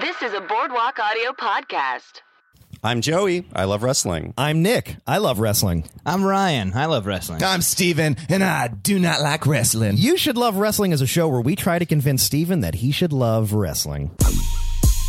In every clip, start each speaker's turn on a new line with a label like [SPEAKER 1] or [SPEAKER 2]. [SPEAKER 1] This is a Boardwalk Audio podcast.
[SPEAKER 2] I'm Joey. I love wrestling.
[SPEAKER 3] I'm Nick. I love wrestling.
[SPEAKER 4] I'm Ryan. I love wrestling.
[SPEAKER 5] I'm Steven, and I do not like wrestling.
[SPEAKER 3] You Should Love Wrestling is a show where we try to convince Steven that he should love wrestling.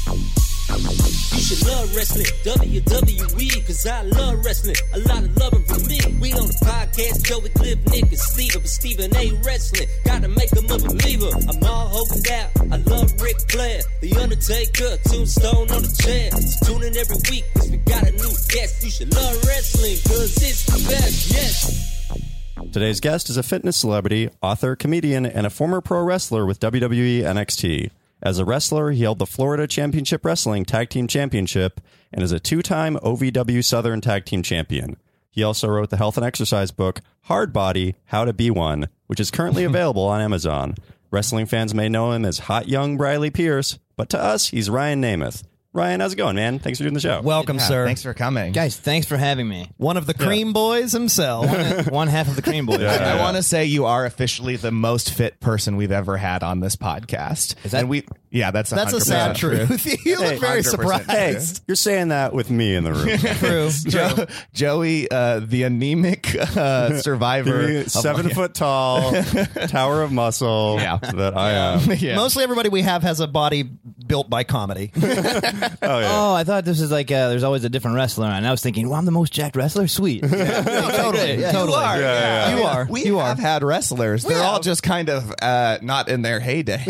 [SPEAKER 6] You should love wrestling, WWE, cause I love wrestling. A lot of loving from me. We on the podcast, Joey Cliff, Nick, and Steven, but Steven ain't wrestling. Gotta make him a believer. I'm all hoping out. I love Rick Flair, The Undertaker, Tombstone on the chair. So tune in every week, cause we got a new guest. You should love wrestling, cause it's the best, yes.
[SPEAKER 2] Today's guest is a fitness celebrity, author, comedian, and a former pro wrestler with E WWE NXT. As a wrestler, he held the Florida Championship Wrestling Tag Team Championship and is a two time OVW Southern Tag Team Champion. He also wrote the health and exercise book, Hard Body How to Be One, which is currently available on Amazon. Wrestling fans may know him as Hot Young Briley Pierce, but to us, he's Ryan Namath. Ryan, how's it going, man? Thanks for doing the show.
[SPEAKER 3] Welcome,
[SPEAKER 5] Yeah,
[SPEAKER 3] sir.
[SPEAKER 5] Thanks for coming.
[SPEAKER 4] Guys, thanks for having me.
[SPEAKER 3] One of the cream boys himself.
[SPEAKER 4] One half of the cream boys.
[SPEAKER 5] I want to say you are officially the most fit person we've ever had on this podcast. Is
[SPEAKER 4] that-
[SPEAKER 5] and we, yeah, that's
[SPEAKER 3] That's a sad truth. you look very
[SPEAKER 2] Hey,
[SPEAKER 5] 100%.
[SPEAKER 3] surprised.
[SPEAKER 2] you're saying that with me in the room.
[SPEAKER 3] True.
[SPEAKER 5] Jo- Joey, uh, the anemic uh, survivor,
[SPEAKER 2] The
[SPEAKER 5] of-
[SPEAKER 2] seven foot tall tower of muscle
[SPEAKER 5] Oh, Yeah.
[SPEAKER 2] that I am.
[SPEAKER 5] yeah.
[SPEAKER 3] Mostly everybody we have has a body built by comedy.
[SPEAKER 2] Oh, yeah.
[SPEAKER 4] Oh, I thought this was like uh, there's always a different wrestler, and I was thinking, well, I'm the most jacked wrestler. Sweet.
[SPEAKER 3] totally.
[SPEAKER 4] Yeah,
[SPEAKER 3] totally.
[SPEAKER 4] you are.
[SPEAKER 2] Yeah,
[SPEAKER 3] You are.
[SPEAKER 5] We
[SPEAKER 3] you
[SPEAKER 5] have
[SPEAKER 3] are.
[SPEAKER 5] had wrestlers. They're all just kind of uh, not in their heyday.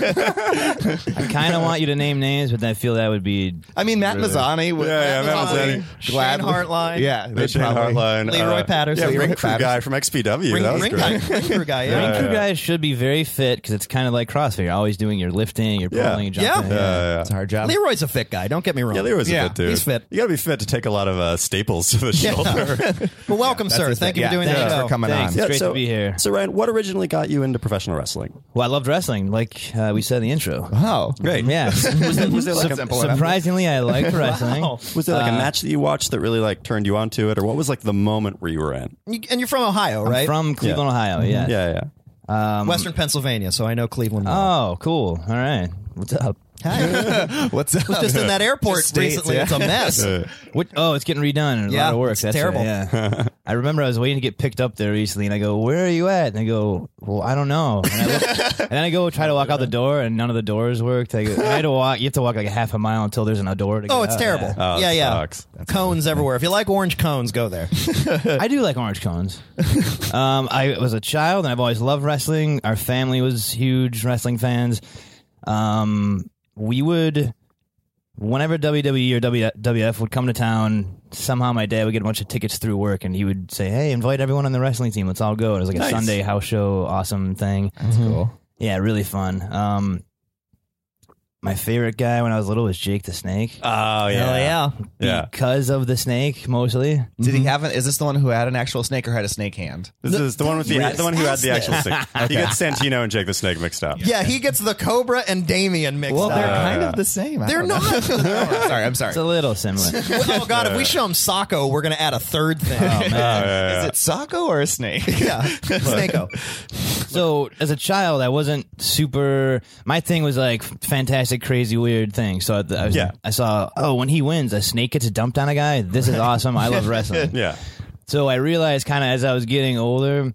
[SPEAKER 4] I kind of want you to name names, but I feel that would be
[SPEAKER 5] I mean, Matt Mazzani was
[SPEAKER 2] Yeah, yeah, Matt Mazzani.
[SPEAKER 5] Glad
[SPEAKER 3] Shane Hartline.
[SPEAKER 5] Yeah, they
[SPEAKER 2] The Shane
[SPEAKER 5] probably-
[SPEAKER 2] Hartline, uh,
[SPEAKER 3] Leroy Patterson.
[SPEAKER 2] Yeah,
[SPEAKER 3] Leroy
[SPEAKER 2] ring crew
[SPEAKER 3] Patterson.
[SPEAKER 2] guy from XPW. that was
[SPEAKER 3] ring,
[SPEAKER 2] great.
[SPEAKER 3] guy, ring crew guy.
[SPEAKER 4] Ring
[SPEAKER 3] Yeah.
[SPEAKER 4] crew guys should be very fit because it's kind of like CrossFit. You're always doing your lifting, your
[SPEAKER 2] Yeah.
[SPEAKER 4] pulling, your jumping.
[SPEAKER 3] Yeah.
[SPEAKER 2] Yeah,
[SPEAKER 5] It's a hard job.
[SPEAKER 3] Leroy's a fit guy. Don't get me wrong.
[SPEAKER 2] Uh, Yeah, Leroy's
[SPEAKER 5] Yeah,
[SPEAKER 2] a fit dude.
[SPEAKER 3] he's fit.
[SPEAKER 2] You got to be fit to take a lot of uh, staples to the shoulder.
[SPEAKER 3] But welcome, sir.
[SPEAKER 5] his
[SPEAKER 3] Thank
[SPEAKER 5] thing.
[SPEAKER 3] you for
[SPEAKER 5] Yeah,
[SPEAKER 3] doing
[SPEAKER 5] thanks
[SPEAKER 3] the show.
[SPEAKER 5] for coming
[SPEAKER 4] Thanks.
[SPEAKER 5] on.
[SPEAKER 4] It's great to be here.
[SPEAKER 2] So, Ryan, what originally got you into professional wrestling?
[SPEAKER 4] Well, I loved wrestling, like uh, we said in the intro.
[SPEAKER 5] Oh,
[SPEAKER 2] Great.
[SPEAKER 4] Yeah.
[SPEAKER 2] Was there like, a,
[SPEAKER 5] Simple enough.
[SPEAKER 4] Surprisingly, I liked wrestling.
[SPEAKER 2] was there like a match that you watched that really like turned you onto it, or what was like the moment where you were in?
[SPEAKER 3] You- And you're from Ohio, right?
[SPEAKER 4] From Cleveland, Ohio. Yeah.
[SPEAKER 2] Yeah, yeah.
[SPEAKER 5] Mm-hmm.
[SPEAKER 3] Western Pennsylvania, so I know Cleveland. well.
[SPEAKER 4] Oh, cool. All right. What's up?
[SPEAKER 5] What's up?
[SPEAKER 3] just in that airport
[SPEAKER 5] Just states,
[SPEAKER 3] recently.
[SPEAKER 5] yeah.
[SPEAKER 3] It's a mess.
[SPEAKER 4] What? Oh, it's getting redone. A
[SPEAKER 3] Yeah,
[SPEAKER 4] lot of work.
[SPEAKER 3] it's
[SPEAKER 4] That's
[SPEAKER 3] terrible.
[SPEAKER 4] Right, yeah. I remember I was waiting to get picked up there recently, and I go, "Where are you at?" And I go, "Well, I don't know." And, I look, and then I go try to walk out the door, and none of the doors worked. I, go, I had to walk. You have to walk like a half a mile until there's a door. To
[SPEAKER 3] Oh,
[SPEAKER 4] get
[SPEAKER 3] it's
[SPEAKER 4] out.
[SPEAKER 3] terrible.
[SPEAKER 4] Yeah.
[SPEAKER 2] Oh, it
[SPEAKER 3] yeah, yeah.
[SPEAKER 2] sucks.
[SPEAKER 3] Cones everywhere. If you like orange cones, go there.
[SPEAKER 4] I do like orange cones. um, I was a child, and I've always loved wrestling. Our family was huge wrestling fans. Um, we would, whenever WWE or WWF would come to town, somehow my dad would get a bunch of tickets through work, and he would say, "Hey, invite everyone on the wrestling team. Let's all go." It was like a
[SPEAKER 2] Nice.
[SPEAKER 4] Sunday house show, awesome thing. That's cool. Yeah, really fun. Um, my favorite guy when I was little was Jake the Snake.
[SPEAKER 2] Oh, yeah.
[SPEAKER 4] yeah,
[SPEAKER 2] Yeah.
[SPEAKER 4] because of the snake mostly.
[SPEAKER 5] Did he have an? Is this the one who had an actual snake or had a snake hand?
[SPEAKER 2] This is the one with the, the one who had the actual snake. You get Santino and Jake the Snake mixed up. Uh,
[SPEAKER 3] yeah, he gets the Cobra and Damien mixed
[SPEAKER 5] Well,
[SPEAKER 3] up.
[SPEAKER 5] they're kind of the same. I
[SPEAKER 3] They're
[SPEAKER 5] don't know.
[SPEAKER 3] not.
[SPEAKER 5] Oh, sorry, I'm sorry.
[SPEAKER 4] It's a little similar.
[SPEAKER 3] oh, God. If we show him Socko, we're going to add a third thing.
[SPEAKER 5] Oh.
[SPEAKER 2] Oh, uh,
[SPEAKER 5] Is it Socko or a snake?
[SPEAKER 3] yeah. Snako.
[SPEAKER 4] So as a child, I wasn't super. My thing was like fantastic, crazy, weird thing. So I, I, was,
[SPEAKER 2] Yeah.
[SPEAKER 4] I saw, oh, when he wins, a snake gets dumped on a guy. This is awesome. I love wrestling.
[SPEAKER 2] Yeah.
[SPEAKER 4] So I realized kind of as I was getting older,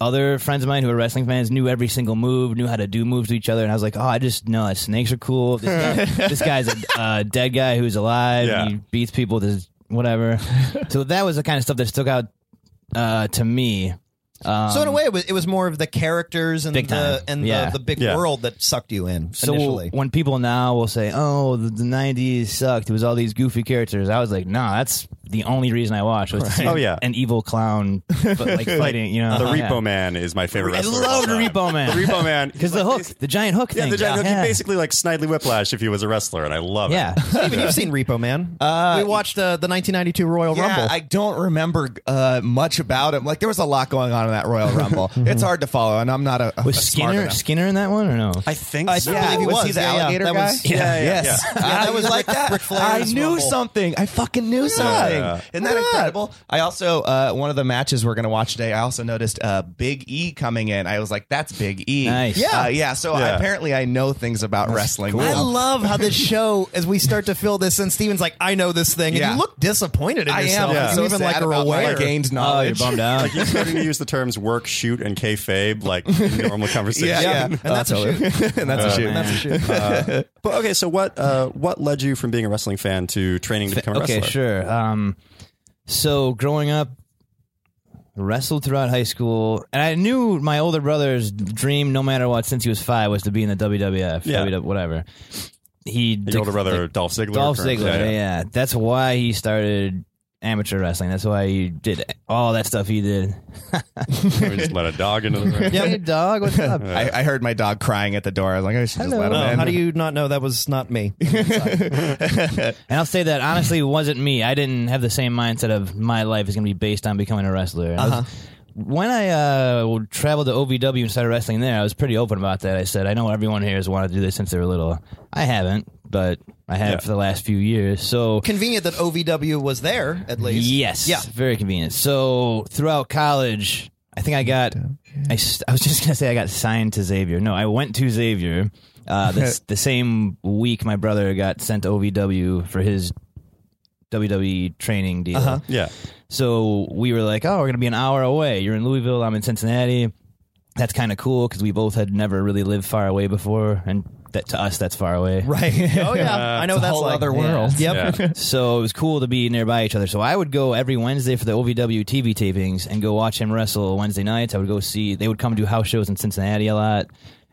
[SPEAKER 4] other friends of mine who were wrestling fans knew every single move, knew how to do moves to each other, and I was like, oh, I just know that snakes are cool. This, guy, this guy's a uh, dead guy who's alive.
[SPEAKER 2] Yeah.
[SPEAKER 4] And he beats people with his whatever. so that was the kind of stuff that stuck out uh, to me.
[SPEAKER 3] so,
[SPEAKER 5] Um,
[SPEAKER 3] in a way, it was, it was more of the characters and,
[SPEAKER 4] Big
[SPEAKER 3] the,
[SPEAKER 4] time.
[SPEAKER 3] and
[SPEAKER 4] Yeah.
[SPEAKER 3] the, the big
[SPEAKER 2] Yeah.
[SPEAKER 3] world that sucked you in
[SPEAKER 4] So
[SPEAKER 3] initially.
[SPEAKER 4] when people now will say, "Oh, the, the '90s sucked. It was all these goofy characters," I was like, "Nah, that's the only reason I watched was to see
[SPEAKER 2] Oh, yeah.
[SPEAKER 4] an evil clown but, like fighting. You know,
[SPEAKER 2] The
[SPEAKER 4] Yeah.
[SPEAKER 2] Repo Man is my favorite
[SPEAKER 4] Uh-huh. I
[SPEAKER 2] wrestler.
[SPEAKER 4] loved
[SPEAKER 2] of all
[SPEAKER 4] Repo
[SPEAKER 2] time.
[SPEAKER 4] Man.
[SPEAKER 2] The Repo Man.
[SPEAKER 4] because the
[SPEAKER 2] Like,
[SPEAKER 4] hook,
[SPEAKER 2] basi-
[SPEAKER 4] the giant hook
[SPEAKER 2] Yeah,
[SPEAKER 4] thing.
[SPEAKER 2] the giant hook.
[SPEAKER 4] Yeah.
[SPEAKER 2] He basically like Snidely Whiplash if he was a wrestler, and I love
[SPEAKER 4] yeah.
[SPEAKER 2] it.
[SPEAKER 3] Steven, you've seen Repo Man. Uh, we watched uh, the 1992 Royal
[SPEAKER 5] Yeah,
[SPEAKER 3] Rumble.
[SPEAKER 5] I don't remember uh, much about him. Like there was a lot going on in that Royal Rumble.
[SPEAKER 3] Mm-hmm.
[SPEAKER 5] it's hard to follow, and I'm not a, a
[SPEAKER 4] was
[SPEAKER 5] a smart
[SPEAKER 4] Skinner
[SPEAKER 5] enough-
[SPEAKER 4] Skinner in that one or no?
[SPEAKER 2] I think so.
[SPEAKER 5] yeah,
[SPEAKER 3] believe he
[SPEAKER 5] was,
[SPEAKER 3] was.
[SPEAKER 5] he the
[SPEAKER 3] Yeah, yeah.
[SPEAKER 5] alligator
[SPEAKER 3] That
[SPEAKER 5] guy?
[SPEAKER 3] was-
[SPEAKER 2] Yeah, yeah,
[SPEAKER 5] yes.
[SPEAKER 2] yeah.
[SPEAKER 5] Yeah, that
[SPEAKER 3] he
[SPEAKER 5] was
[SPEAKER 3] was
[SPEAKER 5] like
[SPEAKER 3] like
[SPEAKER 5] that.
[SPEAKER 3] Ric Flair's
[SPEAKER 5] I knew
[SPEAKER 3] Rumble.
[SPEAKER 5] something. I fucking knew something. Isn't that incredible? I also uh, one of the matches we're gonna watch today. I also noticed uh, Big E coming in. I was like, that's Big E.
[SPEAKER 4] Nice.
[SPEAKER 5] Yeah, uh, yeah. So I,
[SPEAKER 2] Yeah.
[SPEAKER 5] apparently, I know things about wrestling.
[SPEAKER 3] I
[SPEAKER 5] now.
[SPEAKER 3] love how this show, as we start to fill this, and Steven's like, I know this thing.
[SPEAKER 5] Yeah.
[SPEAKER 3] And you look disappointed in
[SPEAKER 5] I am.
[SPEAKER 3] yourself.
[SPEAKER 5] I'm
[SPEAKER 2] Yeah.
[SPEAKER 3] You
[SPEAKER 5] so
[SPEAKER 3] even
[SPEAKER 5] sad
[SPEAKER 3] like are
[SPEAKER 5] about my
[SPEAKER 3] aware.
[SPEAKER 5] gained
[SPEAKER 4] oh,
[SPEAKER 5] knowledge.
[SPEAKER 4] you're bummed out.
[SPEAKER 2] Like he's starting to use the terms work, shoot, and kayfabe like in normal conversation.
[SPEAKER 5] Yeah, yeah.
[SPEAKER 3] And that's a shoot. and that's a shoot. And that's a shoot.
[SPEAKER 2] But okay, so what uh, what led you from being a wrestling fan to training to become a
[SPEAKER 4] okay,
[SPEAKER 2] wrestler?
[SPEAKER 4] sure. Um, so growing up, wrestled throughout high school, and I knew my older brother's dream, no matter what, since he was five, was to be in the WWF,
[SPEAKER 2] Yeah.
[SPEAKER 4] WW, whatever. He
[SPEAKER 2] Your older brother Dolph Ziggler.
[SPEAKER 4] Dolph
[SPEAKER 2] currently.
[SPEAKER 4] Ziggler. Yeah, that's why he started amateur wrestling. That's why he did all that stuff he did.
[SPEAKER 2] yeah. We just let a dog into the ring.
[SPEAKER 4] Yeah, dog, what's up?
[SPEAKER 5] I, I heard my dog crying at the door. I was like, I should just let him in.
[SPEAKER 3] How do you not know that was not me?
[SPEAKER 4] And I'll say that honestly, it wasn't me. I didn't have the same mindset of my life is going to be based on becoming a wrestler. I was- when I uh, traveled to OVW and started wrestling there, I was pretty open about that. I said, I know everyone here has wanted to do this since they were little. I haven't, but I have
[SPEAKER 2] Yeah.
[SPEAKER 4] for the last few years. So
[SPEAKER 3] Convenient that OVW was there, at least.
[SPEAKER 4] Yes.
[SPEAKER 3] Yeah.
[SPEAKER 4] Very convenient. So throughout college, I think I got. I, s- I was just gonna say I got signed to Xavier. No, I went to Xavier. Uh, the, s- the same week my brother got sent to OVW for his WWE training deal.
[SPEAKER 2] Yeah.
[SPEAKER 4] So we were like, oh, we're going to be an hour away. You're in Louisville, I'm in Cincinnati. That's kind of cool because we both had never really lived far away before. And that, to us, that's far away.
[SPEAKER 3] Right. Oh,
[SPEAKER 4] Uh,
[SPEAKER 3] yeah. I know that's
[SPEAKER 5] whole
[SPEAKER 3] like.
[SPEAKER 5] other world.
[SPEAKER 3] Yeah. Yep.
[SPEAKER 2] Yeah.
[SPEAKER 4] So it was cool to be nearby each other. So I would go every Wednesday for the OVW TV tapings and go watch him wrestle Wednesday nights. I would go see, they would come do house shows in Cincinnati a lot.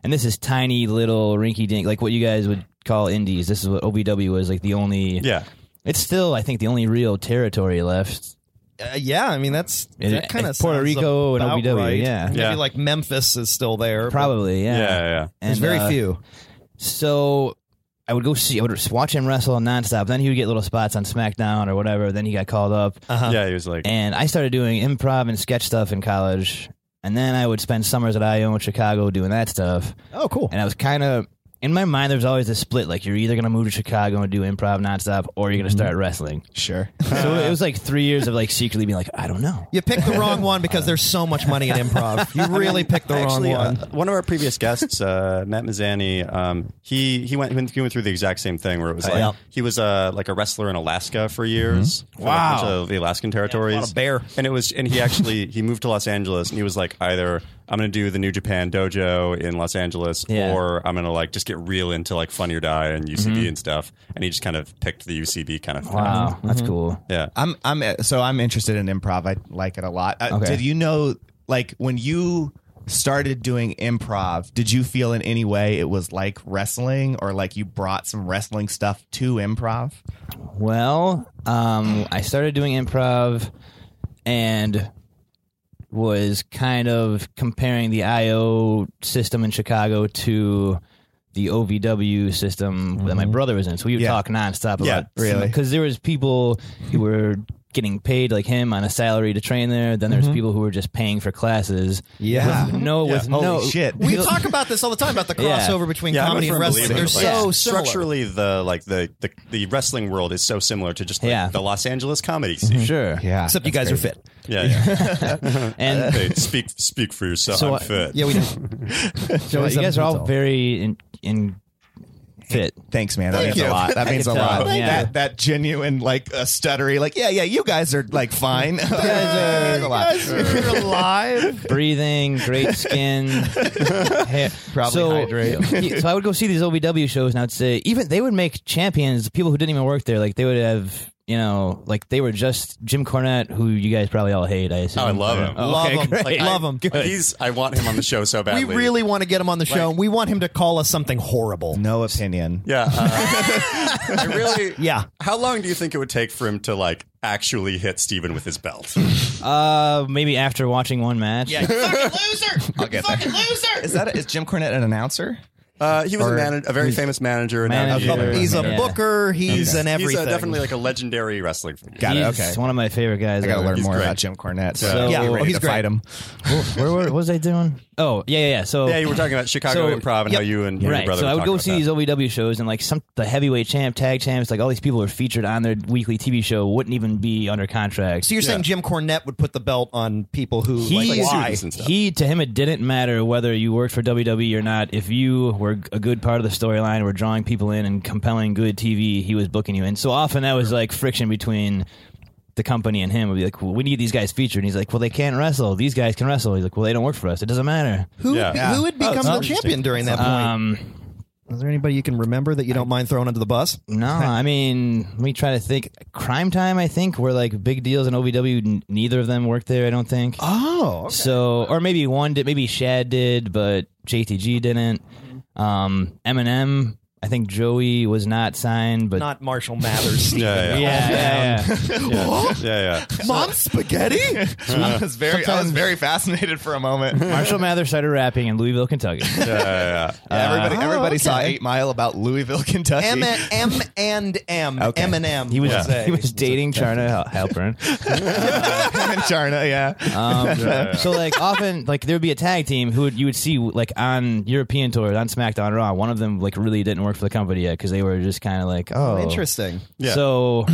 [SPEAKER 4] And this is tiny little rinky dink, like what you guys would call indies. This is what OVW was like the only,
[SPEAKER 2] Yeah.
[SPEAKER 4] it's still, I think, the only real territory left.
[SPEAKER 3] Uh, yeah, I mean that's
[SPEAKER 4] It-
[SPEAKER 3] that kind of
[SPEAKER 4] it's Puerto Rico and OVW, yeah.
[SPEAKER 3] maybe
[SPEAKER 2] Yeah.
[SPEAKER 3] like Memphis is still there. but
[SPEAKER 4] Probably,
[SPEAKER 2] Yeah. Yeah.
[SPEAKER 3] there's
[SPEAKER 4] And,
[SPEAKER 3] very
[SPEAKER 4] uh,
[SPEAKER 3] few.
[SPEAKER 4] So I would go see, I would just watch him wrestle nonstop. Then he would get little spots on SmackDown or whatever. Then he got called up,
[SPEAKER 3] Uh-huh.
[SPEAKER 2] Yeah. he was like,
[SPEAKER 4] and I started doing improv and sketch stuff in college. And then I would spend summers at IO in Chicago doing that stuff.
[SPEAKER 3] Oh, cool.
[SPEAKER 4] And I was kind of in my mind. There's always this split: like you're either going to move to Chicago and do improv nonstop, or you're going to start wrestling.
[SPEAKER 5] Sure.
[SPEAKER 4] So it was like three years of like secretly being like, I don't know.
[SPEAKER 3] You picked the wrong one because there's so much money at improv. You really picked the
[SPEAKER 2] Actually,
[SPEAKER 3] wrong one.
[SPEAKER 2] uh, one of our previous guests, uh, Matt Mazzani, um, he he went he went- he went through the exact same thing where it was like
[SPEAKER 3] yeah.
[SPEAKER 2] he was uh, like a wrestler in Alaska for years, for a
[SPEAKER 4] Wow.
[SPEAKER 2] bunch of the Alaskan territories,
[SPEAKER 3] lot of bear.
[SPEAKER 2] and it was and he actually he moved to Los Angeles and he was like either I'm gonna do the New Japan Dojo in Los Angeles
[SPEAKER 4] Yeah.
[SPEAKER 2] or I'm gonna like just get real into like Funny or Die and UCB and stuff, and he just kind of picked the UCB kind of thing.
[SPEAKER 4] Wow, that's cool.
[SPEAKER 2] Yeah,
[SPEAKER 5] I'm I'm uh, so I'm interested in improv. I like it a lot. Uh,
[SPEAKER 4] Okay.
[SPEAKER 5] Did you know like when you started doing improv, did you feel in any way it was like wrestling or like you brought some wrestling stuff to improv?
[SPEAKER 4] Well, um, I started doing improv and was kind of comparing the IO system in Chicago to the OVW system that my brother was in. So we would
[SPEAKER 5] Yeah.
[SPEAKER 4] talk nonstop
[SPEAKER 2] Yeah,
[SPEAKER 4] about
[SPEAKER 5] really.
[SPEAKER 4] because there was people who were getting paid like him on a salary to train there. Then there's people who were just paying for classes.
[SPEAKER 3] Yeah.
[SPEAKER 4] with no, with
[SPEAKER 5] Holy
[SPEAKER 4] no
[SPEAKER 5] shit.
[SPEAKER 3] We talk about this all the time about the
[SPEAKER 4] Yeah.
[SPEAKER 3] crossover between
[SPEAKER 2] Yeah, I'm a
[SPEAKER 3] comedy and
[SPEAKER 2] firm
[SPEAKER 3] wrestling.
[SPEAKER 2] believer
[SPEAKER 3] They're
[SPEAKER 2] in
[SPEAKER 3] so
[SPEAKER 2] it. Like,
[SPEAKER 3] similar.
[SPEAKER 2] structurally the like the, the the wrestling world is so similar to just like,
[SPEAKER 4] Yeah. Mm-hmm.
[SPEAKER 2] the Los Angeles comedy scene.
[SPEAKER 4] Sure.
[SPEAKER 5] Yeah.
[SPEAKER 3] Except you guys are fit.
[SPEAKER 2] Yeah, yeah.
[SPEAKER 4] And
[SPEAKER 2] Hey, speak speak for yourself.
[SPEAKER 4] So
[SPEAKER 2] I'm
[SPEAKER 4] I-
[SPEAKER 2] fit.
[SPEAKER 3] Yeah, we do.
[SPEAKER 4] so you guys are all very in, in fit.
[SPEAKER 5] Thanks, man. That
[SPEAKER 3] Thank
[SPEAKER 5] means
[SPEAKER 3] you.
[SPEAKER 5] a lot. That
[SPEAKER 4] I
[SPEAKER 5] means a
[SPEAKER 4] can tell.
[SPEAKER 5] lot.
[SPEAKER 4] Thank you.
[SPEAKER 5] That that genuine like uh, stuttery, like yeah, yeah. You guys are like fine. you guys are, alive.
[SPEAKER 4] breathing, great skin, hair.
[SPEAKER 5] Probably
[SPEAKER 4] so,
[SPEAKER 5] hydrate.
[SPEAKER 4] so I would go see these OVW shows, and I'd say even they would make champions, people who didn't even work there, like they would have you know, like they were just Jim Cornette, who you guys probably all hate. I assume.
[SPEAKER 7] Oh, I love him.
[SPEAKER 4] Oh,
[SPEAKER 3] Love
[SPEAKER 4] okay,
[SPEAKER 3] him.
[SPEAKER 4] great.
[SPEAKER 3] Like, I- Love him.
[SPEAKER 4] Good.
[SPEAKER 7] He's. I want him on the show so
[SPEAKER 3] We
[SPEAKER 7] badly.
[SPEAKER 3] really want to get him on the show, and we want him to call us something horrible.
[SPEAKER 5] No opinion.
[SPEAKER 7] Yeah. uh, I really.
[SPEAKER 3] Yeah.
[SPEAKER 7] How long do you think it would take for him to like actually hit Steven with his belt?
[SPEAKER 4] Uh, maybe after watching one match.
[SPEAKER 5] I'll get Fucking loser. Is that a, is Jim Cornette an announcer?
[SPEAKER 7] Uh, he was a,
[SPEAKER 5] Or-
[SPEAKER 7] man- a very famous manager. and
[SPEAKER 4] Manager.
[SPEAKER 7] now
[SPEAKER 4] Okay.
[SPEAKER 3] He's a
[SPEAKER 4] Yeah.
[SPEAKER 3] booker. He's an
[SPEAKER 7] He's
[SPEAKER 3] everything.
[SPEAKER 7] uh, definitely like a legendary wrestling figure.
[SPEAKER 5] Got it.
[SPEAKER 4] He's
[SPEAKER 5] Okay.
[SPEAKER 4] one of my favorite guys.
[SPEAKER 5] I got to
[SPEAKER 4] ever.
[SPEAKER 5] learn
[SPEAKER 7] He's
[SPEAKER 5] more
[SPEAKER 7] great.
[SPEAKER 5] about Jim Cornette. So,
[SPEAKER 4] So-
[SPEAKER 5] yeah,
[SPEAKER 4] Yeah,
[SPEAKER 5] ready
[SPEAKER 3] he's
[SPEAKER 5] to
[SPEAKER 3] great.
[SPEAKER 5] fight him.
[SPEAKER 4] where, were- what was I doing? Oh, yeah, yeah, yeah. So
[SPEAKER 7] Yeah, you were talking about Chicago
[SPEAKER 4] So-
[SPEAKER 7] Improv and how
[SPEAKER 4] yep.
[SPEAKER 7] you and your
[SPEAKER 4] right.
[SPEAKER 7] brother.
[SPEAKER 4] So
[SPEAKER 7] were
[SPEAKER 4] I would
[SPEAKER 7] talking
[SPEAKER 4] go
[SPEAKER 7] about
[SPEAKER 4] see
[SPEAKER 7] that.
[SPEAKER 4] these OVW shows, and like some the heavyweight champ, tag champs, like all these people who are featured on their weekly TV show wouldn't even be under contract.
[SPEAKER 3] so you're saying Jim Cornette would put the belt on people who
[SPEAKER 4] he,
[SPEAKER 3] like, why?
[SPEAKER 7] students and stuff.
[SPEAKER 4] he to him it didn't matter whether you worked for WWE or not. If you were a good part of the storyline, were drawing people in and compelling good TV, he was booking you. And so often that was like friction between the company and him. Would be like, well, we need these guys featured. And he's like, well, they can't wrestle. These guys can wrestle. He's like, well, they don't work for us. It doesn't matter.
[SPEAKER 3] Who
[SPEAKER 7] Yeah.
[SPEAKER 3] would, be- who would become the champion during that point?
[SPEAKER 4] Um,
[SPEAKER 3] Is there anybody you can remember that you don't mind throwing under the bus?
[SPEAKER 4] No, I mean, let me try to think. Crime Time, I think, were like big deals in OVW. N- neither of them worked there, I don't think.
[SPEAKER 3] Oh,
[SPEAKER 4] So, or maybe one did, maybe Shad did, but JTG didn't.
[SPEAKER 3] Mm-hmm.
[SPEAKER 4] Um, Eminem, I think Joey was not signed, but.
[SPEAKER 3] not Marshall Mathers.
[SPEAKER 7] Yeah, yeah,
[SPEAKER 4] yeah, yeah, yeah.
[SPEAKER 7] yeah, yeah, yeah.
[SPEAKER 3] Mom spaghetti?
[SPEAKER 5] I was very, I was very fascinated for a moment.
[SPEAKER 4] Marshall Mathers started rapping in Louisville, Kentucky.
[SPEAKER 7] yeah, yeah, yeah.
[SPEAKER 5] Yeah, everybody, everybody saw
[SPEAKER 3] okay.
[SPEAKER 5] Eight Mile about Louisville, Kentucky.
[SPEAKER 3] M M and M.
[SPEAKER 5] Okay.
[SPEAKER 3] M and M.
[SPEAKER 4] He was
[SPEAKER 3] we'll say.
[SPEAKER 4] he was dating Charna Hal- Halpern.
[SPEAKER 5] Uh, and Charna, yeah. Uh,
[SPEAKER 4] Um, So like often like there would be a tag team who would, you would see like on European tours on SmackDown Raw. One of them like really didn't work for the company yet because they were just kind of like oh
[SPEAKER 3] interesting.
[SPEAKER 7] Yeah.
[SPEAKER 4] So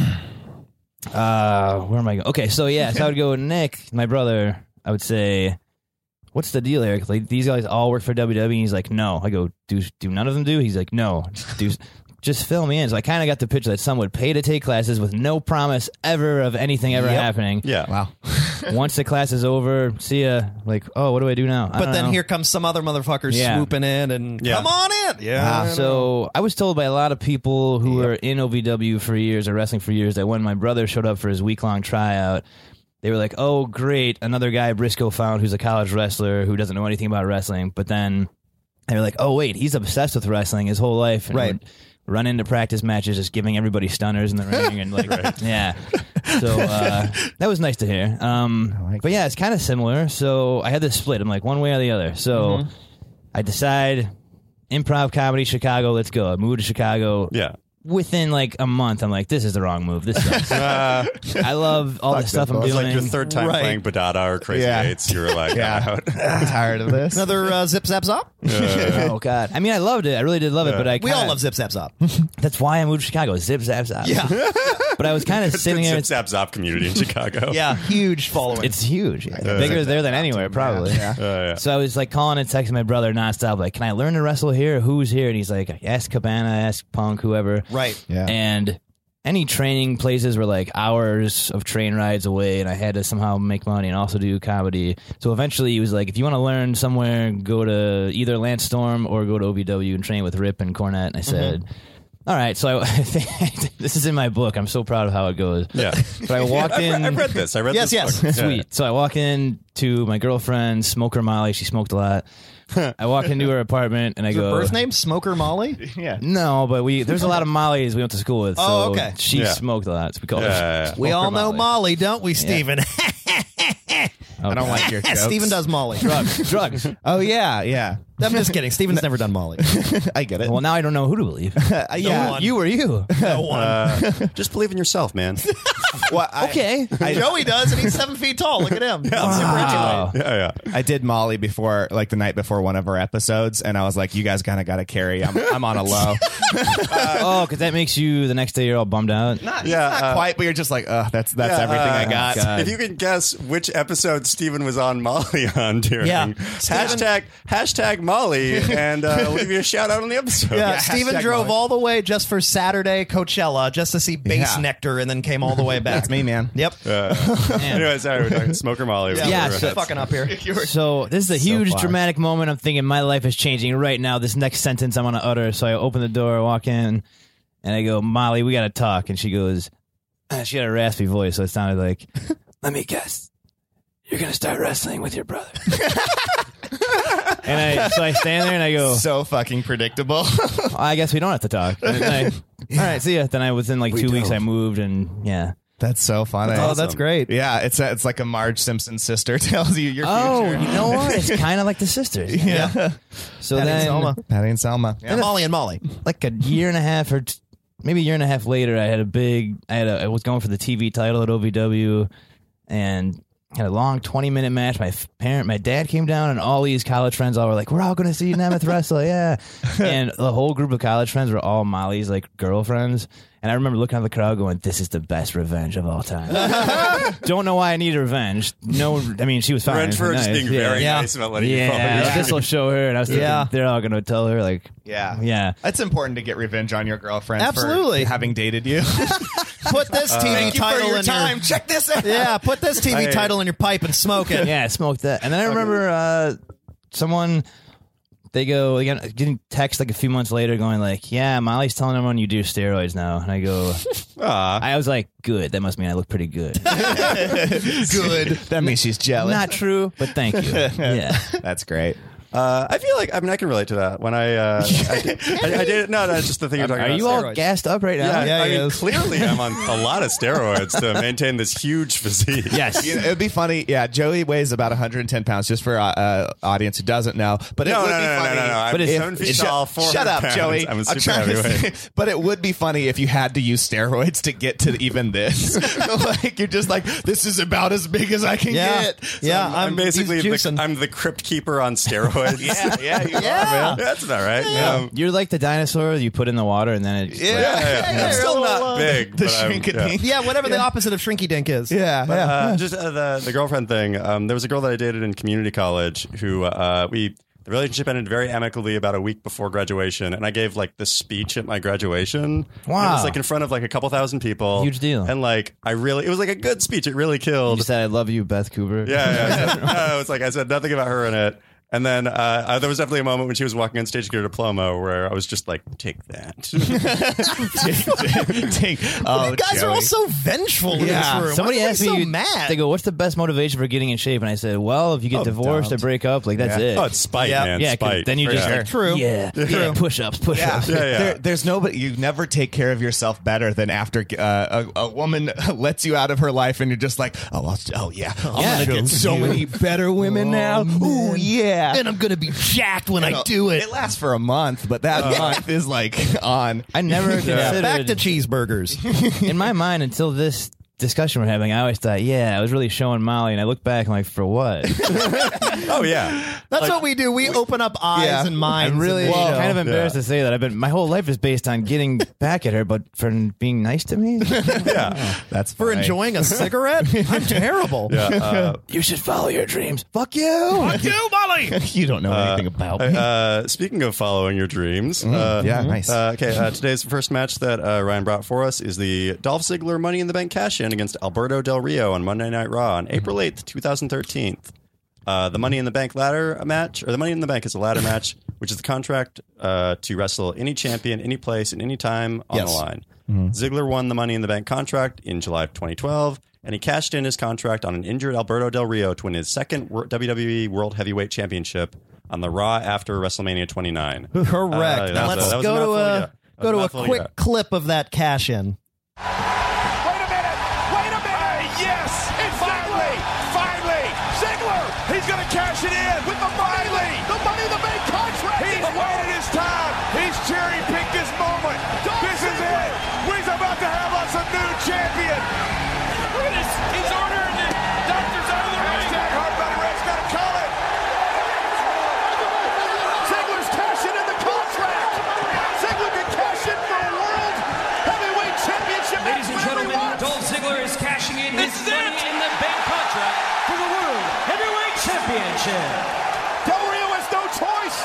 [SPEAKER 4] uh, where am I going? Okay, so yeah, so I would go with Nick, my brother. I would say. What's the deal, Eric? Like these guys all work for WWE. And he's like, no. I go, do do none of them do? He's like, no. Do just fill me in. So I kind of got the picture that some would pay to take classes with no promise ever of anything ever happening
[SPEAKER 7] yeah.
[SPEAKER 5] Wow.
[SPEAKER 4] once the class is over, see ya. Like, oh, what do I do now? I
[SPEAKER 3] But
[SPEAKER 4] don't
[SPEAKER 3] then
[SPEAKER 4] know.
[SPEAKER 3] here comes some other motherfucker
[SPEAKER 4] Yeah.
[SPEAKER 3] swooping in and
[SPEAKER 7] Yeah.
[SPEAKER 3] come on in. Yeah.
[SPEAKER 4] So I was told by a lot of people who were in OVW for years or wrestling for years that when my brother showed up for his week long tryout, they were like, "Oh, great, another guy Briscoe found who's a college wrestler who doesn't know anything about wrestling." But then they were like, "Oh, wait, he's obsessed with wrestling his whole life." And
[SPEAKER 3] Right.
[SPEAKER 4] would Run into practice matches, just giving everybody stunners in the ring, and like, yeah. So uh, that was nice to hear. Um, but yeah, it's kind of similar. So I had this split. I'm like one way or the other. So I decide improv comedy Chicago. Let's go. I moved to Chicago.
[SPEAKER 7] Yeah.
[SPEAKER 4] Within like a month, I'm like, this is the wrong move. This sucks. I love all the stuff I'm
[SPEAKER 7] It's
[SPEAKER 4] doing.
[SPEAKER 7] like your third time
[SPEAKER 3] Right.
[SPEAKER 7] playing Badada or Crazy
[SPEAKER 5] Yeah.
[SPEAKER 7] Eights. You're like,
[SPEAKER 5] Yeah.
[SPEAKER 7] out.
[SPEAKER 5] Ah. I'm tired of this.
[SPEAKER 3] Another uh, zip zap zop.
[SPEAKER 4] oh God! I mean, I loved it. I really did love it. But I
[SPEAKER 3] We
[SPEAKER 4] kinda-
[SPEAKER 3] all love zip zap zop.
[SPEAKER 4] That's why I moved to Chicago. Zip zap zap.
[SPEAKER 3] Yeah.
[SPEAKER 4] But I was kind of sitting there.
[SPEAKER 7] Zip Zap Zop community in Chicago.
[SPEAKER 3] yeah, huge following.
[SPEAKER 4] It's huge. Bigger there than anywhere, probably.
[SPEAKER 7] yeah.
[SPEAKER 4] So I was like calling and texting my brother nonstop, like, "Can I learn to wrestle here? Who's here?" And he's like, "Ask Cabana, ask Punk, whoever."
[SPEAKER 3] right.
[SPEAKER 5] Yeah.
[SPEAKER 4] And any training places were like hours of train rides away, and I had to somehow make money and also do comedy. So eventually, he was like, "If you want to learn somewhere, go to either Lance Storm or go to OVW and train with Rip and Cornette." And I
[SPEAKER 7] Mm-hmm.
[SPEAKER 4] said. "All right, so I, this is in my book. I'm so proud of how it goes.
[SPEAKER 7] Yeah.
[SPEAKER 4] But I walked
[SPEAKER 7] I've,
[SPEAKER 4] in.
[SPEAKER 7] re- I've read this. I read this.
[SPEAKER 3] Yes, yes.
[SPEAKER 7] book.
[SPEAKER 4] Sweet. So I walk in to my girlfriend, smoker Molly. She smoked a lot. I walk into her apartment and I
[SPEAKER 3] Your
[SPEAKER 4] go.
[SPEAKER 3] birth name Smoker Molly.
[SPEAKER 5] yeah.
[SPEAKER 4] No, but we there's a lot of Mollies we went to school with. So
[SPEAKER 3] Oh, okay.
[SPEAKER 4] She
[SPEAKER 7] Yeah.
[SPEAKER 4] smoked a lot. So we call
[SPEAKER 7] Yeah,
[SPEAKER 4] her.
[SPEAKER 7] yeah, Uh, yeah.
[SPEAKER 3] We
[SPEAKER 4] Smoker
[SPEAKER 3] all know Molly, don't we, Stephen?
[SPEAKER 4] Oh,
[SPEAKER 5] I don't
[SPEAKER 4] God.
[SPEAKER 5] like your jokes.
[SPEAKER 3] Stephen does Molly.
[SPEAKER 4] drugs. Drugs.
[SPEAKER 5] Oh yeah, yeah.
[SPEAKER 3] I'm just kidding. Steven's never done Molly.
[SPEAKER 5] I get it.
[SPEAKER 4] well, now I don't know who to believe.
[SPEAKER 5] yeah.
[SPEAKER 4] You or you?
[SPEAKER 7] Uh, just believe in yourself, man.
[SPEAKER 5] Well, I,
[SPEAKER 4] Okay.
[SPEAKER 3] Joey does, and he's seven feet tall. Look at him.
[SPEAKER 4] Wow.
[SPEAKER 7] Yeah, yeah.
[SPEAKER 5] I did Molly before, like the night before one of our episodes, and I was like, "You guys kind of got to carry. I'm, I'm on a low.
[SPEAKER 4] oh, because that makes you the next day you're all bummed out.
[SPEAKER 5] not,
[SPEAKER 7] Yeah,
[SPEAKER 5] not
[SPEAKER 7] uh,
[SPEAKER 5] quite, but you're just like, oh, that's that's
[SPEAKER 7] Yeah,
[SPEAKER 5] everything I
[SPEAKER 7] uh,
[SPEAKER 5] got.
[SPEAKER 7] If you can guess which episode Steven was on Molly on during
[SPEAKER 3] Yeah.
[SPEAKER 7] hashtag hashtag Molly and uh, we'll give you a shout out on the episode.
[SPEAKER 3] Yeah,
[SPEAKER 5] Yeah,
[SPEAKER 3] Steven
[SPEAKER 5] hashtag
[SPEAKER 3] drove
[SPEAKER 5] Molly.
[SPEAKER 3] all the way just for Saturday Coachella just to see Bass
[SPEAKER 5] Yeah.
[SPEAKER 3] Nectar and then came all the way back.
[SPEAKER 5] That's me, man.
[SPEAKER 3] Yep.
[SPEAKER 7] Anyway, sorry, we're talking Smoker Molly.
[SPEAKER 4] Yeah,
[SPEAKER 7] We're-
[SPEAKER 4] so-
[SPEAKER 7] we're-
[SPEAKER 3] fucking up here.
[SPEAKER 4] So this is a huge dramatic moment. I'm thinking my life is changing right now. This next sentence I'm gonna utter. So I open the door, walk in, and I go, Molly, we gotta talk. And she goes, "Ah, she had a raspy voice, so it sounded like, "Let me guess, you're gonna start wrestling with your brother." and I so I stand there and I go,
[SPEAKER 5] so fucking predictable.
[SPEAKER 4] "I guess we don't have to talk." And then I, All right, see ya. Then I within like 2 weeks I moved and yeah.
[SPEAKER 5] That's so funny.
[SPEAKER 4] That's Oh, that's awesome. great.
[SPEAKER 5] Yeah, it's it's like a Marge Simpson sister tells you your
[SPEAKER 4] Oh,
[SPEAKER 5] future.
[SPEAKER 4] you know what? It's kind of like the sisters.
[SPEAKER 5] yeah.
[SPEAKER 4] So
[SPEAKER 5] Patty
[SPEAKER 4] then,
[SPEAKER 5] and Selma. Patty and Selma. Yeah.
[SPEAKER 4] Then a-
[SPEAKER 5] Molly and Molly.
[SPEAKER 4] like a year and a half or t- maybe a year and a half later, I had a big. I had a. I was going for the TV title at OVW, and had a long twenty minute match. My f- parent, my dad came down, and all these college friends all were like, "We're all going to see Nemeth wrestle, yeah!" and the whole group of college friends were all Molly's like girlfriends. And I remember looking at the crowd, going, "This is the best revenge of all time." Don't know why I needed revenge. No, I mean she was fine.
[SPEAKER 7] Revenge for
[SPEAKER 4] nice.
[SPEAKER 7] just being very nice and not letting you
[SPEAKER 4] yeah,
[SPEAKER 7] follow your
[SPEAKER 4] this will show her. And I was thinking,
[SPEAKER 5] Yeah.
[SPEAKER 4] they're all going to tell her like,
[SPEAKER 5] Yeah.
[SPEAKER 4] yeah.
[SPEAKER 5] It's important to get revenge on your girlfriend
[SPEAKER 3] Absolutely.
[SPEAKER 5] for having dated you.
[SPEAKER 3] Put this TV
[SPEAKER 5] Uh, Thank you
[SPEAKER 3] title
[SPEAKER 5] for your
[SPEAKER 3] in
[SPEAKER 5] time.
[SPEAKER 3] your
[SPEAKER 5] Check this out.
[SPEAKER 3] yeah. Put this TV
[SPEAKER 7] Hey.
[SPEAKER 3] title in your pipe and smoke it.
[SPEAKER 4] yeah, I smoked that. And then I remember uh, someone they go again getting text like a few months later going like, Yeah, Molly's telling everyone you do steroids now and I go I was like, Good, that must mean I look pretty good.
[SPEAKER 5] Good. that means she's jealous.
[SPEAKER 4] Not true, but thank you. Yeah.
[SPEAKER 5] That's great.
[SPEAKER 2] Uh, I feel like I mean I can relate to that when I uh, I, did, I, I did no that's just the thing you're talking
[SPEAKER 4] Are
[SPEAKER 2] about.
[SPEAKER 4] you all gassed up right now?
[SPEAKER 2] yeah, I
[SPEAKER 4] yeah.
[SPEAKER 2] mean, clearly I'm on a lot of steroids to maintain this huge physique.
[SPEAKER 4] Yes.
[SPEAKER 5] You know, it'd be funny. Yeah, Joey weighs about 110 pounds, just for uh, uh, audience who doesn't know. But it
[SPEAKER 2] No,
[SPEAKER 5] would
[SPEAKER 2] no,
[SPEAKER 5] be
[SPEAKER 2] no, no,
[SPEAKER 5] funny
[SPEAKER 2] no, no. I'm
[SPEAKER 4] But it's-
[SPEAKER 2] seven feet
[SPEAKER 5] Shut-
[SPEAKER 2] tall,
[SPEAKER 5] shut,
[SPEAKER 2] 400
[SPEAKER 5] up,
[SPEAKER 2] pounds.
[SPEAKER 5] Joey.
[SPEAKER 2] I'm a
[SPEAKER 5] I'm
[SPEAKER 2] super
[SPEAKER 5] trying to
[SPEAKER 2] heavyweight.
[SPEAKER 5] say- but it would be funny if you had to use steroids to get to even this. like you're just like, this is about as big as I can
[SPEAKER 3] Yeah.
[SPEAKER 5] get. So
[SPEAKER 3] Yeah,
[SPEAKER 5] I'm-
[SPEAKER 3] I'm-
[SPEAKER 2] I'm basically
[SPEAKER 3] he's
[SPEAKER 2] the,
[SPEAKER 3] juicing.
[SPEAKER 2] I'm the crypt keeper on steroids. yeah,
[SPEAKER 5] yeah, you
[SPEAKER 3] Yeah.
[SPEAKER 5] are, man.
[SPEAKER 2] that's about right. Um,
[SPEAKER 4] You're like the dinosaur you put in the water and then it just,
[SPEAKER 5] Yeah,
[SPEAKER 4] like,
[SPEAKER 2] yeah, yeah.
[SPEAKER 5] Yeah,
[SPEAKER 2] I'm still
[SPEAKER 5] you're a
[SPEAKER 2] not
[SPEAKER 5] little, uh,
[SPEAKER 2] big.
[SPEAKER 5] The
[SPEAKER 2] but I'm- yeah.
[SPEAKER 5] shrinkadink.
[SPEAKER 3] Yeah, whatever the opposite of Shrinky Dink is.
[SPEAKER 5] yeah,
[SPEAKER 2] But,
[SPEAKER 5] yeah.
[SPEAKER 2] uh, just uh, the the girlfriend thing. Um, there was a girl that I dated in community college who uh, we the relationship ended very amicably about a week before graduation, and I gave like this speech at my graduation.
[SPEAKER 4] Wow.
[SPEAKER 2] And it was like in front of like a couple thousand people.
[SPEAKER 4] Huge deal.
[SPEAKER 2] And like I really, it was like a good speech. It really
[SPEAKER 4] you
[SPEAKER 2] killed.
[SPEAKER 4] just said I love you, Beth Cooper.
[SPEAKER 2] Yeah, yeah. I said- no, it's like I said nothing about her in it. And then uh, uh, there was definitely a moment when she was walking on stage to get her diploma where I was just like, take that.
[SPEAKER 5] Take- oh,
[SPEAKER 3] you guys are
[SPEAKER 5] Joey.
[SPEAKER 3] all so vengeful in
[SPEAKER 5] Yeah.
[SPEAKER 3] this room.
[SPEAKER 4] Ah, Somebody
[SPEAKER 3] Why are
[SPEAKER 4] asked
[SPEAKER 3] you
[SPEAKER 4] me,
[SPEAKER 3] so
[SPEAKER 4] you-
[SPEAKER 3] mad. Oh,
[SPEAKER 4] they go, "What's the best motivation for getting in shape?" And I said, "Well, if you get divorced or break up, like that's it."
[SPEAKER 2] oh, it's spite,
[SPEAKER 5] Yeah.
[SPEAKER 2] man.
[SPEAKER 4] yeah, 'cause
[SPEAKER 2] spite.
[SPEAKER 4] then you
[SPEAKER 2] For
[SPEAKER 4] just
[SPEAKER 2] sure.
[SPEAKER 4] like,
[SPEAKER 3] True.
[SPEAKER 4] Yeah, yeah, push-ups,
[SPEAKER 5] Yeah.
[SPEAKER 4] push-ups.
[SPEAKER 2] Yeah, yeah.
[SPEAKER 5] There, there's nobody. You never take care of yourself better than after uh, a, a woman lets you out of her life, and you're just like, oh, I'll, oh yeah, I'm
[SPEAKER 4] Yeah.
[SPEAKER 5] gonna get so many better women now. Ooh yeah. uh,
[SPEAKER 3] and I'm gonna be jacked when I do it.
[SPEAKER 5] It lasts for a month, but that month is like on.
[SPEAKER 4] I never considered
[SPEAKER 3] Back to cheeseburgers.
[SPEAKER 4] in my mind until this discussion we're having. I always thought, yeah, I was really showing Molly, and I look back, I'm like, for what?
[SPEAKER 2] Oh, yeah.
[SPEAKER 3] That's what we do. We, open up eyes
[SPEAKER 5] Yeah.
[SPEAKER 3] and minds.
[SPEAKER 4] I'm really
[SPEAKER 3] and-
[SPEAKER 4] kind of embarrassed to say that. I've been my whole life is based on getting back at her, but for being nice to me,
[SPEAKER 5] That's
[SPEAKER 3] for
[SPEAKER 5] fine.
[SPEAKER 3] enjoying a cigarette. I'm terrible.
[SPEAKER 4] you should follow your dreams. Fuck you.
[SPEAKER 5] you, Molly. you don't know anything about me.
[SPEAKER 2] Uh, speaking of following your dreams, uh,
[SPEAKER 5] Mm-hmm. yeah, nice.
[SPEAKER 2] Uh, okay, uh, today's first match that uh, Ryan brought for us is the Dolph Ziggler Money in the Bank cash in against Alberto Del Rio on Monday Night Raw on April
[SPEAKER 5] Mm-hmm.
[SPEAKER 2] 8th, 2013. Uh, the Money in the Bank ladder uh, match, or the Money in the Bank is a ladder match, which is the contract uh, to wrestle any champion, any place, and any time on the
[SPEAKER 5] Yes.
[SPEAKER 2] line.
[SPEAKER 3] Mm-hmm.
[SPEAKER 2] Ziggler won the Money in the Bank contract in July of 2012, and he cashed in his contract on an injured Alberto Del Rio to win his second wor- WWE World Heavyweight Championship on the Raw after WrestleMania 29.
[SPEAKER 3] Correct.
[SPEAKER 2] Uh, that
[SPEAKER 3] now
[SPEAKER 2] was a-
[SPEAKER 3] let's
[SPEAKER 2] that
[SPEAKER 3] go
[SPEAKER 2] was a
[SPEAKER 3] to
[SPEAKER 2] mouthful, yeah.
[SPEAKER 3] a,
[SPEAKER 2] That was
[SPEAKER 3] go to a
[SPEAKER 2] mouthful,
[SPEAKER 3] quick
[SPEAKER 2] yeah.
[SPEAKER 3] clip of that cash in.
[SPEAKER 8] Wait a minute! Wait a minute! yes! It's finally! Finally! Ziggler! He's gonna cash it in with the finally! The money the bank contract! He's waited his time! He's cherry picked this moment! this is it! We're about to have us a new champion! Look at this! He's ordering it! Doctor's out of the ring! Hashtag hard body Red's gotta call it! Ziggler's cashing in the contract! Ziggler can cash in for a world heavyweight championship! match
[SPEAKER 6] Ladies and
[SPEAKER 8] whenever he
[SPEAKER 6] gentlemen,
[SPEAKER 8] wants.
[SPEAKER 6] Dolph Ziggler is cashing in his
[SPEAKER 8] It's
[SPEAKER 6] money
[SPEAKER 8] it!
[SPEAKER 6] in the bank contract for the World Heavyweight Championship.
[SPEAKER 8] Del Rio has no choice.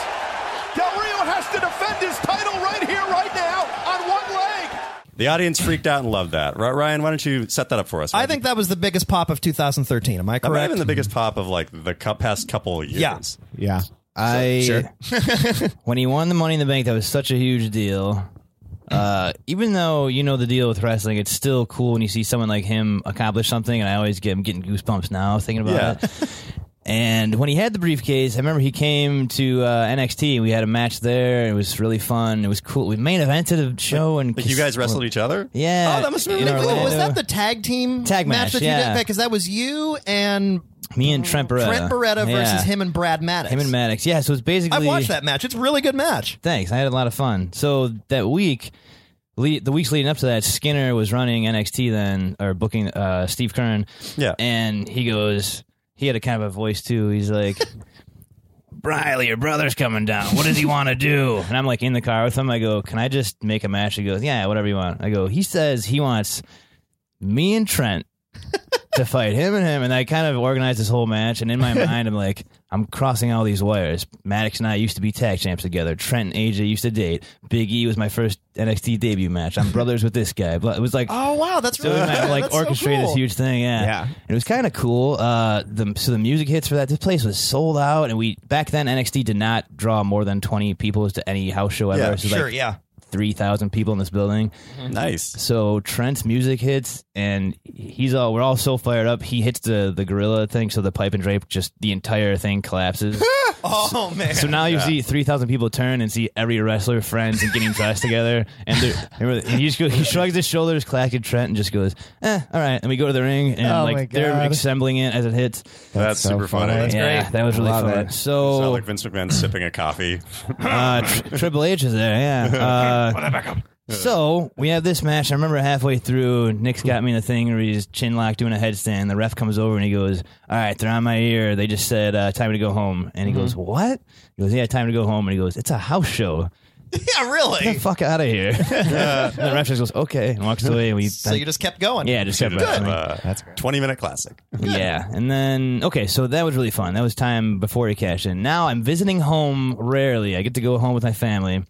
[SPEAKER 8] Del Rio has to defend his title right here, right now, on one leg.
[SPEAKER 2] The audience freaked out and loved that. Right, Ryan, why don't you set that up for us?
[SPEAKER 3] I think that was the biggest pop of 2013. Am I
[SPEAKER 2] that might
[SPEAKER 3] correct?
[SPEAKER 2] have been the biggest pop of like the cu- past couple of years.
[SPEAKER 3] Yeah.
[SPEAKER 5] yeah.
[SPEAKER 4] I when he won the Money in the Bank, that was such a huge deal. Uh, even though you know the deal with wrestling, it's still cool when you see someone like him accomplish something, and I always get I'm getting goosebumps now thinking about
[SPEAKER 2] Yeah.
[SPEAKER 4] it. And when he had the briefcase, I remember he came to uh, NXT. We had a match there. It was really fun. It was cool. We main evented a show, and
[SPEAKER 2] Like you guys wrestled each other?
[SPEAKER 4] Yeah.
[SPEAKER 2] Oh, that must have been
[SPEAKER 4] in
[SPEAKER 2] really cool.
[SPEAKER 3] Was
[SPEAKER 4] Orlando.
[SPEAKER 3] that the tag team
[SPEAKER 4] Tag match,
[SPEAKER 3] that you
[SPEAKER 4] yeah.
[SPEAKER 3] did? Because that was you and
[SPEAKER 4] me and Trent Beretta?
[SPEAKER 3] Trent Beretta versus
[SPEAKER 4] Yeah.
[SPEAKER 3] him and Brad Maddox.
[SPEAKER 4] Him and Maddox. Yeah, so it's basically.
[SPEAKER 3] I watched that match. It's a really good match.
[SPEAKER 4] Thanks. I had a lot of fun. So that week, le- the weeks leading up to that, Skinner was running NXT then, or booking uh, Steve Kern.
[SPEAKER 2] Yeah.
[SPEAKER 4] And he goes, he had a kind of a voice too. He's like, Briley, your brother's coming down. What does he want to do? And I'm like in the car with him. I go, can I just make a match? He goes, yeah, whatever you want. I go, he says he wants me and Trent to fight him and him. And I kind of organized this whole match. And in my mind, I'm like, I'm crossing all these wires. Maddox and I used to be tag champs together. Trent and AJ used to date. Big E was my first NXT debut match. I'm brothers with this guy. But it was like,
[SPEAKER 3] Oh wow, that's
[SPEAKER 4] so
[SPEAKER 3] really
[SPEAKER 4] we might have,
[SPEAKER 3] good.
[SPEAKER 4] like
[SPEAKER 3] That's so
[SPEAKER 4] orchestrated
[SPEAKER 3] cool.
[SPEAKER 4] this huge thing, yeah.
[SPEAKER 5] Yeah.
[SPEAKER 4] And it was kind of cool. Uh, the so the music hits for that. This place was sold out, and we back then NXT did not draw more than twenty people to any house show ever.
[SPEAKER 3] Yeah,
[SPEAKER 4] so
[SPEAKER 3] sure,
[SPEAKER 4] like,
[SPEAKER 3] yeah.
[SPEAKER 4] three thousand people in this building.
[SPEAKER 2] Nice.
[SPEAKER 4] So Trent's music hits, and he's all we're all so fired up. He hits the the gorilla thing, so the pipe and drape just the entire thing collapses.
[SPEAKER 3] Oh man.
[SPEAKER 4] So now you
[SPEAKER 3] Yeah.
[SPEAKER 4] see three thousand people turn and see every wrestler friends and getting dressed together, and, they're- and we're- and he just goes, he shrugs his shoulders, clacks at Trent, and just goes, "Eh, all right." And we go to the ring, and
[SPEAKER 2] Oh my
[SPEAKER 4] like they're
[SPEAKER 2] God.
[SPEAKER 4] assembling it as it hits.
[SPEAKER 2] That's, super funny.
[SPEAKER 4] yeah, that was really fun. So
[SPEAKER 2] Sound
[SPEAKER 3] Oh.
[SPEAKER 2] like Vince McMahon sipping a coffee.
[SPEAKER 4] uh, Tri- Triple H is there, yeah.
[SPEAKER 2] Put
[SPEAKER 4] Uh, so we have this match. I remember halfway through, Nick's got me in the thing where he's chin locked doing a headstand. The ref comes over and he goes, "All right, they're on my ear. They just said uh, time to go home." And he
[SPEAKER 2] Mm-hmm.
[SPEAKER 3] Mhm.
[SPEAKER 4] goes, "What?" He goes, "Yeah, time to go home." And he goes, "It's a house show.
[SPEAKER 3] Yeah, really.
[SPEAKER 4] Get the fuck out of here." and the ref just goes, "Okay," and walks away. And we
[SPEAKER 3] So you just kept going.
[SPEAKER 4] yeah, just kept
[SPEAKER 3] Good.
[SPEAKER 4] wrestling.
[SPEAKER 2] That's twenty minute classic.
[SPEAKER 4] Yeah, and then okay, so that was really fun. That was time before he cashed in. Now I'm visiting home rarely. I get to go home with my family,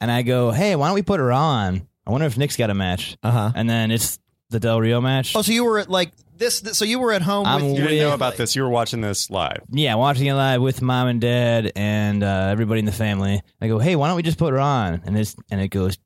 [SPEAKER 4] and I go, "Hey, why don't we put her on?" I wonder if Nick's got a match. Uh huh. And then it's the Del Rio match.
[SPEAKER 3] Uh-huh. Oh, so you were at like this. th- So you were at home. with
[SPEAKER 2] you didn't know about this. You were watching this live.
[SPEAKER 4] Yeah, watching it live with mom and dad and uh, everybody in the family. I go, "Hey, why don't we just put her on?" And it's and it goes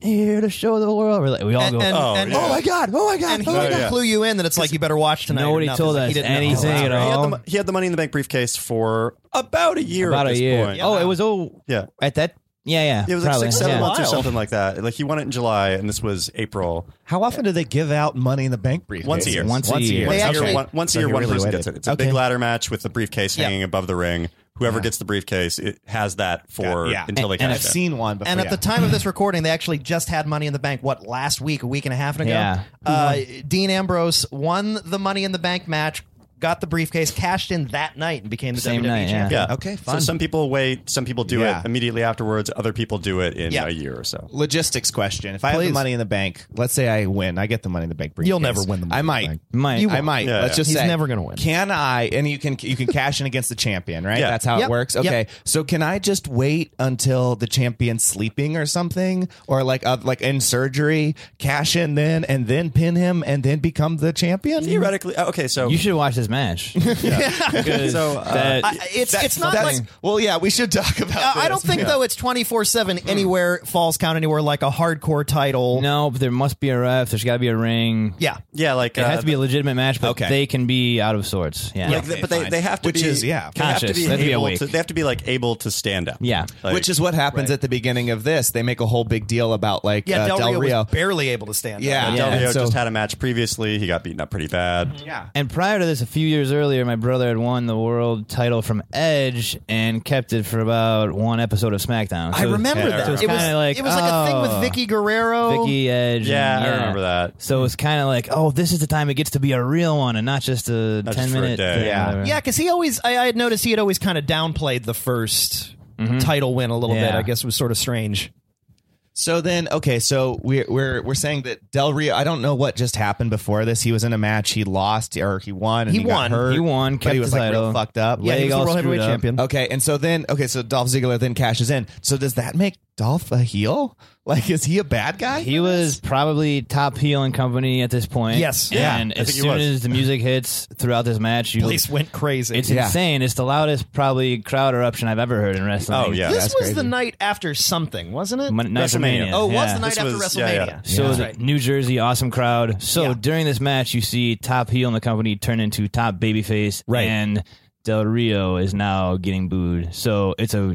[SPEAKER 4] here to show the world. We're like, we all
[SPEAKER 3] And-
[SPEAKER 4] go,
[SPEAKER 3] and-
[SPEAKER 4] "Oh,
[SPEAKER 3] and-
[SPEAKER 4] yeah."
[SPEAKER 3] oh my
[SPEAKER 2] god! Oh my
[SPEAKER 3] god! And he
[SPEAKER 4] Oh,
[SPEAKER 3] didn't
[SPEAKER 4] yeah.
[SPEAKER 3] clue you in that it's like you better watch tonight. or
[SPEAKER 4] Nobody
[SPEAKER 3] nothing.
[SPEAKER 4] told
[SPEAKER 3] Like,
[SPEAKER 4] us
[SPEAKER 3] he didn't know.
[SPEAKER 4] anything
[SPEAKER 3] Wow.
[SPEAKER 4] at all.
[SPEAKER 2] He had, the, mo- he had the Money in the Bank briefcase for about a year.
[SPEAKER 4] About
[SPEAKER 2] at
[SPEAKER 4] a
[SPEAKER 2] this
[SPEAKER 4] year.
[SPEAKER 2] Point.
[SPEAKER 4] Oh, it was oh
[SPEAKER 2] yeah.
[SPEAKER 4] At that, yeah, yeah.
[SPEAKER 2] It was
[SPEAKER 4] probably.
[SPEAKER 2] like six, seven
[SPEAKER 4] yeah.
[SPEAKER 2] months or something like that. Like he won it in July, and this was April.
[SPEAKER 5] How often do they give out money in the bank briefcase?
[SPEAKER 2] Once a year.
[SPEAKER 5] Once, a year.
[SPEAKER 2] Once a year, one, once a year, one person gets it. It's a big ladder match with the briefcase
[SPEAKER 5] Yeah.
[SPEAKER 2] hanging above the ring. Whoever gets the briefcase, it has that for
[SPEAKER 5] Yeah.
[SPEAKER 2] until they
[SPEAKER 5] And
[SPEAKER 2] cash
[SPEAKER 5] I've
[SPEAKER 2] in.
[SPEAKER 5] seen one before.
[SPEAKER 3] And at the time of this recording, they actually just had Money in the Bank. What last week, a week and a half ago?
[SPEAKER 4] Yeah.
[SPEAKER 3] Uh, Dean Ambrose won the Money in the Bank match, got the briefcase, cashed in that night, and became the WWE champion.
[SPEAKER 2] Yeah.
[SPEAKER 3] Okay,
[SPEAKER 2] So
[SPEAKER 3] fun.
[SPEAKER 2] some people wait, some people do
[SPEAKER 5] Yeah.
[SPEAKER 2] it immediately afterwards, other people do it in
[SPEAKER 5] Yeah.
[SPEAKER 2] a year or so.
[SPEAKER 5] Logistics question: If I have
[SPEAKER 2] Please.
[SPEAKER 5] the money in the bank, let's say I win, I get the money in the bank briefcase.
[SPEAKER 3] You'll never win the money
[SPEAKER 5] I
[SPEAKER 3] in the
[SPEAKER 5] might,
[SPEAKER 3] bank.
[SPEAKER 4] Might.
[SPEAKER 3] You
[SPEAKER 5] I
[SPEAKER 3] won't.
[SPEAKER 5] might.
[SPEAKER 3] Yeah,
[SPEAKER 5] Let's
[SPEAKER 3] yeah.
[SPEAKER 5] just
[SPEAKER 3] He's
[SPEAKER 5] say
[SPEAKER 3] never gonna win.
[SPEAKER 5] Can I? And you can you can cash in against the champion, right?
[SPEAKER 3] Yeah.
[SPEAKER 5] That's how
[SPEAKER 3] Yep.
[SPEAKER 5] it works.
[SPEAKER 3] Yep.
[SPEAKER 5] Okay. So can I just wait until the champion's sleeping or something, or like uh, like in surgery, cash in then and then pin him and then become the champion?
[SPEAKER 2] Theoretically, uh, okay. So
[SPEAKER 4] You should watch this match. Because
[SPEAKER 5] So, uh,
[SPEAKER 4] that-
[SPEAKER 3] I- it's it's not like uh,
[SPEAKER 5] That's- well, yeah, we should talk about.
[SPEAKER 3] I I don't
[SPEAKER 5] this.
[SPEAKER 3] think
[SPEAKER 5] Yeah. Hmm.
[SPEAKER 3] though it's twenty four seven anywhere falls count anywhere like a hardcore title.
[SPEAKER 4] No, but there must be a ref. There's got to be a ring.
[SPEAKER 3] Yeah.
[SPEAKER 2] Yeah, like
[SPEAKER 4] it
[SPEAKER 2] uh,
[SPEAKER 4] has to be a legitimate match, but
[SPEAKER 2] Okay.
[SPEAKER 4] they can be out of sorts. Yeah,
[SPEAKER 2] Like, but they, they have to
[SPEAKER 5] Which
[SPEAKER 2] be
[SPEAKER 5] is- yeah.
[SPEAKER 2] they have to
[SPEAKER 4] Conscious.
[SPEAKER 2] be
[SPEAKER 4] They have to be
[SPEAKER 2] able
[SPEAKER 4] awake.
[SPEAKER 2] to- they have to be like able to stand up.
[SPEAKER 4] Yeah.
[SPEAKER 2] Like-
[SPEAKER 5] Which is what happens at the beginning of this. They make a whole big deal about like
[SPEAKER 3] Yeah,
[SPEAKER 5] uh,
[SPEAKER 3] Del,
[SPEAKER 5] Del,
[SPEAKER 3] Rio,
[SPEAKER 5] Rio.
[SPEAKER 3] was barely able to stand.
[SPEAKER 5] Yeah,
[SPEAKER 3] up.
[SPEAKER 5] Yeah.
[SPEAKER 2] Del Rio
[SPEAKER 5] and so-
[SPEAKER 2] just had a match previously. He got beaten up pretty bad.
[SPEAKER 5] Yeah.
[SPEAKER 4] And prior to this, a few years earlier, my brother had won the world title from Edge and kept it for about one episode of SmackDown.
[SPEAKER 3] I
[SPEAKER 4] So-
[SPEAKER 3] remember
[SPEAKER 4] so
[SPEAKER 3] that.
[SPEAKER 4] it's
[SPEAKER 3] it was
[SPEAKER 4] kinda like
[SPEAKER 3] it was like a thing
[SPEAKER 4] oh.
[SPEAKER 3] with Vicky Guerrero.
[SPEAKER 4] Vicky Edge. and-
[SPEAKER 2] Yeah, I remember that.
[SPEAKER 4] So it's kind of like, oh, this is the time it gets to be a real one and not just a
[SPEAKER 2] Not just
[SPEAKER 4] ten
[SPEAKER 2] for a
[SPEAKER 4] minute.
[SPEAKER 2] day.
[SPEAKER 4] thing or
[SPEAKER 2] Yeah.
[SPEAKER 4] whatever.
[SPEAKER 3] Yeah, because he always, I, I had noticed he had always kind of downplayed the 1st
[SPEAKER 4] Mm-hmm.
[SPEAKER 3] title win a little bit.
[SPEAKER 5] Yeah.
[SPEAKER 3] I guess it was sort of strange.
[SPEAKER 5] So then, okay, so we're we're we're saying that Del Rio. I don't know what just happened before this. He was in a match. He lost or he won. And
[SPEAKER 3] He
[SPEAKER 5] he, got
[SPEAKER 3] won.
[SPEAKER 5] hurt,
[SPEAKER 4] He won,
[SPEAKER 5] But
[SPEAKER 4] kept
[SPEAKER 5] he was
[SPEAKER 4] the
[SPEAKER 5] like
[SPEAKER 4] title.
[SPEAKER 5] real fucked up.
[SPEAKER 4] Yeah, he Leg was the all world screwed heavyweight up. champion.
[SPEAKER 5] Okay, and so then, okay, so Dolph Ziggler then cashes in. So does that make Dolph a heel? Like, is he a bad guy?
[SPEAKER 4] He was probably top heel in company at this point.
[SPEAKER 5] Yes. Yeah,
[SPEAKER 4] And
[SPEAKER 5] I
[SPEAKER 4] as
[SPEAKER 5] think he
[SPEAKER 4] soon
[SPEAKER 5] was.
[SPEAKER 4] as the music hits throughout this match, you
[SPEAKER 3] Place went crazy.
[SPEAKER 4] It's
[SPEAKER 3] Yeah.
[SPEAKER 4] insane. It's the loudest probably crowd eruption I've ever heard in wrestling.
[SPEAKER 2] Oh,
[SPEAKER 3] this was the night after something, wasn't it?
[SPEAKER 4] Mon- night of Mania.
[SPEAKER 3] Oh, it was
[SPEAKER 4] Yeah.
[SPEAKER 3] the night after WrestleMania.
[SPEAKER 4] So
[SPEAKER 3] Yeah.
[SPEAKER 4] the
[SPEAKER 3] Right.
[SPEAKER 4] New Jersey, awesome crowd. So during this match, you see top heel in the company turn into top babyface, right? And Del Rio is now getting booed. So it's a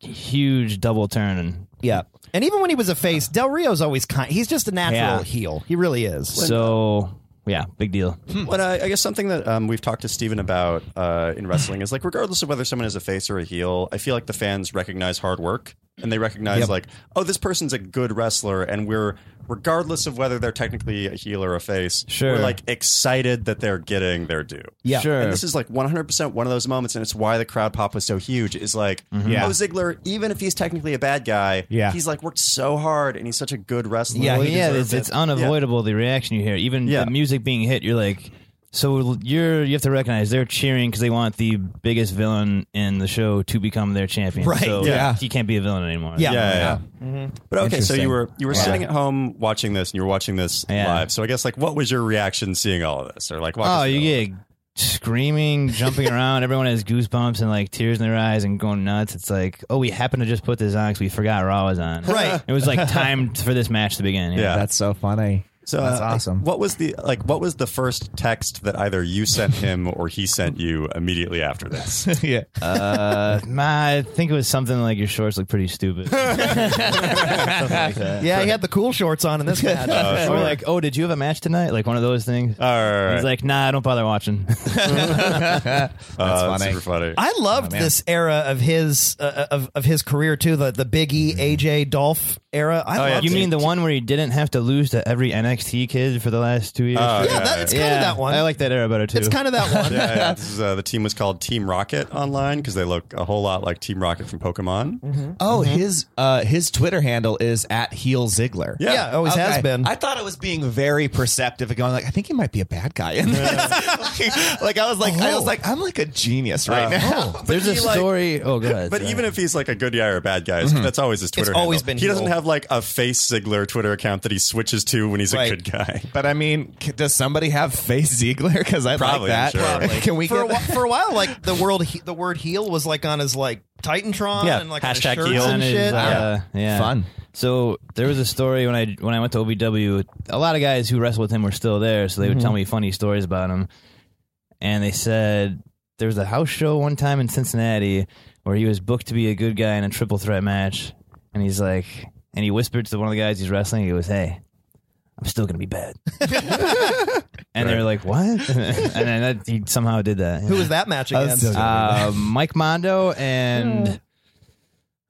[SPEAKER 4] huge double turn.
[SPEAKER 3] Yeah. And even when he was a face, Del Rio's always kind. He's just a natural
[SPEAKER 4] Yeah.
[SPEAKER 3] heel. He really is.
[SPEAKER 4] So yeah, big deal.
[SPEAKER 2] But uh, I guess something that um, we've talked to Steven about uh, in wrestling is like, regardless of whether someone is a face or a heel, I feel like the fans recognize hard work and they recognize,
[SPEAKER 7] Yep.
[SPEAKER 2] like, oh, this person's a good wrestler. And we're, regardless of whether they're technically a heel or a face,
[SPEAKER 4] Sure.
[SPEAKER 2] we're like excited that they're getting their due.
[SPEAKER 4] Yeah. Sure.
[SPEAKER 2] And this is like 100% one of those moments. And it's why the crowd pop was so huge is like,
[SPEAKER 7] Yeah.
[SPEAKER 2] oh, Ziggler, even if he's technically a bad guy,
[SPEAKER 4] Mm-hmm. Yeah.
[SPEAKER 2] he's like worked so hard and he's such a good wrestler.
[SPEAKER 4] Yeah,
[SPEAKER 2] He
[SPEAKER 4] yeah, it's,
[SPEAKER 2] deserves it.
[SPEAKER 4] it's
[SPEAKER 2] Yeah.
[SPEAKER 4] unavoidable the reaction you hear. Even the music being hit, you're like, so you're you have to recognize they're cheering because they want the biggest villain in the show to become their champion.
[SPEAKER 2] Right,
[SPEAKER 4] So
[SPEAKER 2] yeah.
[SPEAKER 4] he can't be a villain anymore.
[SPEAKER 2] Yeah. Yeah, yeah, yeah. But okay, so you were you were
[SPEAKER 4] Yeah.
[SPEAKER 2] sitting at home watching this, and you were watching this live. So I guess like, what was your reaction seeing all of this, or like,
[SPEAKER 4] Oh,
[SPEAKER 2] what
[SPEAKER 4] you get screaming, jumping around. Everyone has goosebumps and like tears in their eyes and going nuts. It's like, oh, we happened to just put this on because we forgot Raw was on. Right. It was like timed for this match to begin.
[SPEAKER 2] Yeah.
[SPEAKER 5] That's so funny.
[SPEAKER 2] so
[SPEAKER 5] that's
[SPEAKER 2] uh,
[SPEAKER 5] awesome.
[SPEAKER 2] What was the like? What was the first text that either you sent him or he sent you immediately after this?
[SPEAKER 5] yeah.
[SPEAKER 4] Uh, nah, I think it was something like your shorts look pretty stupid.
[SPEAKER 3] yeah, he had the cool shorts on in this match.
[SPEAKER 4] or like, oh, did you have a match tonight? Like one of those things. He's like, nah, don't bother watching.
[SPEAKER 5] That's
[SPEAKER 2] uh, Super funny.
[SPEAKER 3] I loved
[SPEAKER 4] Oh, man.
[SPEAKER 3] this era of his uh, of of his career too. The the Big
[SPEAKER 4] Mm-hmm.
[SPEAKER 3] E AJ Dolph era.
[SPEAKER 5] Oh,
[SPEAKER 3] I loved
[SPEAKER 4] you
[SPEAKER 3] it.
[SPEAKER 4] mean the one where he didn't have to lose to every NXT kid for the last two years?
[SPEAKER 2] Oh, Yeah, yeah, that-
[SPEAKER 3] it's yeah. kinda that one.
[SPEAKER 4] I like that era better too.
[SPEAKER 3] It's kinda that one.
[SPEAKER 2] yeah, yeah. This is, uh, the team was called Team Rocket online because they look a whole lot like Team Rocket from Pokemon.
[SPEAKER 5] Oh,
[SPEAKER 3] Mm-hmm.
[SPEAKER 5] his uh, his Twitter handle is at heel Ziggler.
[SPEAKER 2] Yeah. Yeah,
[SPEAKER 3] always has been.
[SPEAKER 5] I thought it was being very perceptive and going like, I think he might be a bad guy. in this. like I was like, I
[SPEAKER 3] Oh.
[SPEAKER 5] was like, I'm like a genius right
[SPEAKER 2] Uh,
[SPEAKER 5] now.
[SPEAKER 2] But
[SPEAKER 4] There's a
[SPEAKER 2] he, like-
[SPEAKER 4] story. oh, go ahead.
[SPEAKER 2] But even if he's like a good guy or a bad guy, that's always his Twitter.
[SPEAKER 5] always
[SPEAKER 2] handle.
[SPEAKER 5] been
[SPEAKER 2] He doesn't
[SPEAKER 5] heel.
[SPEAKER 2] have like a face Ziggler Twitter account that he switches to when he's
[SPEAKER 5] Right.
[SPEAKER 2] a good guy.
[SPEAKER 5] But I mean, c- does somebody have face Ziegler? Because I
[SPEAKER 2] Probably,
[SPEAKER 5] like that.
[SPEAKER 2] I'm sure. Probably.
[SPEAKER 5] Can we
[SPEAKER 3] for a,
[SPEAKER 5] get
[SPEAKER 3] while, for a while, like the world, he, the word heel was like on his like Titantron
[SPEAKER 4] Yeah,
[SPEAKER 3] and like on his
[SPEAKER 4] hashtag
[SPEAKER 3] shirts
[SPEAKER 4] heel
[SPEAKER 3] and
[SPEAKER 4] is,
[SPEAKER 3] shit.
[SPEAKER 4] uh, yeah.
[SPEAKER 5] Fun.
[SPEAKER 4] So there was a story when I when I went to OBW. A lot of guys who wrestled with him were still there, so they would
[SPEAKER 5] Mhm.
[SPEAKER 4] tell me funny stories about him. And they said there was a house show one time in Cincinnati where he was booked to be a good guy in a triple threat match, and he's like, and he whispered to one of the guys he's wrestling, he goes, "Hey, I'm still gonna be bad." and they were like, "What?" and then that, he somehow did that.
[SPEAKER 3] Who was that match against?
[SPEAKER 4] Uh, Mike Mondo and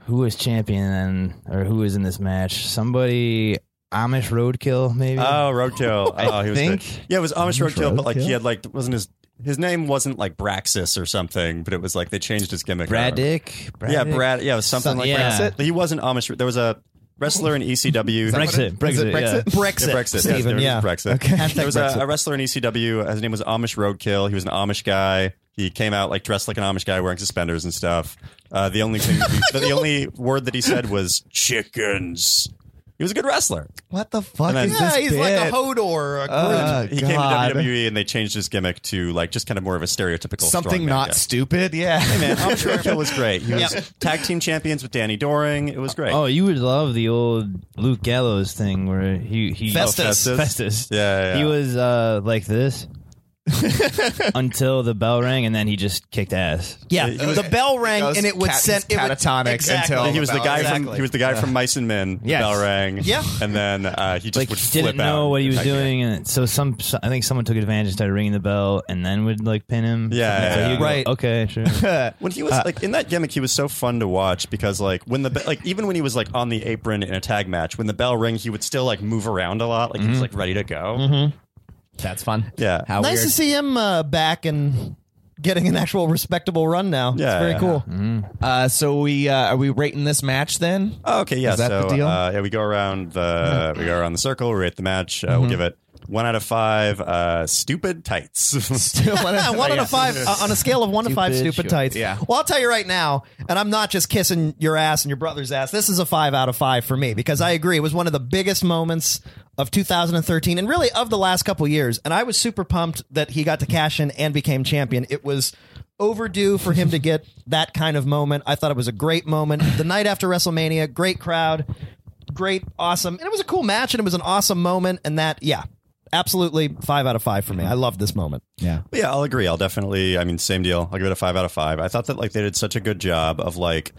[SPEAKER 4] who was champion then, or who was in this match? Somebody Amish Roadkill, maybe.
[SPEAKER 2] Oh, Roadkill.
[SPEAKER 4] I
[SPEAKER 2] oh, he was
[SPEAKER 4] think-
[SPEAKER 2] good. yeah, it was Amish
[SPEAKER 4] Amish
[SPEAKER 2] Roadkill, but like he
[SPEAKER 4] Roadkill?
[SPEAKER 2] had like wasn't his his name wasn't like Braxis or something, but it was like they changed his gimmick.
[SPEAKER 4] Brad
[SPEAKER 2] around.
[SPEAKER 4] Dick.
[SPEAKER 2] Yeah,
[SPEAKER 4] Dick?
[SPEAKER 2] Brad. Yeah, it was something
[SPEAKER 4] Some-
[SPEAKER 2] like
[SPEAKER 4] yeah.
[SPEAKER 2] Brexit. He wasn't Amish. There was a wrestler in E ECW.
[SPEAKER 4] that Brexit, what it- Brexit, is it Brexit?
[SPEAKER 2] Yeah.
[SPEAKER 3] Brexit,
[SPEAKER 2] Yeah, Brexit.
[SPEAKER 3] Steven,
[SPEAKER 2] yes, there was
[SPEAKER 3] yeah.
[SPEAKER 2] Brexit.
[SPEAKER 3] Okay. Hashtag
[SPEAKER 2] There was a,
[SPEAKER 3] Brexit.
[SPEAKER 2] a wrestler in ECW. His name was Amish Roadkill. He was an Amish guy. He came out like dressed like an Amish guy, wearing suspenders and stuff. Uh, the only thing, the, the only word that he said was chickens. He was a good wrestler.
[SPEAKER 5] what the fuck
[SPEAKER 2] And then-
[SPEAKER 5] is
[SPEAKER 3] yeah,
[SPEAKER 5] this?
[SPEAKER 3] he's like a
[SPEAKER 5] bit?
[SPEAKER 3] Hodor. A
[SPEAKER 5] Uh,
[SPEAKER 2] he
[SPEAKER 5] God.
[SPEAKER 2] came to WWE and they changed his gimmick to like just kind of more of a stereotypical
[SPEAKER 5] Something
[SPEAKER 2] strongman
[SPEAKER 5] not
[SPEAKER 2] guy.
[SPEAKER 5] stupid. Yeah.
[SPEAKER 2] Hey man, Amish Roadkill was great. He was tag team champions with Danny Doring. It was great.
[SPEAKER 4] Oh, you would love the old Luke Gallows thing where he he
[SPEAKER 3] Festus.
[SPEAKER 4] Oh, Festus.
[SPEAKER 2] Yeah, yeah, yeah.
[SPEAKER 4] He was uh, like this until the bell rang, and then he just kicked ass.
[SPEAKER 3] yeah,
[SPEAKER 2] he was-
[SPEAKER 3] the bell rang
[SPEAKER 5] goes
[SPEAKER 3] and it would
[SPEAKER 5] cat-
[SPEAKER 3] send it would,
[SPEAKER 5] catatonic
[SPEAKER 3] exactly.
[SPEAKER 5] until
[SPEAKER 2] he was the
[SPEAKER 5] Bell-
[SPEAKER 2] guy from
[SPEAKER 3] exactly.
[SPEAKER 2] he was the guy from Mice and Men. the
[SPEAKER 4] Yes.
[SPEAKER 2] Bell rang.
[SPEAKER 3] Yeah.
[SPEAKER 2] and then uh, he just
[SPEAKER 4] like
[SPEAKER 2] would
[SPEAKER 4] he
[SPEAKER 2] flip
[SPEAKER 4] didn't know
[SPEAKER 2] out
[SPEAKER 4] what he was
[SPEAKER 2] if I could.
[SPEAKER 4] doing, and so some. so- I think someone took advantage and started ringing the bell, and then would like pin him.
[SPEAKER 2] Yeah,
[SPEAKER 4] So
[SPEAKER 2] yeah,
[SPEAKER 4] he'd
[SPEAKER 2] yeah.
[SPEAKER 4] go,
[SPEAKER 3] Right.
[SPEAKER 4] Okay, sure.
[SPEAKER 2] When he was
[SPEAKER 4] Uh,
[SPEAKER 2] like in that gimmick, he was so fun to watch because like when the be- like even when he was like on the apron in a tag match, when the bell rang, he would still like move around a lot, like he was
[SPEAKER 4] Mm-hmm.
[SPEAKER 2] like ready to go.
[SPEAKER 5] That's fun.
[SPEAKER 2] Yeah,
[SPEAKER 5] How
[SPEAKER 3] nice
[SPEAKER 5] weird.
[SPEAKER 3] to see him uh, back and getting an actual respectable run now.
[SPEAKER 2] Yeah,
[SPEAKER 3] it's very
[SPEAKER 2] yeah.
[SPEAKER 3] cool.
[SPEAKER 5] Uh, so we uh, are we rating this match then?
[SPEAKER 2] Oh, okay, yeah.
[SPEAKER 5] Is that
[SPEAKER 2] so
[SPEAKER 5] the deal?
[SPEAKER 4] Mm-hmm.
[SPEAKER 2] Uh, yeah, we go around the we go around the circle, we rate the match, uh, we'll give it One out of five, uh, stupid tights.
[SPEAKER 3] one out of five uh, on a scale of one to five
[SPEAKER 2] Oh, Stupid
[SPEAKER 3] stupid
[SPEAKER 2] shorts.
[SPEAKER 3] tights.
[SPEAKER 2] Yeah.
[SPEAKER 3] Well, I'll tell you right now, and I'm not just kissing your ass and your brother's ass. This is a five out of five for me because I agree it was one of the biggest moments of 2013 and really of the last couple years. And I was super pumped that he got to cash in and became champion. It was overdue for him to get that kind of moment. I thought it was a great moment. The night after WrestleMania, great crowd, great, awesome, and it was a cool match and it was an awesome moment. And that, yeah. Absolutely, five out of five for me. I love this moment.
[SPEAKER 5] Yeah.
[SPEAKER 2] Yeah, I'll agree. I'll definitely. I mean, same deal. I'll give it a five out of five. I thought that like they did such a good job of like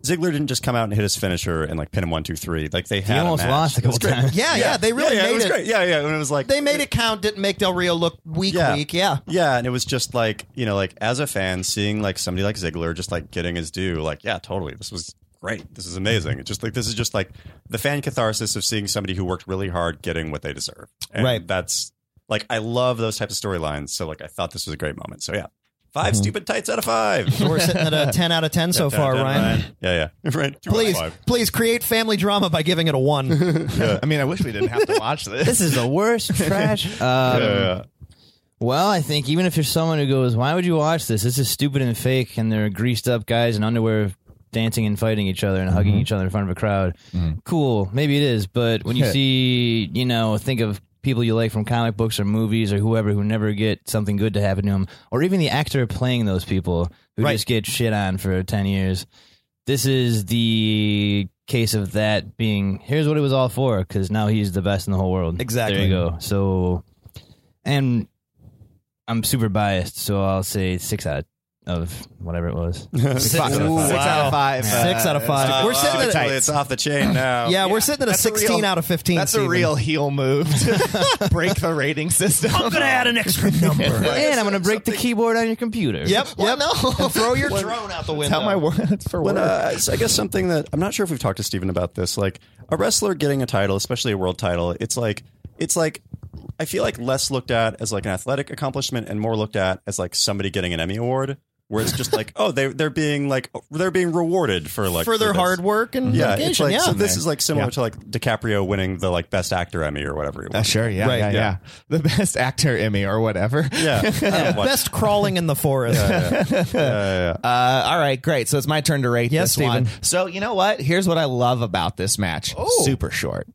[SPEAKER 2] Ziggler didn't just come out and hit his finisher and like pin him one two three. Like they had
[SPEAKER 4] almost
[SPEAKER 2] a match.
[SPEAKER 4] lost a
[SPEAKER 2] It was
[SPEAKER 4] couple
[SPEAKER 2] great.
[SPEAKER 4] times.
[SPEAKER 3] Yeah, yeah, they really
[SPEAKER 2] yeah,
[SPEAKER 3] made
[SPEAKER 2] it. Was
[SPEAKER 3] it-
[SPEAKER 2] great. Yeah, yeah. And it was like
[SPEAKER 3] They made it count. Didn't make Del Rio look weak.
[SPEAKER 2] yeah.
[SPEAKER 3] Weak. Yeah.
[SPEAKER 2] Yeah, and it was just like you know, like as a fan, seeing like somebody like Ziggler just like getting his due. Like, yeah, totally. This was great. This is amazing. It's just like this is just like the fan catharsis of seeing somebody who worked really hard getting what they deserve. And
[SPEAKER 3] Right.
[SPEAKER 2] That's like I love those types of storylines. So like I thought this was a great moment. So yeah, 5 stupid tights out of five.
[SPEAKER 3] So we're sitting at a 10 out of 10 Mm-hmm. so
[SPEAKER 2] Yeah, 10
[SPEAKER 3] far,
[SPEAKER 2] out of 10,
[SPEAKER 3] Ryan.
[SPEAKER 2] Yeah, yeah. Right. Two out of
[SPEAKER 3] Please,
[SPEAKER 2] five.
[SPEAKER 3] please create family drama by giving it a one.
[SPEAKER 5] I mean, I wish we didn't have to watch this.
[SPEAKER 4] This is the worst trash. Um,
[SPEAKER 2] Yeah.
[SPEAKER 4] Well, I think even if you're someone who goes, why would you watch this? This is stupid and fake, and they're greased up guys in underwear dancing and fighting each other and hugging each other in front of a crowd. Cool, maybe it is, but when you see, you know, think of people you like from comic books or movies or whoever who never get something good to happen to them, or even the actor playing those people who
[SPEAKER 3] Right.
[SPEAKER 4] just get shit on for 10 years, this is the case of that being here's what it was all for because now he's the best in the whole world.
[SPEAKER 3] Exactly.
[SPEAKER 4] There you go. So, and I'm super biased, so I'll say six out of whatever it was.
[SPEAKER 5] Six out of five. Six out of five.
[SPEAKER 3] Six out of five.
[SPEAKER 5] Uh,
[SPEAKER 3] we're
[SPEAKER 5] stupid
[SPEAKER 3] sitting at
[SPEAKER 5] tights.
[SPEAKER 2] It's off the chain now.
[SPEAKER 3] yeah, we're sitting at a
[SPEAKER 5] That's a
[SPEAKER 3] 16
[SPEAKER 5] real-
[SPEAKER 3] out of 15.
[SPEAKER 5] That's a
[SPEAKER 3] Steven.
[SPEAKER 5] real heel move to break the rating system. I'm gonna add an extra number.
[SPEAKER 4] and I'm gonna break the keyboard on your computer.
[SPEAKER 3] Yep. Yep.
[SPEAKER 5] no.
[SPEAKER 3] And throw your drone out the window.
[SPEAKER 5] Tell my word. That's for
[SPEAKER 2] But
[SPEAKER 5] work.
[SPEAKER 2] uh, so I guess something that I'm not sure if we've talked to Steven about this, like a wrestler getting a title, especially a world title, it's like it's like I feel like less looked at as like an athletic accomplishment and more looked at as like somebody getting an Emmy award, where it's just like oh they they're being like they're being rewarded for
[SPEAKER 5] uh,
[SPEAKER 2] like
[SPEAKER 3] for their
[SPEAKER 2] this.
[SPEAKER 3] hard work and
[SPEAKER 2] Yeah, it's
[SPEAKER 3] dedication.
[SPEAKER 2] like so
[SPEAKER 3] yeah.
[SPEAKER 2] this is like similar to like DiCaprio winning the like best actor Emmy or whatever. It
[SPEAKER 5] Uh,
[SPEAKER 2] was.
[SPEAKER 5] sure, yeah,
[SPEAKER 3] Right,
[SPEAKER 5] yeah,
[SPEAKER 2] yeah.
[SPEAKER 5] yeah, The best actor Emmy or whatever.
[SPEAKER 2] Yeah, I don't watch-
[SPEAKER 3] Best crawling in the forest.
[SPEAKER 5] Uh, all right, great. So it's my turn to rate
[SPEAKER 3] Yes,
[SPEAKER 5] this one.
[SPEAKER 3] Steven.
[SPEAKER 5] So you know what? Here's what I love about this match. Super short.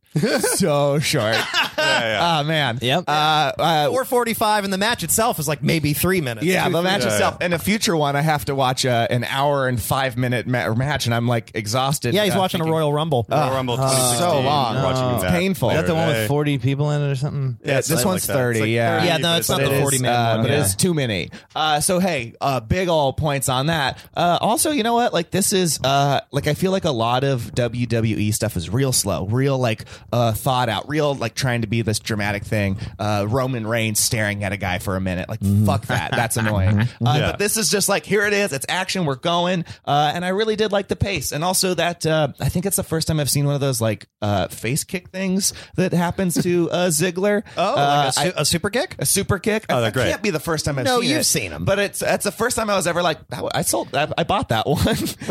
[SPEAKER 5] so short. Oh man.
[SPEAKER 4] Yep.
[SPEAKER 5] Uh, uh,
[SPEAKER 3] Or 45, and the match itself is like maybe three minutes.
[SPEAKER 5] yeah,
[SPEAKER 3] Two,
[SPEAKER 5] the
[SPEAKER 3] three-
[SPEAKER 5] match itself. In a future one, I have to watch uh, an hour and five minute ma- match, and I'm like exhausted.
[SPEAKER 3] Yeah, he's
[SPEAKER 5] uh,
[SPEAKER 3] watching a
[SPEAKER 5] thinking,
[SPEAKER 3] Royal Rumble.
[SPEAKER 2] Royal Rumble
[SPEAKER 5] Uh,
[SPEAKER 2] 2016,
[SPEAKER 5] so long.
[SPEAKER 2] you're watching
[SPEAKER 5] It's
[SPEAKER 2] that
[SPEAKER 5] painful.
[SPEAKER 4] Is that the one
[SPEAKER 2] Hey.
[SPEAKER 4] with 40 people in it or something?
[SPEAKER 5] Yeah, this
[SPEAKER 2] something
[SPEAKER 5] one's
[SPEAKER 2] like that.
[SPEAKER 5] 30,
[SPEAKER 2] It's like
[SPEAKER 5] yeah.
[SPEAKER 3] Yeah, no,
[SPEAKER 2] but
[SPEAKER 3] it's not
[SPEAKER 5] But
[SPEAKER 3] the
[SPEAKER 5] it is,
[SPEAKER 3] 40 man
[SPEAKER 5] uh,
[SPEAKER 3] one.
[SPEAKER 5] But
[SPEAKER 3] Yeah.
[SPEAKER 5] it is too many. Uh, so hey, uh, big old points on that. Uh, also, you know what? Like this is uh, like I feel like a lot of WWE stuff is real slow, real like uh, thought out, real like trying to be this dramatic thing. Uh, Roman Reigns staring at a guy for a minute, like
[SPEAKER 3] Mm-hmm.
[SPEAKER 5] fuck that, that's annoying. Uh, But this is just like here it is, it's action, we're going, uh, and I really did like the pace, and also that uh, I think it's the first time I've seen one of those like uh, face kick things that happens to uh, Ziggler.
[SPEAKER 3] Oh,
[SPEAKER 5] Uh,
[SPEAKER 3] like a, su- a super kick?
[SPEAKER 5] a super kick.
[SPEAKER 2] Oh, they're
[SPEAKER 5] that
[SPEAKER 2] great.
[SPEAKER 5] can't be the first time I've
[SPEAKER 3] No,
[SPEAKER 5] seen
[SPEAKER 3] you've
[SPEAKER 5] it.
[SPEAKER 3] seen 'em.
[SPEAKER 5] But it's that's the first time I was ever like, that- I sold, I, I bought that one.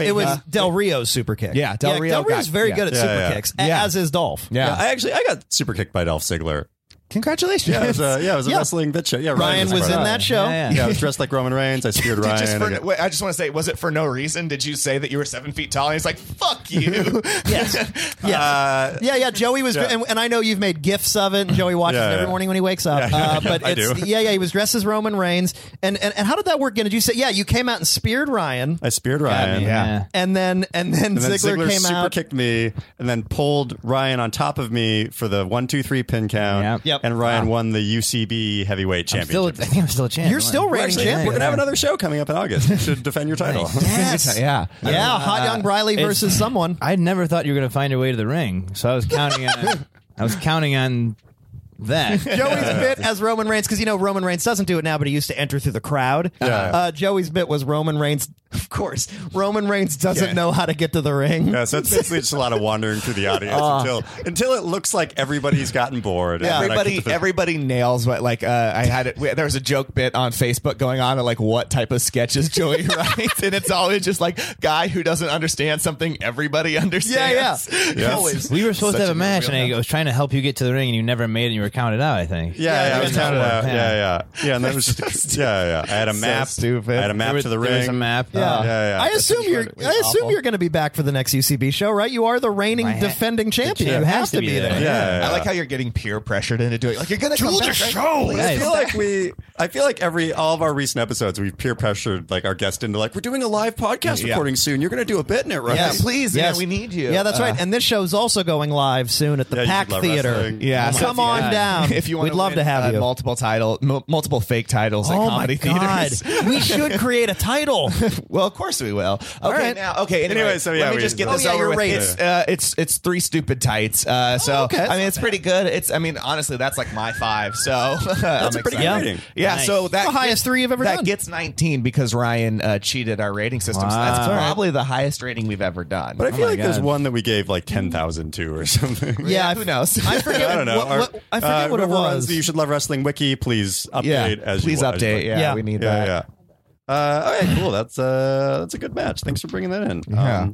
[SPEAKER 3] it was
[SPEAKER 5] Uh,
[SPEAKER 3] Del Rio's super kick.
[SPEAKER 5] Yeah, Del Rio
[SPEAKER 3] Del Rio's
[SPEAKER 5] got-
[SPEAKER 3] very
[SPEAKER 5] yeah.
[SPEAKER 3] good at
[SPEAKER 2] Yeah,
[SPEAKER 3] super
[SPEAKER 2] yeah.
[SPEAKER 3] kicks,
[SPEAKER 5] Yeah.
[SPEAKER 3] as is Dolph.
[SPEAKER 5] yeah.
[SPEAKER 2] Yeah, I actually I got super kicked by Dolph Ziggler.
[SPEAKER 5] Congratulations.
[SPEAKER 2] Yeah, it was a, yeah, it was a
[SPEAKER 3] Yeah.
[SPEAKER 2] wrestling bitch show. Yeah,
[SPEAKER 3] Ryan was
[SPEAKER 2] part
[SPEAKER 3] in
[SPEAKER 2] of
[SPEAKER 3] that show.
[SPEAKER 4] Yeah,
[SPEAKER 2] Yeah, I was dressed like Roman Reigns. I speared
[SPEAKER 5] Dude,
[SPEAKER 2] Ryan.
[SPEAKER 5] just
[SPEAKER 2] I
[SPEAKER 5] for,
[SPEAKER 2] got-
[SPEAKER 5] wait, I just want to say, was it for no reason? Did you say that you were seven feet tall? And he's like, "Fuck you."
[SPEAKER 3] Yes. Yes.
[SPEAKER 2] Uh,
[SPEAKER 3] yeah, yeah. Joey was,
[SPEAKER 2] Yeah.
[SPEAKER 3] and, and I know you've made gifs of it. And Joey watches
[SPEAKER 2] Yeah,
[SPEAKER 3] it every
[SPEAKER 2] yeah.
[SPEAKER 3] morning when he wakes up.
[SPEAKER 2] Yeah,
[SPEAKER 3] uh,
[SPEAKER 2] yeah,
[SPEAKER 3] but
[SPEAKER 2] I
[SPEAKER 3] it's,
[SPEAKER 2] do.
[SPEAKER 3] yeah, yeah. He was dressed as Roman Reigns. And, and and how did that work? again? Did you say, yeah, you came out and speared Ryan,
[SPEAKER 2] I speared Ryan.
[SPEAKER 4] yeah.
[SPEAKER 3] and then and then,
[SPEAKER 2] And then
[SPEAKER 3] Ziggler,
[SPEAKER 2] Ziggler,
[SPEAKER 3] came
[SPEAKER 2] super
[SPEAKER 3] out.
[SPEAKER 2] kicked me and then pulled Ryan on top of me for the one, two, three pin count.
[SPEAKER 4] Yep. Yep.
[SPEAKER 2] And Ryan won the UCB heavyweight
[SPEAKER 4] I'm still, I
[SPEAKER 2] championship.
[SPEAKER 4] think I'm still a champ.
[SPEAKER 3] You're still
[SPEAKER 2] We're
[SPEAKER 3] reigning
[SPEAKER 2] actually-
[SPEAKER 3] champion.
[SPEAKER 2] We're going to have another show coming up in August. You should defend your title.
[SPEAKER 3] Yes.
[SPEAKER 5] Yeah.
[SPEAKER 3] Yeah. hot young Briley
[SPEAKER 4] it's-
[SPEAKER 3] versus someone.
[SPEAKER 4] I never thought you were going to find your way to the ring, so I was counting on. I was counting on that.
[SPEAKER 3] Joey's bit as Roman Reigns, because you know Roman Reigns doesn't do it now, but he used to enter through the crowd. Uh, Joey's bit was Roman Reigns. Of course, Roman Reigns doesn't
[SPEAKER 2] Yeah.
[SPEAKER 3] know how to get to the ring.
[SPEAKER 2] Yeah, so it's basically just a lot of wandering through the audience
[SPEAKER 4] Ah.
[SPEAKER 2] until until it looks like everybody's gotten bored.
[SPEAKER 5] Yeah,
[SPEAKER 2] And then I
[SPEAKER 5] everybody,
[SPEAKER 2] keep the-
[SPEAKER 5] everybody nails what. Like, uh, I had it. we- There was a joke bit on Facebook going on, of, like what type of sketches Joey writes, and it's always just like guy who doesn't understand something everybody
[SPEAKER 3] Yeah,
[SPEAKER 5] understands.
[SPEAKER 3] yeah.
[SPEAKER 2] Yeah.
[SPEAKER 3] Always.
[SPEAKER 4] We were supposed
[SPEAKER 5] Such
[SPEAKER 4] to have
[SPEAKER 5] a
[SPEAKER 4] a match,
[SPEAKER 5] real
[SPEAKER 4] and I
[SPEAKER 5] match.
[SPEAKER 4] was trying to help you get to the ring, and you never made it. And you were were counted out, I think.
[SPEAKER 2] Yeah, yeah, I was
[SPEAKER 4] There
[SPEAKER 2] counted
[SPEAKER 4] no
[SPEAKER 2] out.
[SPEAKER 4] one,
[SPEAKER 2] Yeah, yeah, yeah. and that was just a, yeah, yeah. I had a
[SPEAKER 4] So
[SPEAKER 2] map.
[SPEAKER 4] stupid.
[SPEAKER 2] I had a map
[SPEAKER 4] There was-
[SPEAKER 2] to the
[SPEAKER 4] there
[SPEAKER 2] ring.
[SPEAKER 4] was a map.
[SPEAKER 2] Yeah, yeah. yeah.
[SPEAKER 3] I assume you're. I assume
[SPEAKER 2] awful.
[SPEAKER 3] you're going to be back for the next UCB show, right? You are the reigning defending champion. You have to be there.
[SPEAKER 5] I like how you're getting peer pressured into doing. Like you're gonna
[SPEAKER 3] Do
[SPEAKER 5] come
[SPEAKER 3] the
[SPEAKER 5] back, right?
[SPEAKER 3] show!
[SPEAKER 5] Please
[SPEAKER 2] I
[SPEAKER 5] come
[SPEAKER 2] feel
[SPEAKER 5] back.
[SPEAKER 2] like we, I feel like every all of our recent episodes, we've peer pressured like our guest into like we're doing a live podcast
[SPEAKER 5] Yeah.
[SPEAKER 2] recording soon. You're going to do a bit in it, right?
[SPEAKER 3] Yes. Yes. Yeah, that's
[SPEAKER 5] Uh-huh.
[SPEAKER 3] right. And this show's also going live soon at the
[SPEAKER 2] Yeah, you
[SPEAKER 3] Pack
[SPEAKER 2] love
[SPEAKER 3] Theater.
[SPEAKER 2] wrestling. Oh
[SPEAKER 5] Yeah, so
[SPEAKER 3] come on
[SPEAKER 5] yeah.
[SPEAKER 3] down.
[SPEAKER 5] If you want,
[SPEAKER 3] we'd love to have you.
[SPEAKER 5] Multiple title, m- multiple fake titles.
[SPEAKER 3] Oh
[SPEAKER 5] at
[SPEAKER 3] my
[SPEAKER 5] comedy
[SPEAKER 3] God.
[SPEAKER 5] theaters.
[SPEAKER 3] We should create a title.
[SPEAKER 5] well, of course we will. Okay,
[SPEAKER 3] right.
[SPEAKER 5] now okay. Anyway,
[SPEAKER 2] Anyway, so yeah,
[SPEAKER 5] let me
[SPEAKER 2] we-
[SPEAKER 5] just get
[SPEAKER 2] Oh,
[SPEAKER 5] this
[SPEAKER 2] yeah,
[SPEAKER 5] over
[SPEAKER 2] you're
[SPEAKER 5] with.
[SPEAKER 2] right.
[SPEAKER 5] It's, uh, it's it's three stupid tights. Uh, so
[SPEAKER 3] Oh, okay, that's
[SPEAKER 5] I mean, it's pretty good. It's I mean, honestly, that's like my five. So that's
[SPEAKER 2] a pretty good rating.
[SPEAKER 5] Yeah,
[SPEAKER 4] Nice.
[SPEAKER 5] so that
[SPEAKER 3] the highest three you've ever
[SPEAKER 5] that
[SPEAKER 3] done.
[SPEAKER 5] gets 19 because Ryan uh, cheated our rating system. So
[SPEAKER 4] Wow.
[SPEAKER 5] that's
[SPEAKER 4] That's all right.
[SPEAKER 5] probably the highest rating we've ever done.
[SPEAKER 2] But I
[SPEAKER 3] Oh
[SPEAKER 2] feel
[SPEAKER 4] my
[SPEAKER 2] like there's
[SPEAKER 4] God.
[SPEAKER 2] one that we gave like ten thousand to or something.
[SPEAKER 3] yeah,
[SPEAKER 5] who knows?
[SPEAKER 3] I forget.
[SPEAKER 2] I don't know.
[SPEAKER 3] What,
[SPEAKER 2] Our-
[SPEAKER 3] what- I forget
[SPEAKER 2] uh,
[SPEAKER 3] what it
[SPEAKER 2] whoever runs
[SPEAKER 3] was.
[SPEAKER 2] the You should love wrestling wiki. Please update
[SPEAKER 5] yeah,
[SPEAKER 2] as
[SPEAKER 5] please
[SPEAKER 2] you
[SPEAKER 5] update. Yeah,
[SPEAKER 3] Yeah.
[SPEAKER 5] we need
[SPEAKER 2] yeah,
[SPEAKER 5] that.
[SPEAKER 2] yeah. Uh, okay, cool. That's uh, that's a good match. Thanks for bringing that in. Um,
[SPEAKER 5] Yeah.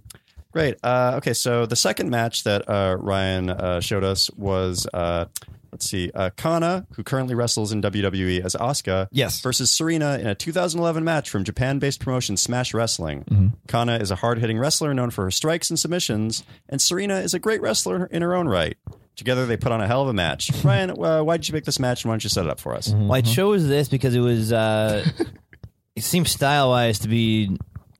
[SPEAKER 2] great. Uh, okay, so the second match that uh, Ryan uh, showed us was uh, let's see, uh, Kana, who currently wrestles in WWE as Asuka,
[SPEAKER 3] Yes.
[SPEAKER 2] versus Serena in a 2011 match from Japan-based promotion Smash Wrestling.
[SPEAKER 5] Mm-hmm.
[SPEAKER 2] Kana is a hard-hitting wrestler known for her strikes and submissions, and Serena is a great wrestler in her own right. Together, they put on a hell of a match. Ryan, uh, why did you pick this match, and why don't you set it up for us?
[SPEAKER 5] Mm-hmm.
[SPEAKER 4] Well, I chose this because it was. Uh, it seemed style wise to be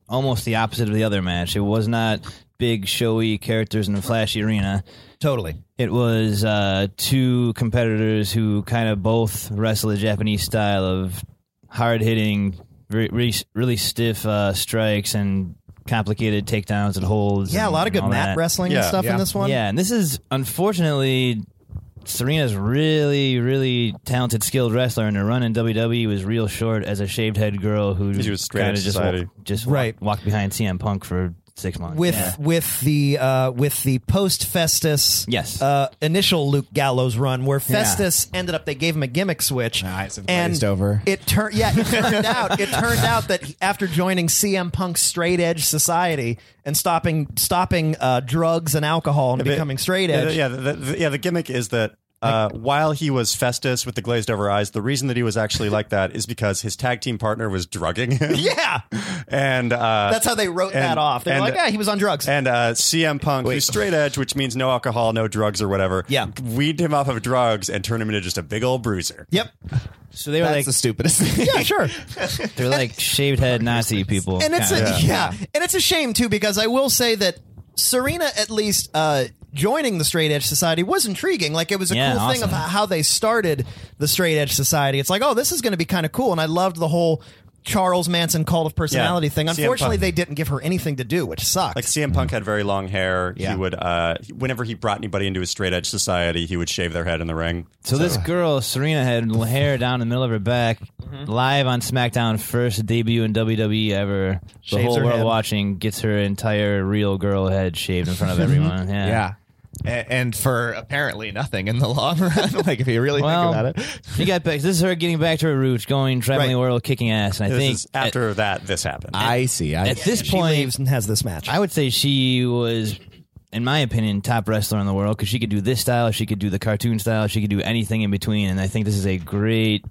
[SPEAKER 4] almost the opposite of the other match. It was not big, showy characters in a flashy arena.
[SPEAKER 3] Totally.
[SPEAKER 4] It was uh, two competitors who kind of both wrestle the Japanese style of hard hitting, re- re- really stiff uh, strikes and complicated takedowns and holds.
[SPEAKER 3] Yeah, a
[SPEAKER 4] and
[SPEAKER 3] lot of good
[SPEAKER 4] all
[SPEAKER 3] mat
[SPEAKER 4] that.
[SPEAKER 3] wrestling and
[SPEAKER 2] Yeah,
[SPEAKER 3] stuff in this one.
[SPEAKER 4] Yeah, and this is unfortunately Serena's really, really talented, skilled wrestler, and her run in WWE was real short as a shaved head girl who
[SPEAKER 2] She was straight
[SPEAKER 4] kind
[SPEAKER 2] edge
[SPEAKER 4] of just
[SPEAKER 2] society.
[SPEAKER 4] walked, just
[SPEAKER 3] Right.
[SPEAKER 4] walked, walked behind CM Punk for six months.
[SPEAKER 3] With
[SPEAKER 4] yeah.
[SPEAKER 3] with the uh, with the post Festus
[SPEAKER 4] Yes.
[SPEAKER 3] uh, initial Luke Gallows run where Festus ended up they gave him a gimmick switch
[SPEAKER 5] Nice, and
[SPEAKER 3] and
[SPEAKER 5] glazed over.
[SPEAKER 3] it turned yeah it turned out it turned out that he- after joining CM Punk's straight edge society and stopping stopping uh, drugs and alcohol and
[SPEAKER 2] But-
[SPEAKER 3] becoming straight
[SPEAKER 2] yeah,
[SPEAKER 3] edge
[SPEAKER 2] the- Yeah, the, the, yeah. The gimmick is that uh, while he was Festus with the glazed over eyes, the reason that he was actually like that is because his tag team partner was drugging him.
[SPEAKER 3] yeah
[SPEAKER 2] and uh,
[SPEAKER 3] that's how they wrote
[SPEAKER 2] and-
[SPEAKER 3] that off they were
[SPEAKER 2] and-
[SPEAKER 3] like yeah he was on drugs
[SPEAKER 2] And uh, CM Punk, who's straight edge, which means no alcohol, no drugs or whatever,
[SPEAKER 3] Yeah.
[SPEAKER 2] weed him off of drugs and turn him into just a big old bruiser.
[SPEAKER 3] yep
[SPEAKER 4] so they were
[SPEAKER 5] That's
[SPEAKER 4] like
[SPEAKER 5] the stupidest thing.
[SPEAKER 3] yeah sure
[SPEAKER 4] they were like shaved head Nazi people.
[SPEAKER 3] and it's a,
[SPEAKER 4] kinda.
[SPEAKER 3] yeah. and it's a shame too because I will say that Serena at least uh, joining the Straight Edge Society was intriguing. Like it was a
[SPEAKER 4] Yeah,
[SPEAKER 3] cool thing of
[SPEAKER 4] awesome.
[SPEAKER 3] how they started the Straight Edge Society. It's like oh this is going to be kind of cool, and I loved the whole. Charles Manson cult of personality
[SPEAKER 2] Yeah.
[SPEAKER 3] thing.
[SPEAKER 2] CM
[SPEAKER 3] Unfortunately,
[SPEAKER 2] Punk.
[SPEAKER 3] they didn't give her anything to do, which sucked.
[SPEAKER 2] Like CM Punk had very long hair.
[SPEAKER 3] Yeah.
[SPEAKER 2] He would, uh, whenever he brought anybody into his straight edge society, he would shave their head in the ring.
[SPEAKER 4] So this girl, Serena, had hair down the middle of her back,
[SPEAKER 3] Mm-hmm.
[SPEAKER 4] live on SmackDown, first debut in WWE ever. The
[SPEAKER 3] Shaves
[SPEAKER 4] whole
[SPEAKER 3] her
[SPEAKER 4] world
[SPEAKER 3] head.
[SPEAKER 4] watching gets her entire real girl head shaved in front of everyone. Yeah.
[SPEAKER 5] Yeah. A- And, for apparently nothing in the long run. like if you really
[SPEAKER 4] Well,
[SPEAKER 5] think about it.
[SPEAKER 4] she got back. This is her getting back to her roots, going traveling
[SPEAKER 3] Right.
[SPEAKER 4] the world, kicking ass. And I
[SPEAKER 2] This
[SPEAKER 4] think
[SPEAKER 2] is after that, this happened.
[SPEAKER 5] I see. I
[SPEAKER 4] at, at this
[SPEAKER 3] she
[SPEAKER 4] point,
[SPEAKER 3] leaves and has this match.
[SPEAKER 4] I would say she was, in my opinion, top wrestler in the world because she could do this style, she could do the cartoon style, she could do anything in between. And I think this is a great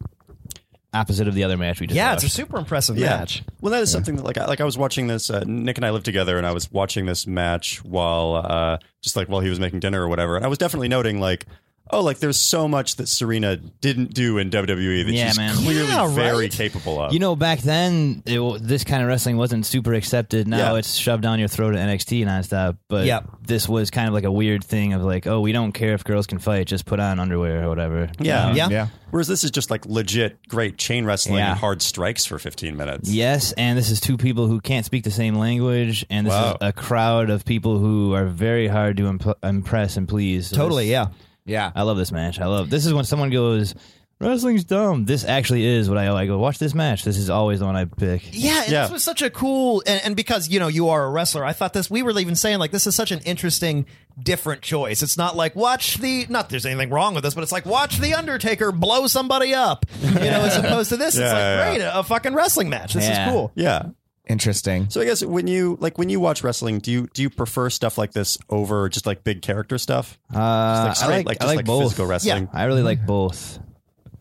[SPEAKER 4] opposite of the other match we just
[SPEAKER 3] yeah,
[SPEAKER 4] watched.
[SPEAKER 3] it's a super impressive match.
[SPEAKER 2] Well, that is something that like I, like I was watching this. Uh, Nick and I lived together, and I was watching this match while uh, just like while he was making dinner or whatever. And I was definitely noting like, oh, like there's so much that Serena didn't do in WWE that
[SPEAKER 4] Yeah,
[SPEAKER 2] she's
[SPEAKER 4] man.
[SPEAKER 2] clearly
[SPEAKER 3] Yeah, right?
[SPEAKER 2] very capable of.
[SPEAKER 4] You know, back then, it, w- this kind of wrestling wasn't super accepted. Now
[SPEAKER 2] Yeah.
[SPEAKER 4] it's shoved down your throat at NXT nonstop. But
[SPEAKER 3] Yep.
[SPEAKER 4] this was kind of like a weird thing of like, oh, we don't care if girls can fight, just put on underwear or whatever.
[SPEAKER 2] yeah,
[SPEAKER 3] Yeah.
[SPEAKER 5] yeah.
[SPEAKER 2] Whereas this is just like legit great chain wrestling
[SPEAKER 4] Yeah.
[SPEAKER 2] and hard strikes for 15 minutes.
[SPEAKER 4] Yes, and this is two people who can't speak the same language, and this
[SPEAKER 2] Wow.
[SPEAKER 4] is a crowd of people who are very hard to imp- impress and please. So
[SPEAKER 3] Totally,
[SPEAKER 4] this-
[SPEAKER 3] yeah.
[SPEAKER 5] Yeah.
[SPEAKER 4] I love this match. I love this is when someone goes, "Wrestling's dumb." This actually is what I, I go watch. This match. This is always the one I pick.
[SPEAKER 3] Yeah, and
[SPEAKER 2] Yeah.
[SPEAKER 3] this was such a cool and, and because you know you are a wrestler, I thought this we were even saying like this is such an interesting different choice. It's not like watch the not there's anything wrong with this, but it's like watch the Undertaker blow somebody up. You know, as opposed to this, it's
[SPEAKER 2] Yeah,
[SPEAKER 3] like
[SPEAKER 2] yeah,
[SPEAKER 3] great, a, a fucking wrestling match. This
[SPEAKER 4] Yeah.
[SPEAKER 3] is cool.
[SPEAKER 2] Yeah.
[SPEAKER 5] Interesting.
[SPEAKER 2] So I guess when you like when you watch wrestling, do you do you prefer stuff like this over just like big character stuff? Uh, just
[SPEAKER 4] I like- I
[SPEAKER 2] just
[SPEAKER 4] like both.
[SPEAKER 2] physical wrestling.
[SPEAKER 4] Yeah, I really like both.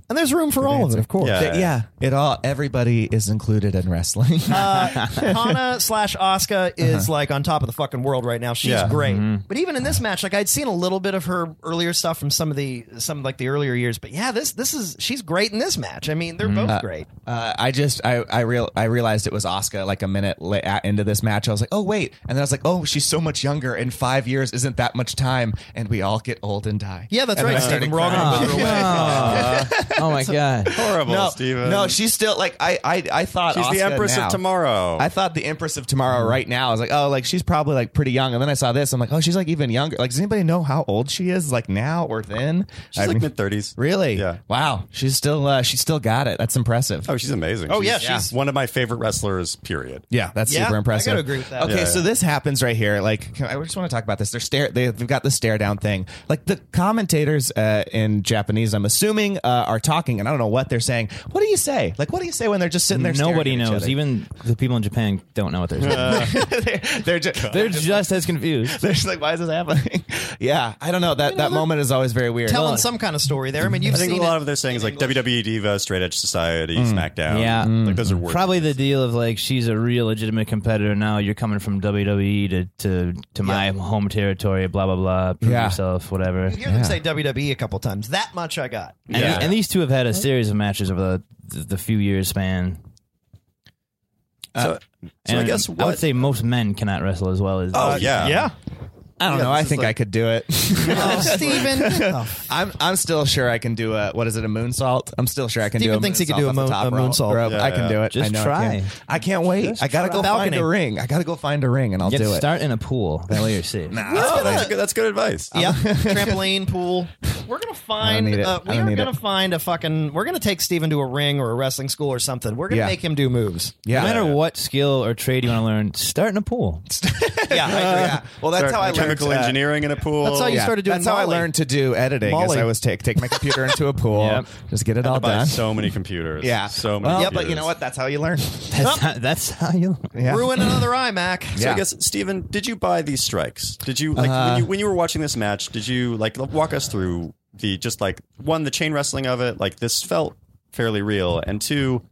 [SPEAKER 3] And there's room for all of it, of course.
[SPEAKER 5] Yeah, yeah. It all everybody is included in wrestling.
[SPEAKER 3] Uh, Hana slash Asuka is
[SPEAKER 2] Uh-huh.
[SPEAKER 3] like on top of the fucking world right now. She's
[SPEAKER 5] Yeah.
[SPEAKER 3] great.
[SPEAKER 5] Mhm.
[SPEAKER 3] But even in this match, like I'd seen a little bit of her earlier stuff from some of the some like the earlier years. But yeah, this this is she's great in this match. I mean, they're both
[SPEAKER 5] Uh,
[SPEAKER 3] great.
[SPEAKER 5] Uh, I just I I real I realized it was Oscar like a minute la- at- into this match. I was like, oh wait, and then I was like, oh, she's so much younger. In five years, isn't that much time? And we all get old and die.
[SPEAKER 3] Yeah, that's
[SPEAKER 5] And then
[SPEAKER 3] right,
[SPEAKER 5] I started
[SPEAKER 3] Steven. We're all gonna
[SPEAKER 5] crying.
[SPEAKER 3] wither away. Aw.
[SPEAKER 4] oh my god,
[SPEAKER 2] horrible,
[SPEAKER 5] no,
[SPEAKER 2] Steven.
[SPEAKER 5] No, she's still like I I I thought
[SPEAKER 2] She's the
[SPEAKER 5] Asuka
[SPEAKER 2] Empress of
[SPEAKER 5] now.
[SPEAKER 2] Tomorrow.
[SPEAKER 5] I thought the Empress of Tomorrow right now. I was like, oh, like she's probably like pretty young. And then I saw this. I'm like, oh, she's like even younger. Like, does anybody know how old she is? Like now or then?
[SPEAKER 2] She's like mid thirties.
[SPEAKER 5] Really? Yeah. Wow. She's still uh, she's still got it. That's impressive.
[SPEAKER 2] Oh, she's amazing.
[SPEAKER 5] Oh,
[SPEAKER 2] she's,
[SPEAKER 5] yeah, she's-
[SPEAKER 2] one of my favorite wrestlers. Period.
[SPEAKER 5] Yeah, that's super impressive. Okay,
[SPEAKER 2] Yeah.
[SPEAKER 5] so this happens right here. Like, can, I just want to talk about this. They're stare. They, they've got the stare down thing. Like the commentators uh, in Japanese, I'm assuming, uh, are talking, and I don't know what they're saying. What do you say? Like, what do you say when they're just sitting there? staring
[SPEAKER 4] Nobody
[SPEAKER 5] at each
[SPEAKER 4] knows.
[SPEAKER 5] other?
[SPEAKER 4] Even the people in Japan don't know what they're saying.
[SPEAKER 5] they're just
[SPEAKER 4] they're just as confused.
[SPEAKER 5] They're just like, why is this happening? yeah, I don't know. That that moment is always very weird.
[SPEAKER 3] Telling some kind of story there. I mean, you've
[SPEAKER 2] I think
[SPEAKER 3] seen
[SPEAKER 2] a lot
[SPEAKER 3] it.
[SPEAKER 2] of their things like WWE Diva, Straight Edge Society,
[SPEAKER 5] Mm.
[SPEAKER 2] SmackDown.
[SPEAKER 4] Yeah,
[SPEAKER 2] like those are words.
[SPEAKER 4] probably the deal of like she's a real legitimate competitor now. You're coming from WWE to to, to my home territory. Blah blah blah. Prove
[SPEAKER 3] Yeah.
[SPEAKER 4] yourself. Whatever.
[SPEAKER 3] You hear them say WWE a couple times. That much I got.
[SPEAKER 4] And, and these two have had a series of matches over the the, the few years span.
[SPEAKER 5] uh,
[SPEAKER 2] So- so I
[SPEAKER 4] and
[SPEAKER 2] guess
[SPEAKER 4] I
[SPEAKER 2] what-
[SPEAKER 4] would say most men cannot wrestle as well as.
[SPEAKER 2] Oh, yeah. Yeah.
[SPEAKER 5] I don't
[SPEAKER 4] Yeah,
[SPEAKER 5] know.
[SPEAKER 4] this
[SPEAKER 5] I
[SPEAKER 4] is
[SPEAKER 5] think
[SPEAKER 4] like-
[SPEAKER 5] I could do it.
[SPEAKER 3] Oh, Steven. Get the
[SPEAKER 5] I'm I'm still sure I can do a what is it a moonsault? I'm still sure I can
[SPEAKER 3] Steven
[SPEAKER 5] do. a
[SPEAKER 3] thinks he can do
[SPEAKER 5] moonsault
[SPEAKER 3] a
[SPEAKER 5] off
[SPEAKER 3] moon-
[SPEAKER 5] the top
[SPEAKER 3] a
[SPEAKER 5] rope.
[SPEAKER 3] moonsault.
[SPEAKER 5] Rope.
[SPEAKER 3] Yeah,
[SPEAKER 5] I can
[SPEAKER 3] yeah.
[SPEAKER 5] do it.
[SPEAKER 4] Just
[SPEAKER 5] I know
[SPEAKER 4] try.
[SPEAKER 5] I can. I can't wait.
[SPEAKER 4] Just
[SPEAKER 5] I gotta
[SPEAKER 4] try.
[SPEAKER 5] go find
[SPEAKER 4] Balcony.
[SPEAKER 5] a ring. I gotta go find a ring, and I'll
[SPEAKER 4] Get
[SPEAKER 5] do it.
[SPEAKER 4] start in a pool. That way you're safe.
[SPEAKER 2] Oh, that's, good, that's good advice.
[SPEAKER 3] Yeah, trampoline pool. We're gonna
[SPEAKER 4] need
[SPEAKER 3] find.
[SPEAKER 4] it.
[SPEAKER 3] Uh,
[SPEAKER 4] I
[SPEAKER 3] we
[SPEAKER 4] don't
[SPEAKER 3] are
[SPEAKER 4] need
[SPEAKER 3] gonna
[SPEAKER 4] it.
[SPEAKER 3] find a fucking. We're gonna take Steven to a ring or a wrestling school or something. We're gonna
[SPEAKER 4] Yeah.
[SPEAKER 3] make him do moves.
[SPEAKER 4] No matter what skill or trade you want to learn, start in a pool.
[SPEAKER 3] yeah, I agree.
[SPEAKER 5] Yeah. Well, that's
[SPEAKER 4] Start
[SPEAKER 5] how I
[SPEAKER 4] chemical
[SPEAKER 5] learned, uh,
[SPEAKER 2] engineering in a pool.
[SPEAKER 3] That's how you started doing
[SPEAKER 5] That's how I
[SPEAKER 3] Molly.
[SPEAKER 5] learned to do editing. As
[SPEAKER 3] Molly.
[SPEAKER 5] I was take take my computer into a pool, just get it all
[SPEAKER 2] buy
[SPEAKER 5] done.
[SPEAKER 2] so many computers.
[SPEAKER 5] Yeah.
[SPEAKER 2] So many.
[SPEAKER 5] Well, yeah,
[SPEAKER 2] computers.
[SPEAKER 5] but you know what? That's how you learn.
[SPEAKER 4] That's how, that's how you
[SPEAKER 5] Yeah.
[SPEAKER 3] Ruin another iMac.
[SPEAKER 2] So I guess Steven, did you buy these strikes? Did you like
[SPEAKER 5] Uh,
[SPEAKER 2] when you when you were watching this match? Did you like walk us through the just like one the chain wrestling of it? Like this felt fairly real, and two,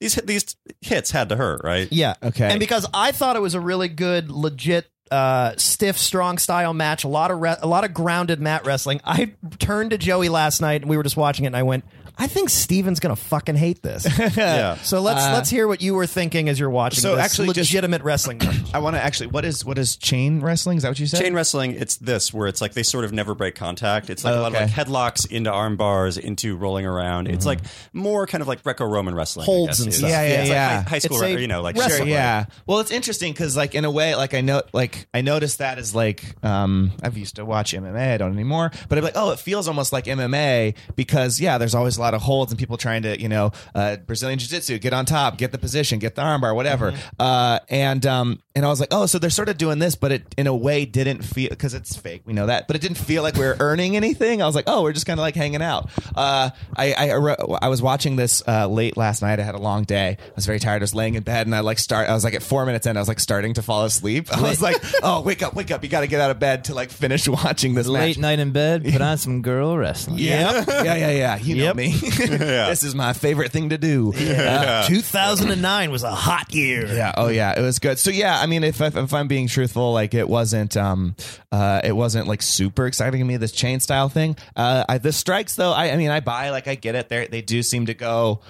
[SPEAKER 2] these hit- these hits had to hurt, right?
[SPEAKER 3] Yeah. And because I thought it was a really good, legit, uh, stiff, strong style match, a lot of re- a lot of grounded mat wrestling. I turned to Joey last night, and we were just watching it, and I went, "I think Steven's gonna fucking hate this."
[SPEAKER 5] Yeah.
[SPEAKER 3] So let's
[SPEAKER 5] Uh,
[SPEAKER 3] let's hear what you were thinking as you're watching.
[SPEAKER 5] So
[SPEAKER 3] this
[SPEAKER 5] actually, just-
[SPEAKER 3] legitimate wrestling.
[SPEAKER 5] I want to actually. What is what is chain wrestling? Is that what you said?
[SPEAKER 2] Chain wrestling, it's this where it's like they sort of never break contact. It's like a lot of like headlocks into arm bars, into rolling around. It's like more kind of like Greco-Roman wrestling, I
[SPEAKER 5] Mm-hmm. holds
[SPEAKER 2] guess,
[SPEAKER 5] and
[SPEAKER 2] is-
[SPEAKER 5] stuff. Yeah, yeah,
[SPEAKER 2] it's
[SPEAKER 5] yeah.
[SPEAKER 2] Like high, high school,
[SPEAKER 5] It's a
[SPEAKER 2] you know, like
[SPEAKER 5] Sure,
[SPEAKER 2] stuff like-
[SPEAKER 5] yeah. Well, it's interesting because, like, in a way, like I know, like I noticed that as like um, I've used to watch MMA. I don't anymore, but I'm like, oh, it feels almost like MMA because yeah, there's always a lot of holds and people trying to, you know, uh, Brazilian jiu-jitsu, get on top, get the position, get the armbar, whatever.
[SPEAKER 2] Mm-hmm.
[SPEAKER 5] Uh, and um, and I was like, oh, so they're sort of doing this, but it in a way didn't feel because it's fake. We know that, but it didn't feel like we were earning anything. I was like, oh, we're just kind of like hanging out. Uh, I I, wrote- I was watching this uh, late last night. I had a long day. I was very tired. I was laying in bed, and I like start. I was like at four minutes in. I was like starting to fall asleep. I was like, oh, wake up, wake up! You got to get out of bed to like finish watching this
[SPEAKER 4] Late
[SPEAKER 5] match.
[SPEAKER 4] night in bed, put on some girl wrestling.
[SPEAKER 5] Yeah, yeah, yeah, yeah. You know
[SPEAKER 4] Yep.
[SPEAKER 5] me. This is my favorite thing to do. Uh,
[SPEAKER 3] 2009 was a hot year.
[SPEAKER 5] Yeah. Oh, yeah. It was good. So yeah, I mean, if if, if I'm being truthful, like it wasn't, um, uh, it wasn't like super exciting to me this chain style thing. Uh, I, the strikes though, I, I mean, I buy like I get it. They they do seem to go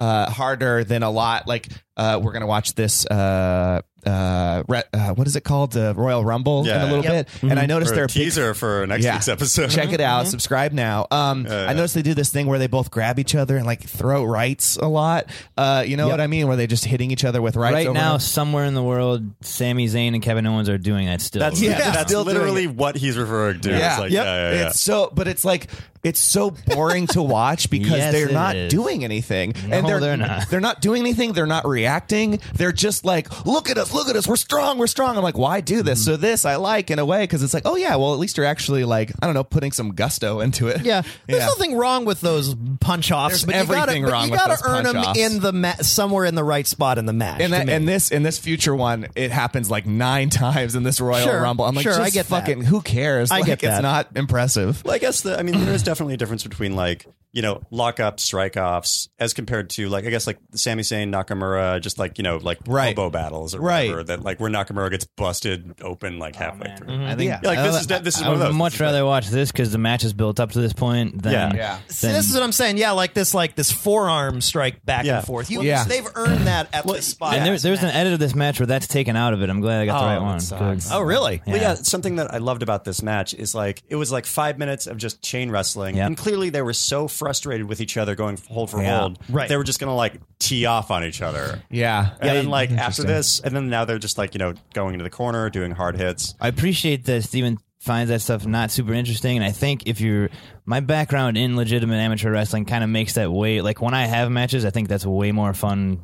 [SPEAKER 5] uh harder than a lot. Like uh, we're gonna watch this. Uh, uh, re- uh, what is it called? The Royal Rumble in a little bit, and I noticed
[SPEAKER 2] For
[SPEAKER 5] there
[SPEAKER 2] Mm-hmm. a
[SPEAKER 5] are big
[SPEAKER 2] teaser for next week's episode. Uh,
[SPEAKER 5] Check it
[SPEAKER 4] Mm-hmm.
[SPEAKER 5] out. Subscribe now. Um,
[SPEAKER 2] Yeah, yeah.
[SPEAKER 5] I noticed they do this thing where they both grab each other and like throw rights a lot. Uh, you know what I mean? Where they're just hitting each other with rights.
[SPEAKER 4] right
[SPEAKER 5] over
[SPEAKER 4] now,
[SPEAKER 5] and over.
[SPEAKER 4] somewhere in the world, Sami Zayn and Kevin Owens are doing that still.
[SPEAKER 2] That's
[SPEAKER 5] Yeah,
[SPEAKER 2] that's
[SPEAKER 5] still doing
[SPEAKER 2] literally what he's referring to. It's like,
[SPEAKER 5] Yep.
[SPEAKER 2] yeah, yeah, yeah.
[SPEAKER 5] It's so, but it's like it's so boring to watch because
[SPEAKER 4] Yes,
[SPEAKER 5] they're
[SPEAKER 4] it
[SPEAKER 5] not
[SPEAKER 4] is.
[SPEAKER 5] doing anything,
[SPEAKER 4] No, they're not.
[SPEAKER 5] They're not doing anything. They're not overreacting. They're just like, look at us, look at us, we're strong, we're strong. I'm like, why do this?
[SPEAKER 4] Mm-hmm.
[SPEAKER 5] So this I like in a way because it's like, oh yeah, well at least you're actually like, I don't know, putting some gusto into it.
[SPEAKER 3] Yeah, there's
[SPEAKER 5] Yeah.
[SPEAKER 3] nothing wrong with those punch offs,
[SPEAKER 5] There's
[SPEAKER 3] but you gotta,
[SPEAKER 5] everything
[SPEAKER 3] but
[SPEAKER 5] wrong
[SPEAKER 3] you
[SPEAKER 5] with
[SPEAKER 3] gotta
[SPEAKER 5] those
[SPEAKER 3] earn them
[SPEAKER 5] punch-offs.
[SPEAKER 3] in the ma- somewhere in the right spot in the match.
[SPEAKER 5] And,
[SPEAKER 3] to
[SPEAKER 5] that,
[SPEAKER 3] me.
[SPEAKER 5] and this in this future one, it happens like nine times in this Royal
[SPEAKER 3] Sure,
[SPEAKER 5] Rumble. I'm like,
[SPEAKER 3] sure,
[SPEAKER 5] just
[SPEAKER 3] I get that.
[SPEAKER 5] fucking who cares?
[SPEAKER 3] I
[SPEAKER 5] like,
[SPEAKER 3] get
[SPEAKER 5] It's
[SPEAKER 3] that.
[SPEAKER 5] not impressive.
[SPEAKER 2] Well, I guess the, I mean, there is definitely a difference between like, you know, lockups, strike offs as compared to like, I guess like Sami Zayn, Nakamura, just like, you know, like
[SPEAKER 4] Right.
[SPEAKER 2] elbow battles or
[SPEAKER 4] Right.
[SPEAKER 2] whatever that like where Nakamura gets busted open like halfway through.
[SPEAKER 4] I think
[SPEAKER 2] Yeah, like this is,
[SPEAKER 4] I-
[SPEAKER 2] this is
[SPEAKER 4] I
[SPEAKER 2] one of
[SPEAKER 4] would
[SPEAKER 2] those.
[SPEAKER 4] much rather watch this because the match is built up to this point. Than,
[SPEAKER 2] Yeah. Yeah.
[SPEAKER 3] See, this is what I'm saying. Yeah, like this, like this forearm strike back
[SPEAKER 4] Yeah.
[SPEAKER 3] and forth. You,
[SPEAKER 4] Yeah.
[SPEAKER 3] they've earned that at the spot.
[SPEAKER 4] and there, there's an edit of this match where that's taken out of it. I'm glad I got the
[SPEAKER 2] Oh,
[SPEAKER 4] right
[SPEAKER 2] that
[SPEAKER 4] one.
[SPEAKER 2] sucks.
[SPEAKER 4] Good.
[SPEAKER 2] Well, yeah, something that I loved about this match is like it was like five minutes of just chain wrestling, and clearly they were so frustrated with each other going hold for
[SPEAKER 4] Yeah.
[SPEAKER 2] hold,
[SPEAKER 4] Right.
[SPEAKER 2] They were just gonna like tee off on each other,
[SPEAKER 5] Yeah.
[SPEAKER 2] and then like after this, and then now they're just like you know going into the corner doing hard hits.
[SPEAKER 4] I appreciate that Steven finds that stuff not super interesting. And I think if you're my background in legitimate amateur wrestling kind of makes that way like when I have matches, I think that's way more fun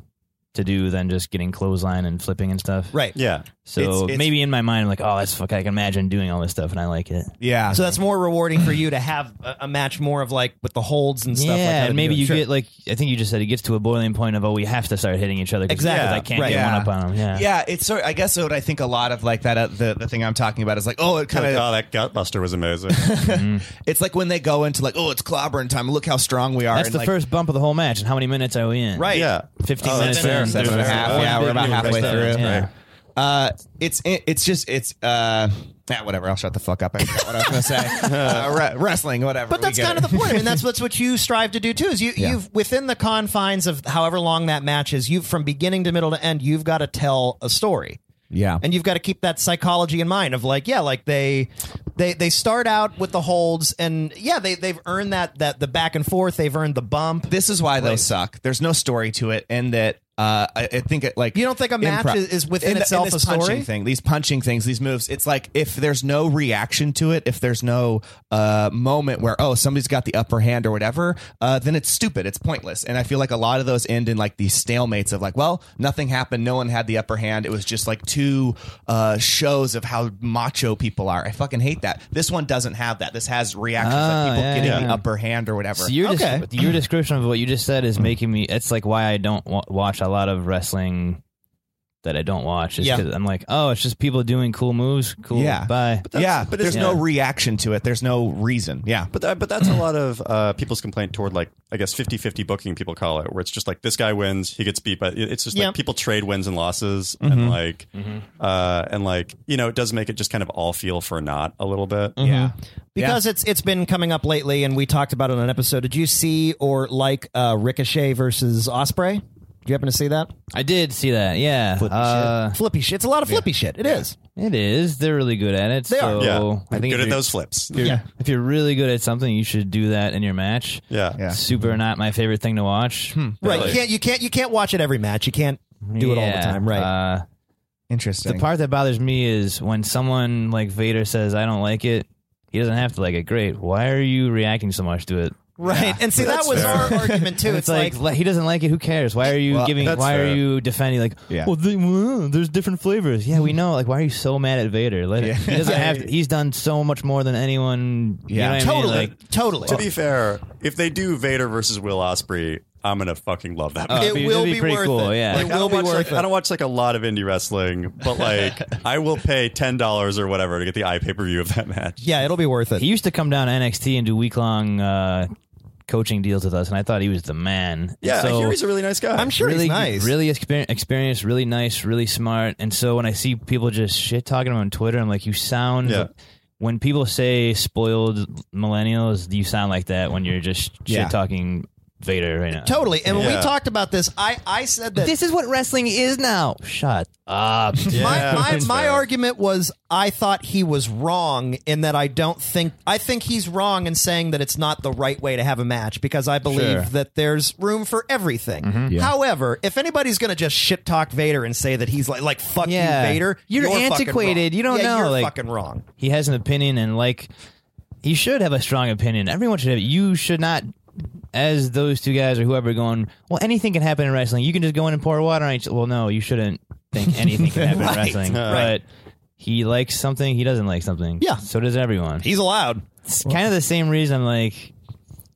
[SPEAKER 4] to do than just getting clothesline and flipping and stuff.
[SPEAKER 3] Right.
[SPEAKER 2] Yeah.
[SPEAKER 4] So
[SPEAKER 3] It's- it's-
[SPEAKER 4] maybe in my mind I'm like, oh that's fuck I can imagine doing all this stuff and I like it.
[SPEAKER 5] Yeah.
[SPEAKER 3] So that's more rewarding for you to have a, a match more of like with the holds and stuff.
[SPEAKER 4] yeah,
[SPEAKER 3] like how
[SPEAKER 4] and
[SPEAKER 3] they're
[SPEAKER 4] maybe
[SPEAKER 3] doing.
[SPEAKER 4] you
[SPEAKER 3] Sure.
[SPEAKER 4] get like I think you just said it gets to a boiling point of oh we have to start hitting each other 'cause-
[SPEAKER 3] Exactly.
[SPEAKER 4] because I can't
[SPEAKER 3] Right.
[SPEAKER 4] get
[SPEAKER 3] Yeah.
[SPEAKER 4] one up on them. Yeah,
[SPEAKER 5] Yeah, it's sort. I guess what I think a lot of like that. Uh, the the thing I'm talking about is like, oh, it kind of.
[SPEAKER 2] Like, oh, that gutbuster was amazing.
[SPEAKER 5] it's like when they go into like, oh, it's clobbering time. Look how strong we are.
[SPEAKER 4] that's
[SPEAKER 5] and,
[SPEAKER 4] the
[SPEAKER 5] like,
[SPEAKER 4] first bump of the whole match. And how many minutes are we in?
[SPEAKER 5] Right. Yeah.
[SPEAKER 4] fifteen
[SPEAKER 5] Oh, that's
[SPEAKER 4] minutes.
[SPEAKER 5] fair.
[SPEAKER 4] in.
[SPEAKER 5] Seven and a
[SPEAKER 4] There's
[SPEAKER 5] half.
[SPEAKER 4] one
[SPEAKER 5] Yeah, we're
[SPEAKER 4] big
[SPEAKER 5] about
[SPEAKER 4] move
[SPEAKER 5] halfway
[SPEAKER 4] right
[SPEAKER 5] through.
[SPEAKER 4] there. Yeah.
[SPEAKER 5] Uh, it's it- it's just it's uh ah, whatever. I'll shut the fuck up. I forgot what I was gonna say. Uh, re- wrestling, whatever.
[SPEAKER 3] But
[SPEAKER 5] we
[SPEAKER 3] that's
[SPEAKER 5] get
[SPEAKER 3] kind
[SPEAKER 5] it.
[SPEAKER 3] of the point. I mean, that's that's what you strive to do too. Is you
[SPEAKER 5] Yeah.
[SPEAKER 3] you've within the confines of however long that match is, you from beginning to middle to end, you've got to tell a story.
[SPEAKER 5] Yeah.
[SPEAKER 3] And you've got to keep that psychology in mind of like, yeah, like they they they start out with the holds and yeah, they they've earned that that the back and forth, they've earned the bump.
[SPEAKER 5] This is why those suck. There's no story to it, and that uh, I, I think it like
[SPEAKER 3] You don't think a match is- is within
[SPEAKER 5] in the-
[SPEAKER 3] itself
[SPEAKER 5] in
[SPEAKER 3] a
[SPEAKER 5] this
[SPEAKER 3] story?
[SPEAKER 5] punching thing, these punching things, these moves. It's like if there's no reaction to it, if there's no uh, moment where oh somebody's got the upper hand or whatever, uh, then it's stupid. It's pointless. And I feel like a lot of those end in like these stalemates of like, well, nothing happened. No one had the upper hand. It was just like two uh, shows of how macho people are. I fucking hate that. This one doesn't have that. This has reactions
[SPEAKER 3] Ah,
[SPEAKER 4] Oh,
[SPEAKER 5] of people
[SPEAKER 4] yeah,
[SPEAKER 5] getting
[SPEAKER 4] yeah.
[SPEAKER 5] the upper hand or whatever.
[SPEAKER 4] So your, des- your description of what you just said is making me. It's like why I don't wa- watch a lot of wrestling that I don't watch. Is
[SPEAKER 5] Yeah.
[SPEAKER 4] 'cause I'm like, oh, it's just people doing cool moves. Cool.
[SPEAKER 5] Yeah.
[SPEAKER 4] Bye.
[SPEAKER 5] But yeah, but there's
[SPEAKER 4] yeah.
[SPEAKER 5] no reaction to it. There's no reason. Yeah.
[SPEAKER 2] But that, but that's a lot of uh, people's complaint toward like I guess 50-50 booking people call it where it's just like this guy wins he gets beat but it's just like
[SPEAKER 3] Yeah. Mm-hmm.
[SPEAKER 2] people trade wins and losses
[SPEAKER 5] Mhm.
[SPEAKER 2] and like uh, and like you know it does make it just kind of all feel for naught a little bit
[SPEAKER 3] Yeah. Because it's it's been coming up lately and we talked about it on an episode. Did you see or like uh, Ricochet versus Osprey? Did you happen to see that?
[SPEAKER 4] I did see that. Yeah. Uh, Flippy,
[SPEAKER 5] Uh,
[SPEAKER 3] shit. flippy shit. It's a lot of flippy shit. It is.
[SPEAKER 4] It is. They're really good at it.
[SPEAKER 3] They are.
[SPEAKER 4] so
[SPEAKER 3] Yeah.
[SPEAKER 4] I think if
[SPEAKER 2] Good at
[SPEAKER 4] you're-
[SPEAKER 2] those flips.
[SPEAKER 4] If you're,
[SPEAKER 2] Yeah.
[SPEAKER 4] If you're really good at something, you should do that in your match.
[SPEAKER 2] Yeah.
[SPEAKER 3] Mm-hmm.
[SPEAKER 4] Super not my favorite thing to watch.
[SPEAKER 3] Right. You can't you can't you can't watch it every match. Hmm. You can't do it all the
[SPEAKER 4] Yeah,
[SPEAKER 3] time. Right.
[SPEAKER 4] Uh,
[SPEAKER 5] Interesting.
[SPEAKER 4] The part that bothers me is when someone like Vader says, "I don't like it." He doesn't have to like it. Great. Why are you reacting so much to it?
[SPEAKER 3] Right. And see that was our argument too.
[SPEAKER 4] And
[SPEAKER 3] It's like,
[SPEAKER 4] like, he doesn't like it. Who cares? Why are you
[SPEAKER 3] Well,
[SPEAKER 4] giving?
[SPEAKER 3] that's
[SPEAKER 4] Why are
[SPEAKER 3] fair.
[SPEAKER 4] you defending? Like,
[SPEAKER 3] Yeah.
[SPEAKER 4] well, they, well, there's different flavors. Yeah, we know. Like, why are you so mad at Vader? Let it, he doesn't have. To, he's done so much more than anyone. you know what I mean? Like,
[SPEAKER 3] totally.
[SPEAKER 2] To be fair, if they do Vader versus Will Osprey, I'm gonna fucking love that.
[SPEAKER 4] Oh,
[SPEAKER 2] match.
[SPEAKER 4] it'd be- It will it'd be be pretty worth cool, it. yeah.
[SPEAKER 2] Like,
[SPEAKER 4] It
[SPEAKER 2] I
[SPEAKER 4] will
[SPEAKER 2] don't
[SPEAKER 4] be
[SPEAKER 2] watch,
[SPEAKER 4] worth
[SPEAKER 2] like,
[SPEAKER 4] it.
[SPEAKER 2] I don't watch like a lot of indie wrestling, but like I will pay ten dollars or whatever to get the eye pay per view of that match.
[SPEAKER 3] yeah, it'll be worth it.
[SPEAKER 4] He used to come down to NXT and do week long uh, coaching deals with us, and I thought he was the man.
[SPEAKER 2] Yeah,
[SPEAKER 4] so,
[SPEAKER 2] I hear he's a really nice guy.
[SPEAKER 4] really, Really exper- experienced, really nice, really smart. And so when I see people just shit talking him on Twitter, I'm like, you sound.
[SPEAKER 2] Yeah.
[SPEAKER 4] When people say spoiled millennials, you sound like that when you're just
[SPEAKER 3] Yeah.
[SPEAKER 4] shit talking Vader right now.
[SPEAKER 3] Totally. And when we talked about this, I, I said that
[SPEAKER 4] This is what wrestling is now. Shut up.
[SPEAKER 3] my my, my argument was I thought he was wrong in that I don't think I think he's wrong in saying that it's not the right way to have a match because I believe
[SPEAKER 4] Sure. Mm-hmm.
[SPEAKER 3] that there's room for everything.
[SPEAKER 4] Yeah.
[SPEAKER 3] However, if anybody's going to just shit talk Vader and say that he's like like fuck
[SPEAKER 4] Yeah.
[SPEAKER 3] you Vader,
[SPEAKER 4] You're
[SPEAKER 3] fucking
[SPEAKER 4] antiquated.
[SPEAKER 3] wrong.
[SPEAKER 4] You don't
[SPEAKER 3] Yeah,
[SPEAKER 4] know,
[SPEAKER 3] You're
[SPEAKER 4] like-
[SPEAKER 3] fucking wrong.
[SPEAKER 4] he has an opinion and like he should have a strong opinion everyone should have you should not as those two guys or whoever going, well, anything can happen in wrestling. You can just go in and pour water on each. Well, no, you shouldn't think anything can happen
[SPEAKER 3] Right,
[SPEAKER 4] in wrestling.
[SPEAKER 3] right.
[SPEAKER 4] But he likes something, he doesn't like something. Yeah. So does everyone.
[SPEAKER 3] He's allowed.
[SPEAKER 4] It's kind of the same reason, like.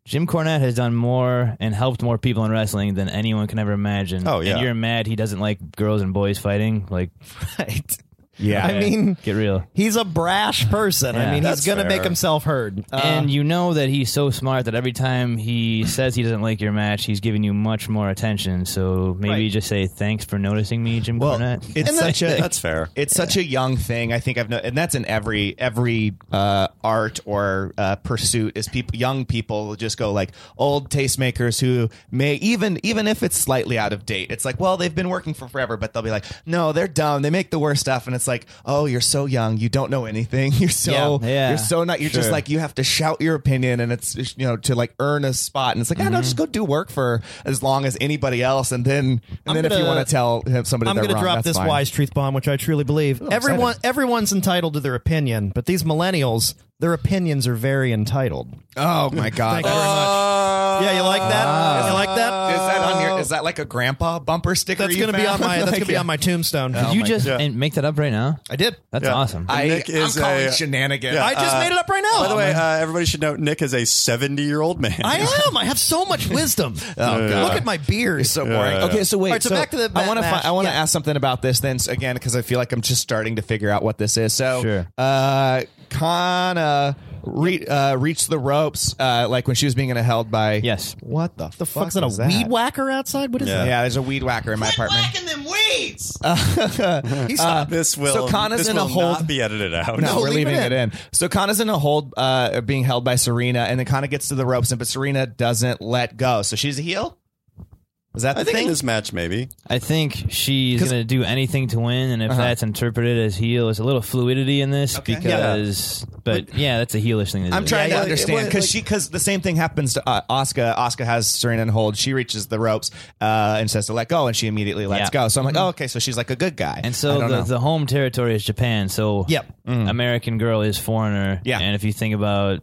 [SPEAKER 4] Jim Cornette has done more and helped more people in wrestling than anyone can ever imagine.
[SPEAKER 2] Oh, yeah.
[SPEAKER 4] And you're mad he doesn't like girls and boys fighting. Like,
[SPEAKER 3] right.
[SPEAKER 4] Yeah.
[SPEAKER 3] I mean,
[SPEAKER 4] get real.
[SPEAKER 3] He's a brash person. I
[SPEAKER 4] Yeah.
[SPEAKER 3] mean,
[SPEAKER 4] That's
[SPEAKER 3] he's going to
[SPEAKER 4] fair.
[SPEAKER 3] make himself heard. Uh,
[SPEAKER 4] and you know that he's so smart that every time he says he doesn't like your match, he's giving you much more attention. So maybe just say thanks for noticing me, Jim Cornette.
[SPEAKER 5] It's such a
[SPEAKER 2] fair.
[SPEAKER 5] It's such a young thing. I think I've no, and that's in every every uh, art or uh, pursuit is people young people just go like old tastemakers who may even even if it's slightly out of date. It's like well they've been working for forever, but they'll be like no they're dumb. They make the worst stuff, and it's like oh you're so young, you don't know anything. You're so
[SPEAKER 4] Yeah. Yeah.
[SPEAKER 5] you're so not. You're just
[SPEAKER 4] Sure.
[SPEAKER 5] like you have to shout your opinion, and it's it's, you know to like earn a spot, and it's like I do no just go do work for as long as anybody else, and then and
[SPEAKER 3] I'm
[SPEAKER 5] then if you
[SPEAKER 3] gonna-
[SPEAKER 5] want to tell him somebody
[SPEAKER 3] I'm
[SPEAKER 5] they're
[SPEAKER 3] gonna
[SPEAKER 5] wrong,
[SPEAKER 3] drop
[SPEAKER 5] that's
[SPEAKER 3] this
[SPEAKER 5] fine.
[SPEAKER 3] wise truth bomb, which I truly believe. Everyone, everyone's entitled to their opinion, but these millennials, their opinions are very entitled.
[SPEAKER 5] Oh my god!
[SPEAKER 3] Thank
[SPEAKER 5] Ah.
[SPEAKER 3] you very much. Yeah, you like that? you like that?
[SPEAKER 5] Is that on your? Is that like a grandpa bumper sticker?
[SPEAKER 3] That's
[SPEAKER 5] you
[SPEAKER 3] gonna be on
[SPEAKER 5] found?
[SPEAKER 3] my. That's
[SPEAKER 5] Like,
[SPEAKER 3] gonna be
[SPEAKER 5] yeah.
[SPEAKER 3] on my tombstone.
[SPEAKER 4] Did
[SPEAKER 5] Oh
[SPEAKER 4] you just and make that up right now?
[SPEAKER 3] I did.
[SPEAKER 4] That's
[SPEAKER 2] Yeah.
[SPEAKER 4] awesome.
[SPEAKER 5] I,
[SPEAKER 2] Nick is
[SPEAKER 5] I'm calling
[SPEAKER 2] a-
[SPEAKER 5] shenanigans.
[SPEAKER 2] Yeah,
[SPEAKER 3] I just
[SPEAKER 2] uh,
[SPEAKER 3] made it up right now. Oh,
[SPEAKER 2] By the way, uh, everybody should know Nick is a 70 year old man.
[SPEAKER 3] I am. I have so much wisdom.
[SPEAKER 2] Oh, God.
[SPEAKER 3] Look at my beard.
[SPEAKER 5] It's so boring. Okay, so wait.
[SPEAKER 3] All right, so, back to the.
[SPEAKER 5] I want to.
[SPEAKER 3] Matt Nash.
[SPEAKER 5] I want to
[SPEAKER 3] Yeah.
[SPEAKER 5] ask something about this then so again because I feel like I'm just starting to figure out what this is. So,
[SPEAKER 4] Sure.
[SPEAKER 5] uh, Kana re- uh, reached the ropes uh, like when she was being held by.
[SPEAKER 4] Yes.
[SPEAKER 5] What the,
[SPEAKER 3] The fuck is
[SPEAKER 5] fuck
[SPEAKER 3] that? A
[SPEAKER 5] was that?
[SPEAKER 3] weed whacker outside? What is
[SPEAKER 5] Yeah. there's a weed whacker in my apartment. Uh,
[SPEAKER 8] them weeds!
[SPEAKER 3] that? He stopped.
[SPEAKER 2] This will,
[SPEAKER 5] So Kana's
[SPEAKER 2] this
[SPEAKER 5] in a
[SPEAKER 2] will
[SPEAKER 5] hold-
[SPEAKER 2] not be edited out.
[SPEAKER 5] Oh, No, we're
[SPEAKER 3] leave it
[SPEAKER 5] leaving it in. So Kana's in a hold, uh, being held by Serena, and then Kana gets to the ropes, and but Serena doesn't let go. So she's a heel. Is that the
[SPEAKER 2] I think
[SPEAKER 5] thing?
[SPEAKER 2] in this match, maybe.
[SPEAKER 4] I think she's going to do anything to win, and if that's interpreted as heel, it's a little fluidity in this because. But yeah, that's a heelish thing to do.
[SPEAKER 5] I'm trying
[SPEAKER 2] Yeah,
[SPEAKER 5] to
[SPEAKER 2] yeah,
[SPEAKER 5] understand
[SPEAKER 2] like-
[SPEAKER 5] because she because the same thing happens to uh, Oscar. Oscar has Serena in hold. She reaches the ropes uh, and says to let go, and she immediately lets
[SPEAKER 4] Yeah.
[SPEAKER 5] go. So I'm like, oh, okay, so she's like a good guy.
[SPEAKER 4] And
[SPEAKER 5] I
[SPEAKER 4] so
[SPEAKER 5] don't
[SPEAKER 4] the,
[SPEAKER 5] know. Mm.
[SPEAKER 4] the home territory is Japan. So
[SPEAKER 3] Yep.
[SPEAKER 4] American girl is foreigner.
[SPEAKER 5] Yeah.
[SPEAKER 4] And if you think about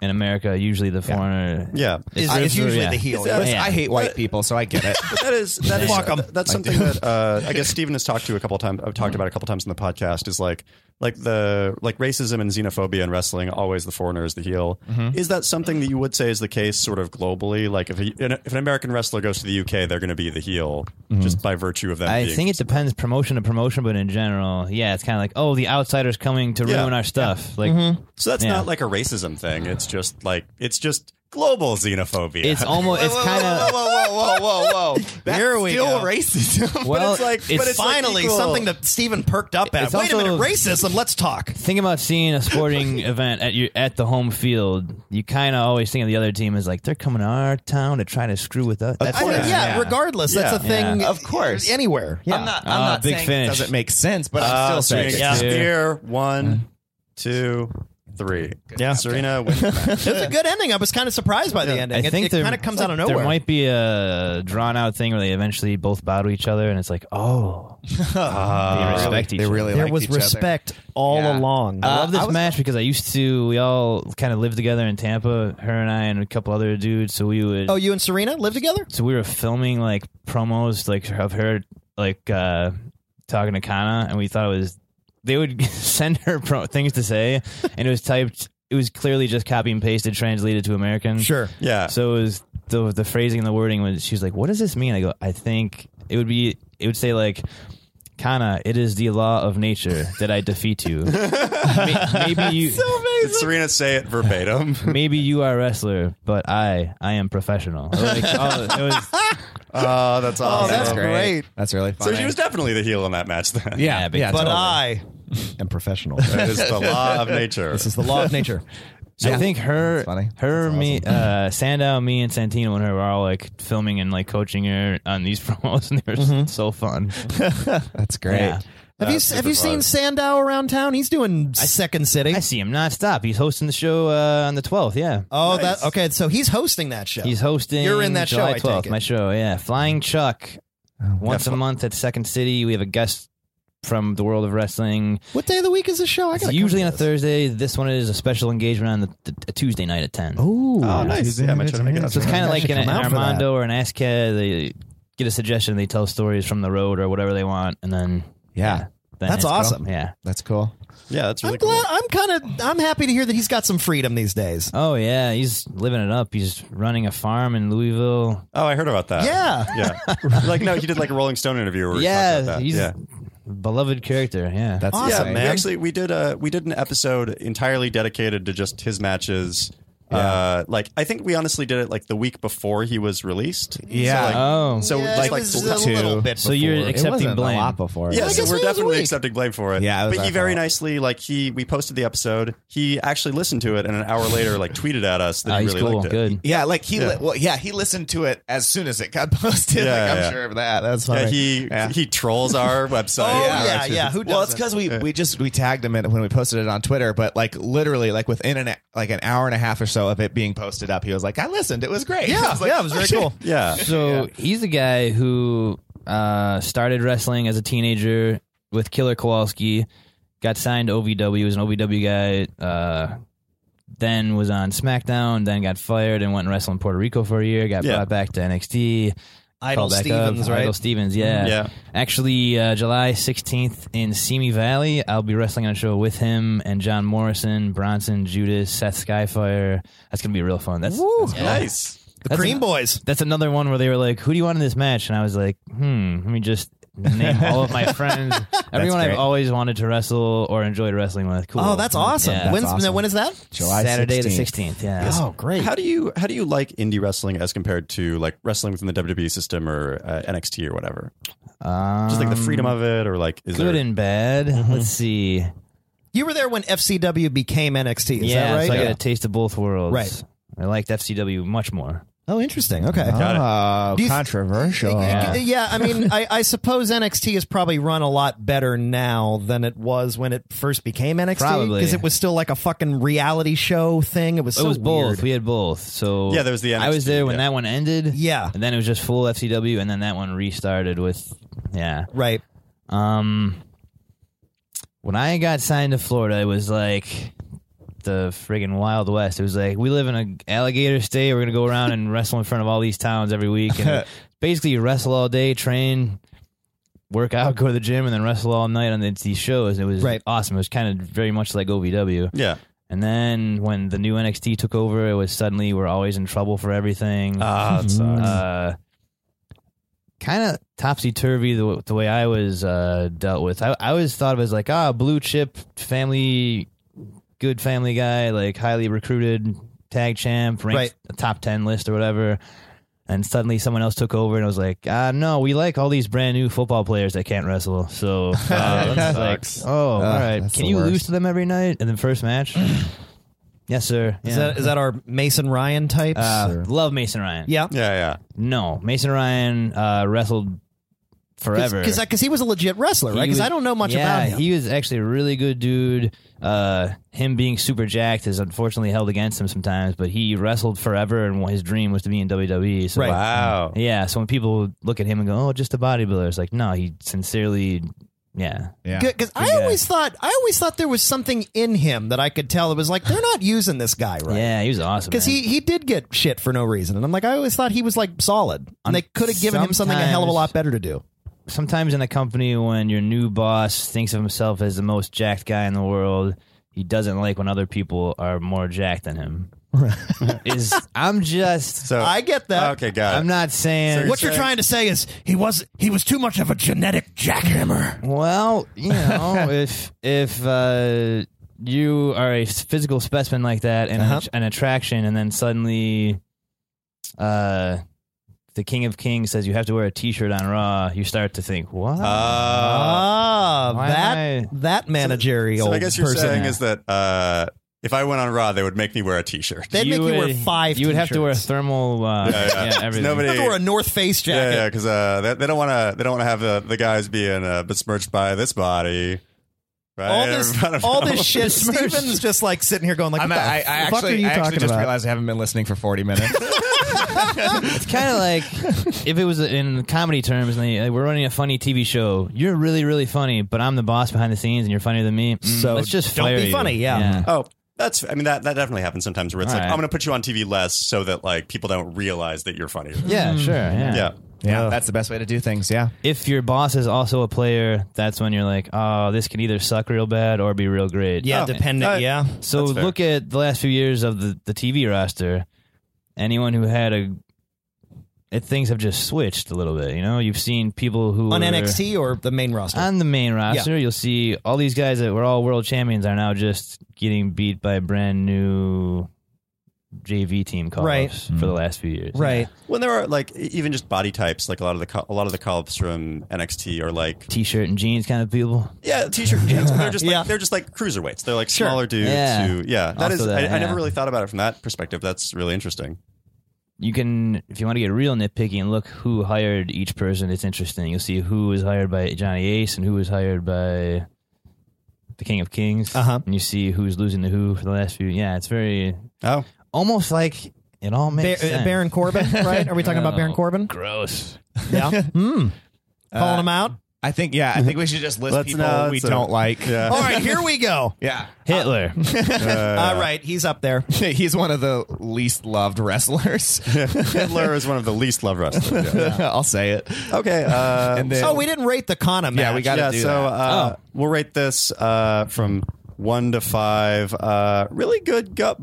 [SPEAKER 4] in America, usually the foreigner
[SPEAKER 2] Yeah.
[SPEAKER 4] is,
[SPEAKER 5] Uh, it's usually
[SPEAKER 4] yeah.
[SPEAKER 5] the heel.
[SPEAKER 2] Yeah.
[SPEAKER 5] I hate white people, so I get it.
[SPEAKER 2] That is that is
[SPEAKER 3] Fuck 'em.
[SPEAKER 2] that's something that uh, I guess Steven has talked to a couple times. I've
[SPEAKER 5] Mm-hmm.
[SPEAKER 2] talked about a couple times in the podcast is like like the like racism and xenophobia in wrestling. Always the foreigner is the heel.
[SPEAKER 5] Mm-hmm.
[SPEAKER 2] Is that something that you would say is the case sort of globally? Like if a, if an American wrestler goes to the UK, they're going to be the heel
[SPEAKER 5] Mm-hmm.
[SPEAKER 2] just by virtue of them.
[SPEAKER 4] I
[SPEAKER 2] being
[SPEAKER 4] think it depends promotion to promotion, but in general, yeah, it's kind of like, oh, the outsider's coming to
[SPEAKER 2] Yeah.
[SPEAKER 4] ruin our stuff. Like,
[SPEAKER 5] Mm-hmm.
[SPEAKER 2] so. That's
[SPEAKER 4] yeah.
[SPEAKER 2] not like a racism thing. It's just like it's just global xenophobia.
[SPEAKER 4] it's almost, it's kind
[SPEAKER 5] whoa,
[SPEAKER 4] of,
[SPEAKER 5] whoa, whoa, whoa, whoa! That's
[SPEAKER 3] Here we
[SPEAKER 5] still
[SPEAKER 3] go.
[SPEAKER 5] racism.
[SPEAKER 4] well,
[SPEAKER 2] it's like- but it's like
[SPEAKER 3] Finally,
[SPEAKER 2] equal-
[SPEAKER 3] something that Steven perked up at.
[SPEAKER 4] It's
[SPEAKER 3] Wait a
[SPEAKER 4] also-
[SPEAKER 3] minute, racism. Let's talk.
[SPEAKER 4] think about seeing a sporting event at your at the home field. You kind of always think of the other team as like they're coming to our town to try to screw with us. That's
[SPEAKER 3] I mean,
[SPEAKER 4] what-
[SPEAKER 3] yeah, regardless, that's a
[SPEAKER 4] Yeah.
[SPEAKER 3] thing.
[SPEAKER 5] Of course.
[SPEAKER 3] anywhere. Yeah.
[SPEAKER 5] I'm not. I'm
[SPEAKER 4] Ah,
[SPEAKER 5] not
[SPEAKER 4] big
[SPEAKER 5] saying it
[SPEAKER 4] finish.
[SPEAKER 5] doesn't make sense, but
[SPEAKER 2] Uh,
[SPEAKER 5] I'm
[SPEAKER 3] Oh,
[SPEAKER 5] still
[SPEAKER 2] Serena
[SPEAKER 5] saying
[SPEAKER 2] gets
[SPEAKER 5] it's
[SPEAKER 2] the
[SPEAKER 4] Yeah.
[SPEAKER 2] spear. One, two, three.
[SPEAKER 3] Yeah.
[SPEAKER 2] Serena wins. the match.
[SPEAKER 3] It was a good ending. I was kind of surprised by the ending.
[SPEAKER 4] I
[SPEAKER 3] it
[SPEAKER 4] think there-
[SPEAKER 3] kind of comes out of nowhere.
[SPEAKER 4] There might be a drawn out thing where they eventually both bow to each other, and it's like, oh, they respect each
[SPEAKER 5] They
[SPEAKER 4] other.
[SPEAKER 5] really.
[SPEAKER 3] there
[SPEAKER 5] liked
[SPEAKER 3] was
[SPEAKER 5] each other.
[SPEAKER 3] respect all
[SPEAKER 5] Yeah.
[SPEAKER 3] along.
[SPEAKER 4] I love this
[SPEAKER 5] Uh, I was-
[SPEAKER 4] match because I used to. We all kind of lived together in Tampa, her and I, and a couple other dudes. So we would.
[SPEAKER 3] oh, you and Serena live together?
[SPEAKER 4] so we were filming like promos, like of her, like uh talking to Kana, and we thought it was. They would send her pro- things to say, and it was typed. It was clearly just copy and pasted, translated to American.
[SPEAKER 3] Sure.
[SPEAKER 2] Yeah.
[SPEAKER 4] So it was the the phrasing and the wording was she's like, "What does this mean?" I go, "I think it would be it would say like." Kana, it is the law of nature that I defeat you. May- maybe you,
[SPEAKER 2] Did Serena say it verbatim?
[SPEAKER 4] maybe you are a wrestler, but I, I am professional. Like, oh, it was-
[SPEAKER 2] Oh, that's awesome.
[SPEAKER 3] that's great.
[SPEAKER 5] That's really funny.
[SPEAKER 2] So she was definitely the heel in that match then.
[SPEAKER 5] yeah,
[SPEAKER 4] Yeah, big
[SPEAKER 5] yeah,
[SPEAKER 4] time.
[SPEAKER 3] But
[SPEAKER 5] totally.
[SPEAKER 3] I am professional.
[SPEAKER 2] That is the law of nature.
[SPEAKER 3] this is the law of nature.
[SPEAKER 4] I think her,
[SPEAKER 5] funny.
[SPEAKER 4] her, me, uh, Sandow, me, and Santino and her were all like filming and like coaching her on these promos, and they were so fun.
[SPEAKER 5] That's great.
[SPEAKER 4] Yeah.
[SPEAKER 3] Have you have you seen Sandow around town? He's doing Second City.
[SPEAKER 4] I see him nonstop. He's hosting the show uh, on the twelfth. Yeah,
[SPEAKER 3] oh, that okay. So he's hosting that show.
[SPEAKER 4] He's hosting.
[SPEAKER 3] You're in that show,
[SPEAKER 4] July
[SPEAKER 3] I
[SPEAKER 4] 12th,
[SPEAKER 3] take it. Mm. Oh,
[SPEAKER 4] My show, yeah. Flying Chuck. Once a month at Second City, we have a guest from the world of wrestling.
[SPEAKER 3] What day of the week is this show? I
[SPEAKER 4] It's
[SPEAKER 3] gotta
[SPEAKER 4] usually
[SPEAKER 3] come
[SPEAKER 4] on
[SPEAKER 3] to
[SPEAKER 4] a
[SPEAKER 3] this.
[SPEAKER 4] Thursday. This one is a special engagement on the, the, a Tuesday night at ten.
[SPEAKER 3] Ooh,
[SPEAKER 2] Oh, nice. Yeah, I'm trying to make it up.
[SPEAKER 4] So it's kind of
[SPEAKER 3] I
[SPEAKER 4] like
[SPEAKER 3] should
[SPEAKER 4] an, an
[SPEAKER 3] come out for that.
[SPEAKER 4] Armando or an Ask Cat. They get a suggestion. They tell stories from the road or whatever they want, and then
[SPEAKER 5] Yeah.
[SPEAKER 4] then
[SPEAKER 3] That's
[SPEAKER 4] it's cool.
[SPEAKER 3] awesome.
[SPEAKER 4] Yeah.
[SPEAKER 5] That's cool.
[SPEAKER 2] Yeah, that's really
[SPEAKER 3] I'm glad. I'm kind of. I'm happy to hear that he's got some freedom these days.
[SPEAKER 4] Oh yeah, he's living it up. He's running a farm in Louisville.
[SPEAKER 2] cool. Oh, I heard about
[SPEAKER 5] Uh,
[SPEAKER 2] that.
[SPEAKER 3] Yeah.
[SPEAKER 2] Yeah. like, no, he did like a Rolling Stone interview where he talked about
[SPEAKER 4] Yeah,
[SPEAKER 2] that.
[SPEAKER 4] he's
[SPEAKER 2] yeah.
[SPEAKER 4] a beloved character. Yeah,
[SPEAKER 5] That's
[SPEAKER 3] Awesome,
[SPEAKER 2] yeah,
[SPEAKER 5] insane.
[SPEAKER 2] we actually we did a we did an episode entirely dedicated to just his matches. Uh, like I think we honestly did it like the week before he was released.
[SPEAKER 5] Yeah.
[SPEAKER 2] So, like,
[SPEAKER 4] oh,
[SPEAKER 2] so
[SPEAKER 3] Yeah,
[SPEAKER 2] just
[SPEAKER 3] it
[SPEAKER 2] like
[SPEAKER 3] was a
[SPEAKER 2] the-
[SPEAKER 3] little bit.
[SPEAKER 4] So you're
[SPEAKER 3] before.
[SPEAKER 5] It
[SPEAKER 4] accepting
[SPEAKER 5] wasn't
[SPEAKER 4] blame.
[SPEAKER 5] a lot before.
[SPEAKER 2] yeah,
[SPEAKER 5] it.
[SPEAKER 2] so
[SPEAKER 3] guess it
[SPEAKER 2] we're
[SPEAKER 3] was a
[SPEAKER 2] definitely
[SPEAKER 3] week.
[SPEAKER 2] accepting blame for it.
[SPEAKER 5] Yeah, it was
[SPEAKER 2] but he
[SPEAKER 5] our
[SPEAKER 2] very
[SPEAKER 5] fault.
[SPEAKER 2] nicely like he we posted the episode. He actually listened to it and an hour later like tweeted at us that
[SPEAKER 3] Ah,
[SPEAKER 4] Oh,
[SPEAKER 2] he
[SPEAKER 4] he's
[SPEAKER 2] really
[SPEAKER 4] cool.
[SPEAKER 2] liked it.
[SPEAKER 4] Good.
[SPEAKER 5] Yeah, like he,
[SPEAKER 2] Yeah.
[SPEAKER 5] Li- well, yeah, he listened to it as soon as it got posted.
[SPEAKER 2] Yeah,
[SPEAKER 5] like, I'm
[SPEAKER 2] yeah.
[SPEAKER 5] sure of that. That's funny.
[SPEAKER 2] Yeah, he
[SPEAKER 5] Yeah.
[SPEAKER 2] he trolls our website.
[SPEAKER 3] Oh
[SPEAKER 5] Yeah.
[SPEAKER 3] yeah, yeah. Who does
[SPEAKER 5] well, it's because we, we just we tagged him in it when we posted it on Twitter, but like literally, like within an like an hour and a half or so of it being posted up, he was like, "I listened, it was great."
[SPEAKER 3] Yeah,
[SPEAKER 5] I was like,
[SPEAKER 3] yeah, it was very cool.
[SPEAKER 2] Yeah.
[SPEAKER 4] So he's a guy who uh, started wrestling as a teenager with Killer Kowalski, got signed to OVW as an OVW guy, uh, then was on SmackDown, then got fired and went and wrestled in Puerto Rico for a year, got
[SPEAKER 2] Yeah.
[SPEAKER 4] brought back to NXT.
[SPEAKER 3] Idol
[SPEAKER 4] called back
[SPEAKER 3] Stevens,
[SPEAKER 4] up.
[SPEAKER 3] right?
[SPEAKER 4] Idol Stevens, yeah.
[SPEAKER 2] Mm-hmm. Yeah.
[SPEAKER 4] Actually, uh, July 16th in Simi Valley, I'll be wrestling on a show with him and John Morrison, Bronson, Judas, Seth Skyfire. That's going to be real fun. That's, that's
[SPEAKER 2] Nice.
[SPEAKER 3] the Cream Boys.
[SPEAKER 4] that's another one where they were like, "Who do you want in this match?" And I was like, "Hmm, let me just name all of my friends, everyone I've
[SPEAKER 5] great.
[SPEAKER 4] always wanted to wrestle or enjoyed wrestling with." Cool.
[SPEAKER 3] Oh, that's awesome.
[SPEAKER 4] Yeah.
[SPEAKER 3] When's,
[SPEAKER 5] awesome.
[SPEAKER 3] When is that?
[SPEAKER 4] Saturday the sixteenth. Yeah.
[SPEAKER 3] Oh, great.
[SPEAKER 2] How do you how do you like indie wrestling as compared to like wrestling within the WWE system or uh, NXT or whatever?
[SPEAKER 4] Um,
[SPEAKER 2] Just like the freedom of it, or like is
[SPEAKER 4] Good
[SPEAKER 2] there,
[SPEAKER 4] and bad.
[SPEAKER 3] Mm-hmm.
[SPEAKER 4] Let's see.
[SPEAKER 3] You were there when FCW became NXT. Is
[SPEAKER 4] yeah,
[SPEAKER 3] that right?
[SPEAKER 4] so I got a taste of both worlds.
[SPEAKER 3] Right.
[SPEAKER 4] I liked FCW much more.
[SPEAKER 3] oh, interesting. Okay.
[SPEAKER 5] Got
[SPEAKER 3] Do you th-
[SPEAKER 5] Uh, controversial.
[SPEAKER 3] Yeah. I mean, I, I suppose NXT is probably run a lot better now than it was when it first became NXT.
[SPEAKER 4] Probably.
[SPEAKER 3] because it was still like a fucking reality show thing. It was so
[SPEAKER 4] it was
[SPEAKER 3] weird.
[SPEAKER 4] both. We had both. So
[SPEAKER 2] Yeah, there was the
[SPEAKER 4] I was
[SPEAKER 2] NXT,
[SPEAKER 4] there when
[SPEAKER 2] yeah.
[SPEAKER 4] that one ended.
[SPEAKER 3] Yeah.
[SPEAKER 4] And then it was just full FCW, and then that one restarted with yeah.
[SPEAKER 3] Right.
[SPEAKER 4] Um, when I got signed to Florida, it was like the friggin' Wild West. It was like we live in an alligator state. We're gonna go around and wrestle in front of all these towns every week, and basically you wrestle all day, train, work out, go to the gym, and then wrestle all night on these- these shows. It was
[SPEAKER 3] Right.
[SPEAKER 4] awesome. It was kind of very much like OVW.
[SPEAKER 2] yeah
[SPEAKER 4] And then when the new NXT took over, it was suddenly we're always in trouble for everything
[SPEAKER 2] ah that sucks.
[SPEAKER 4] uh, kind of topsy turvy the, the way I was uh, dealt with. I, I always thought of as like ah blue chip family, good family guy, like highly recruited tag champ, ranked
[SPEAKER 3] Right.
[SPEAKER 4] the top ten list or whatever. And suddenly someone else took over, and I was like, ah, no, we like all these brand new football players that can't wrestle. So uh, it's like, oh, all right,
[SPEAKER 5] Ah, that's
[SPEAKER 4] can
[SPEAKER 5] the
[SPEAKER 4] you
[SPEAKER 5] worst.
[SPEAKER 4] lose to them every night in the first match? yes, sir.
[SPEAKER 3] Is
[SPEAKER 4] Yeah.
[SPEAKER 3] that is that our Mason Ryan types?
[SPEAKER 4] uh,
[SPEAKER 3] or-
[SPEAKER 4] love Mason Ryan?
[SPEAKER 3] yeah.
[SPEAKER 2] yeah
[SPEAKER 4] No, Mason Ryan uh, wrestled forever.
[SPEAKER 3] Because he was a legit wrestler, right?
[SPEAKER 4] He
[SPEAKER 3] Because
[SPEAKER 4] was-
[SPEAKER 3] I don't know much
[SPEAKER 4] yeah,
[SPEAKER 3] about him.
[SPEAKER 4] He was actually a really good dude. Uh, him being super jacked is unfortunately held against him sometimes, but he wrestled forever, and his dream was to be in WWE. So
[SPEAKER 2] yeah
[SPEAKER 3] Right.
[SPEAKER 2] wow
[SPEAKER 4] Yeah, so when people look at him and go, "Oh, just a bodybuilder," it's like, no, he sincerely, yeah,
[SPEAKER 5] Yeah.
[SPEAKER 3] because I always thought I always thought there was something in him that I could tell. It was like they're not using this guy right.
[SPEAKER 4] yeah, he was awesome.
[SPEAKER 3] Because
[SPEAKER 4] man.
[SPEAKER 3] he, he did get shit for no reason. And I'm like, I always thought he was like solid. And they could have given him something a hell of a lot better to do.
[SPEAKER 4] sometimes in a company when your new boss thinks of himself as the most jacked guy in the world, he doesn't like when other people are more jacked than him. is I'm just
[SPEAKER 2] so
[SPEAKER 3] I get that.
[SPEAKER 2] okay got it.
[SPEAKER 4] I'm not saying
[SPEAKER 3] What you're trying to say is he was he was too much of a genetic jackhammer.
[SPEAKER 4] well, you know, if if uh you are a physical specimen like that and
[SPEAKER 3] Uh-huh.
[SPEAKER 4] an attraction and then suddenly uh the King of Kings says you have to wear a T-shirt on Raw. You start to think, "What?
[SPEAKER 3] Ah,
[SPEAKER 4] Why
[SPEAKER 3] that
[SPEAKER 4] am
[SPEAKER 3] that managerial
[SPEAKER 2] so I guess you're
[SPEAKER 3] person.
[SPEAKER 2] saying is that uh, if I went on Raw they would make me wear a t-shirt
[SPEAKER 3] They'd make you wear five.
[SPEAKER 4] You would have to wear a
[SPEAKER 3] t-shirts.
[SPEAKER 4] thermal. Uh, yeah, everything.
[SPEAKER 2] Nobody-
[SPEAKER 3] You'd have to wear a North Face
[SPEAKER 2] yeah
[SPEAKER 3] jacket.
[SPEAKER 2] yeah because uh, they, they don't want to they don't want to have uh, the guys being uh, besmirched by this body right
[SPEAKER 3] All this,
[SPEAKER 2] Everybody-
[SPEAKER 3] all this shit. Steven's just like sitting here going, like,
[SPEAKER 5] I'm,
[SPEAKER 3] what the
[SPEAKER 5] I, I
[SPEAKER 3] fuck are
[SPEAKER 5] actually,
[SPEAKER 3] you
[SPEAKER 5] I actually
[SPEAKER 3] talking
[SPEAKER 5] just
[SPEAKER 3] about?
[SPEAKER 5] realized I haven't been listening for 40 minutes.
[SPEAKER 4] it's kind of like if it was in comedy terms, and they, like, uh, we're running a funny TV show. You're really, really funny, but I'm the boss behind the scenes, and you're funnier than me. Mm,
[SPEAKER 9] So
[SPEAKER 4] let's just
[SPEAKER 9] don't
[SPEAKER 4] fire
[SPEAKER 9] be
[SPEAKER 4] you.
[SPEAKER 9] funny, yeah.
[SPEAKER 2] Oh, that's. I mean, that that definitely happens sometimes where it's
[SPEAKER 4] All
[SPEAKER 2] like,
[SPEAKER 4] right.
[SPEAKER 2] I'm going to put you on TV less so that like people don't realize that you're funny.
[SPEAKER 4] Yeah, sure. Yeah.
[SPEAKER 2] Hmm. yeah. Oh.
[SPEAKER 5] Yeah, that's the best way to do things. Yeah.
[SPEAKER 4] If your boss is also a player, that's when you're like, oh, this can either suck real bad or be real great.
[SPEAKER 3] Yeah, Oh, dependent, uh, yeah.
[SPEAKER 4] So
[SPEAKER 3] that's fair.
[SPEAKER 4] look at the last few years of the, the TV roster. Anyone who had a. It, things have just switched a little bit. You know, you've seen people who.
[SPEAKER 3] on
[SPEAKER 4] were-
[SPEAKER 3] NXT or the main roster?
[SPEAKER 4] On the main roster, you'll see all these guys that were all world champions are now just getting beat by brand new JV team calls
[SPEAKER 3] Right.
[SPEAKER 4] for the last few years.
[SPEAKER 2] When there are like e- even just body types, like a lot of the co- a lot of the call-ups from NXT are like
[SPEAKER 4] t-shirt and jeans kind of people.
[SPEAKER 2] Yeah, t-shirt and jeans. but They're just like they're just like cruiserweights. They're like
[SPEAKER 4] Sure.
[SPEAKER 2] smaller dudes.
[SPEAKER 4] Yeah.
[SPEAKER 2] Who, yeah, that
[SPEAKER 4] Also
[SPEAKER 2] is.
[SPEAKER 4] that,
[SPEAKER 2] I, I
[SPEAKER 4] yeah.
[SPEAKER 2] never really thought about it from that perspective. That's really interesting.
[SPEAKER 4] you can if you want to get real nitpicky and look who hired each person it's interesting you'll see who was hired by johnny ace and who was hired by the king of kings uh-huh. and you see who's losing the who for the last few yeah it's very
[SPEAKER 2] oh
[SPEAKER 4] almost like it all makes
[SPEAKER 3] Ba- uh,
[SPEAKER 4] sense.
[SPEAKER 3] Baron Corbin, right? Are we talking about Baron
[SPEAKER 4] Oh,
[SPEAKER 3] Corbin?
[SPEAKER 4] gross
[SPEAKER 3] Yeah. Hmm. Calling
[SPEAKER 5] Uh,
[SPEAKER 3] him out.
[SPEAKER 5] I think yeah. I think we should just list
[SPEAKER 3] Let's
[SPEAKER 5] people
[SPEAKER 3] not,
[SPEAKER 5] we
[SPEAKER 3] so-
[SPEAKER 5] don't like.
[SPEAKER 3] Yeah. All right, here we go.
[SPEAKER 5] Yeah,
[SPEAKER 4] Hitler.
[SPEAKER 2] Uh,
[SPEAKER 3] All right, he's up there.
[SPEAKER 5] he's one of the least loved wrestlers.
[SPEAKER 2] Hitler is one of the least loved wrestlers. yeah.
[SPEAKER 5] I'll say it.
[SPEAKER 2] Okay. Uh,
[SPEAKER 5] And then-
[SPEAKER 3] oh, we didn't rate the Kana match. Oh.
[SPEAKER 2] yeah, we got to do so,
[SPEAKER 4] Oh.
[SPEAKER 2] Uh, We'll rate this uh, from one to five. Uh, really good gut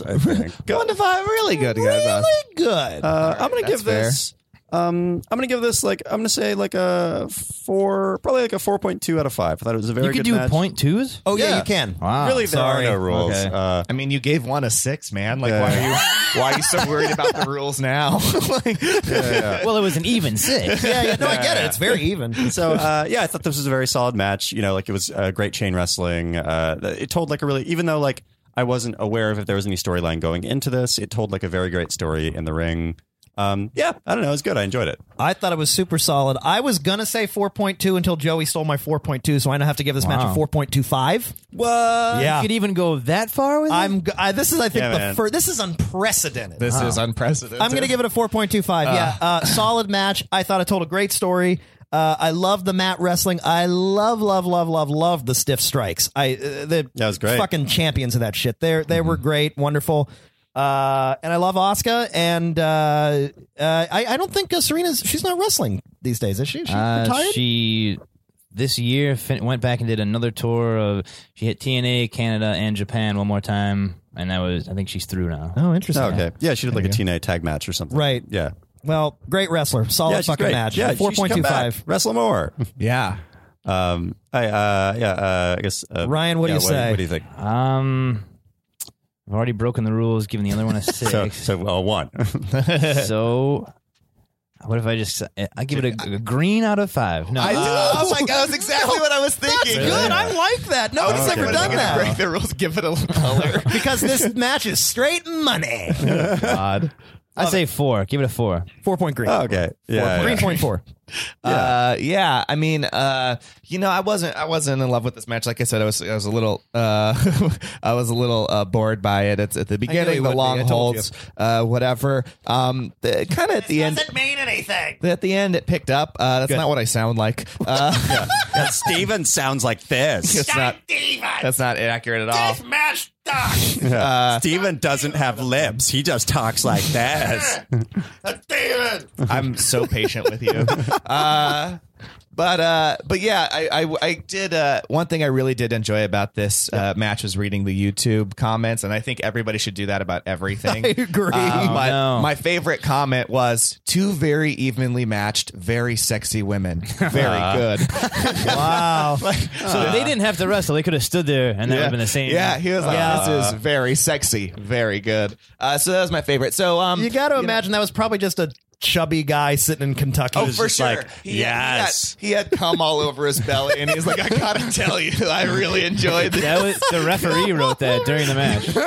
[SPEAKER 2] I think.
[SPEAKER 5] one to five, really good.
[SPEAKER 2] Really
[SPEAKER 3] good.
[SPEAKER 2] Uh, I'm gonna
[SPEAKER 5] that's
[SPEAKER 2] give this. Um, I'm gonna give this like I'm gonna say like a four, probably like a four point two out of five. I thought it was a very
[SPEAKER 4] you could
[SPEAKER 2] good
[SPEAKER 4] do
[SPEAKER 2] match.
[SPEAKER 4] point twos
[SPEAKER 3] Oh, yeah, you can.
[SPEAKER 4] wow
[SPEAKER 2] Really, there are
[SPEAKER 5] Sorry.
[SPEAKER 2] no rules.
[SPEAKER 5] Okay.
[SPEAKER 2] Uh,
[SPEAKER 5] I mean, you gave one a six, man. Like, why are you why are you so worried about the rules now? like,
[SPEAKER 4] well it was an even six
[SPEAKER 3] yeah, yeah, no, I get it. It's very even.
[SPEAKER 2] so uh, yeah, I thought this was a very solid match. You know, like it was uh, great chain wrestling. Uh, it told like a really, even though like I wasn't aware of if there was any storyline going into this, it told like a very great story in the ring. Um, yeah, I don't know, it was good. I enjoyed it.
[SPEAKER 3] I thought it was super solid. I was gonna say 4.2 until Joey stole my 4.2, so I now have to give this match
[SPEAKER 4] Wow.
[SPEAKER 3] a 4.25.
[SPEAKER 2] What?
[SPEAKER 3] Yeah.
[SPEAKER 4] you could even go that far with it
[SPEAKER 3] Uh, I'm. g- I, this is I think
[SPEAKER 4] Yeah,
[SPEAKER 3] the
[SPEAKER 4] man.
[SPEAKER 3] first. This is unprecedented.
[SPEAKER 5] this is unprecedented.
[SPEAKER 3] uh, I'm going to give it a 4.25. yeah, uh, solid match. I thought it told a great story. Uh, I love the mat wrestling. I love, love, love, love, love the stiff strikes. I uh, the
[SPEAKER 2] That was great. Mm-hmm.
[SPEAKER 3] Fucking champions of that shit. They they were great, wonderful. Uh, and I love Oscar. And uh, uh, I I don't think uh, Serena's she's not wrestling these days, is she? She
[SPEAKER 4] Uh,
[SPEAKER 3] retired.
[SPEAKER 4] she this year fin- went back and did another tour of she hit TNA Canada and Japan one more time, and that was I think she's through now.
[SPEAKER 3] oh, interesting.
[SPEAKER 2] Okay. Yeah, she did like a TNA tag match or something.
[SPEAKER 3] Right.
[SPEAKER 2] Yeah.
[SPEAKER 3] Well, great wrestler. Solid
[SPEAKER 2] yeah, she's
[SPEAKER 3] fucking
[SPEAKER 2] great.
[SPEAKER 3] match.
[SPEAKER 2] Yeah, she should
[SPEAKER 3] four
[SPEAKER 2] come
[SPEAKER 3] point two
[SPEAKER 2] back.
[SPEAKER 3] five.
[SPEAKER 2] Wrestle more.
[SPEAKER 5] yeah.
[SPEAKER 2] Um, I uh, yeah, uh, I guess uh,
[SPEAKER 3] Ryan, what do
[SPEAKER 2] yeah,
[SPEAKER 3] you say?
[SPEAKER 2] What do you think?
[SPEAKER 4] Um, I've already broken the rules, giving the other one a
[SPEAKER 2] So,
[SPEAKER 4] six.
[SPEAKER 2] so uh, one.
[SPEAKER 4] so, what if I just I give it a, a green out of five? No, uh,
[SPEAKER 5] I, oh my god, that's exactly what I was thinking.
[SPEAKER 3] Good. I like that. Nobody's
[SPEAKER 2] Okay.
[SPEAKER 3] ever
[SPEAKER 2] But
[SPEAKER 5] I'm
[SPEAKER 3] done
[SPEAKER 5] gonna
[SPEAKER 3] that.
[SPEAKER 5] Break the rules. Give it a little color.
[SPEAKER 3] because this match is straight money.
[SPEAKER 4] God. I say four. Give it a four.
[SPEAKER 3] Four point green.
[SPEAKER 2] Oh, okay. Yeah.
[SPEAKER 3] Green
[SPEAKER 2] yeah.
[SPEAKER 3] point four.
[SPEAKER 5] Uh, yeah. I mean, uh, you know, I wasn't, I wasn't in love with this match. Like I said, I was, I was a little, uh, I was a little uh, bored by it. It's at the beginning,
[SPEAKER 3] you
[SPEAKER 5] the
[SPEAKER 3] would be.
[SPEAKER 5] long
[SPEAKER 3] I told
[SPEAKER 5] holds, uh, whatever. Um, kind of at the end. Doesn't mean anything. At the end, it picked up. Uh, that's not what I sound like. Uh,
[SPEAKER 2] Yeah, Steven sounds like this.
[SPEAKER 5] that's not. That's not accurate at all.
[SPEAKER 2] Steven doesn't have lips. He just talks like this.
[SPEAKER 5] I'm so patient with you. Uh, but uh, but yeah, I I, I did uh, one thing I really did enjoy about this uh, match was reading the YouTube comments, and I think everybody should do that about everything. I
[SPEAKER 3] agree.
[SPEAKER 5] my,
[SPEAKER 4] no.
[SPEAKER 5] my favorite comment was two very evenly matched, very sexy women, very good.
[SPEAKER 3] Wow.
[SPEAKER 4] So they didn't have to wrestle. They could have stood there, and that would have been the same.
[SPEAKER 5] Yeah, he was like, "This is very sexy, very good." Uh, so that was my favorite. So um,
[SPEAKER 3] you got to imagine that was probably just a chubby guy sitting in Kentucky.
[SPEAKER 5] Oh,
[SPEAKER 3] who's
[SPEAKER 5] for
[SPEAKER 3] just
[SPEAKER 5] sure.
[SPEAKER 3] like,
[SPEAKER 5] he,
[SPEAKER 2] yes.
[SPEAKER 5] Had, he, had, he had cum all over his belly, and he's like, "I gotta tell you, I really enjoyed this."
[SPEAKER 4] That was the referee wrote that during the match.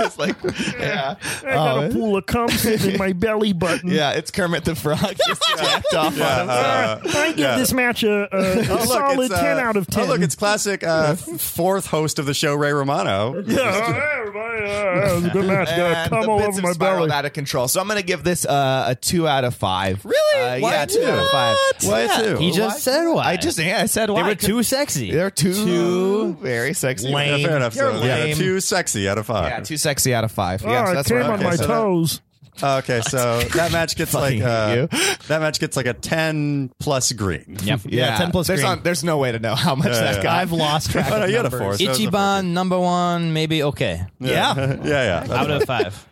[SPEAKER 5] It's like, yeah,
[SPEAKER 10] I got
[SPEAKER 3] Oh,
[SPEAKER 10] a pool of cum sitting in my belly button.
[SPEAKER 5] yeah, it's Kermit the Frog just jacked off on him.
[SPEAKER 10] Uh, I give
[SPEAKER 2] yeah.
[SPEAKER 10] this match a,
[SPEAKER 3] Oh,
[SPEAKER 10] a, a
[SPEAKER 2] look,
[SPEAKER 10] solid
[SPEAKER 2] it's, uh,
[SPEAKER 10] 10 out of 10.
[SPEAKER 2] Oh, look, it's classic uh, f- fourth host of the show, Ray Romano.
[SPEAKER 10] yeah, uh, hey, everybody, uh, that was a good match. Got
[SPEAKER 5] and
[SPEAKER 10] cum
[SPEAKER 5] the
[SPEAKER 10] all
[SPEAKER 5] bits
[SPEAKER 10] over
[SPEAKER 5] have
[SPEAKER 10] my
[SPEAKER 5] spiraled
[SPEAKER 10] belly.
[SPEAKER 5] out of control. So I'm going to give this uh, a two out of five.
[SPEAKER 3] Really?
[SPEAKER 5] Uh,
[SPEAKER 3] Why
[SPEAKER 5] yeah, two out of five.
[SPEAKER 2] Why
[SPEAKER 5] Yeah.
[SPEAKER 2] two?
[SPEAKER 4] He just said why.
[SPEAKER 5] I just yeah, I said
[SPEAKER 4] they
[SPEAKER 5] why.
[SPEAKER 4] were too sexy.
[SPEAKER 5] They're two, two very sexy.
[SPEAKER 2] Yeah, fair enough.
[SPEAKER 3] You're
[SPEAKER 2] so, yeah,
[SPEAKER 3] lame.
[SPEAKER 2] two sexy out of five.
[SPEAKER 5] Yeah, two sexy out of five.
[SPEAKER 10] oh,
[SPEAKER 5] yeah, so
[SPEAKER 10] I
[SPEAKER 5] that's
[SPEAKER 10] came
[SPEAKER 5] what
[SPEAKER 10] on
[SPEAKER 5] okay,
[SPEAKER 10] my
[SPEAKER 5] so that-
[SPEAKER 10] toes.
[SPEAKER 2] Okay, so that match gets like
[SPEAKER 5] Fucking
[SPEAKER 2] uh,
[SPEAKER 5] hate you.
[SPEAKER 2] that match gets like a ten plus green.
[SPEAKER 4] Yep.
[SPEAKER 5] Yeah,
[SPEAKER 3] Yeah, 10 plus
[SPEAKER 5] There's,
[SPEAKER 3] green.
[SPEAKER 5] on- there's no way to know how much that
[SPEAKER 2] yeah.
[SPEAKER 5] got.
[SPEAKER 3] I've lost track.
[SPEAKER 2] Oh, no,
[SPEAKER 3] of
[SPEAKER 2] you had a
[SPEAKER 3] numbers.
[SPEAKER 2] four. So that was
[SPEAKER 4] Ichiban number one, maybe okay.
[SPEAKER 2] Yeah,
[SPEAKER 5] Oh,
[SPEAKER 2] yeah, yeah.
[SPEAKER 4] Out of five.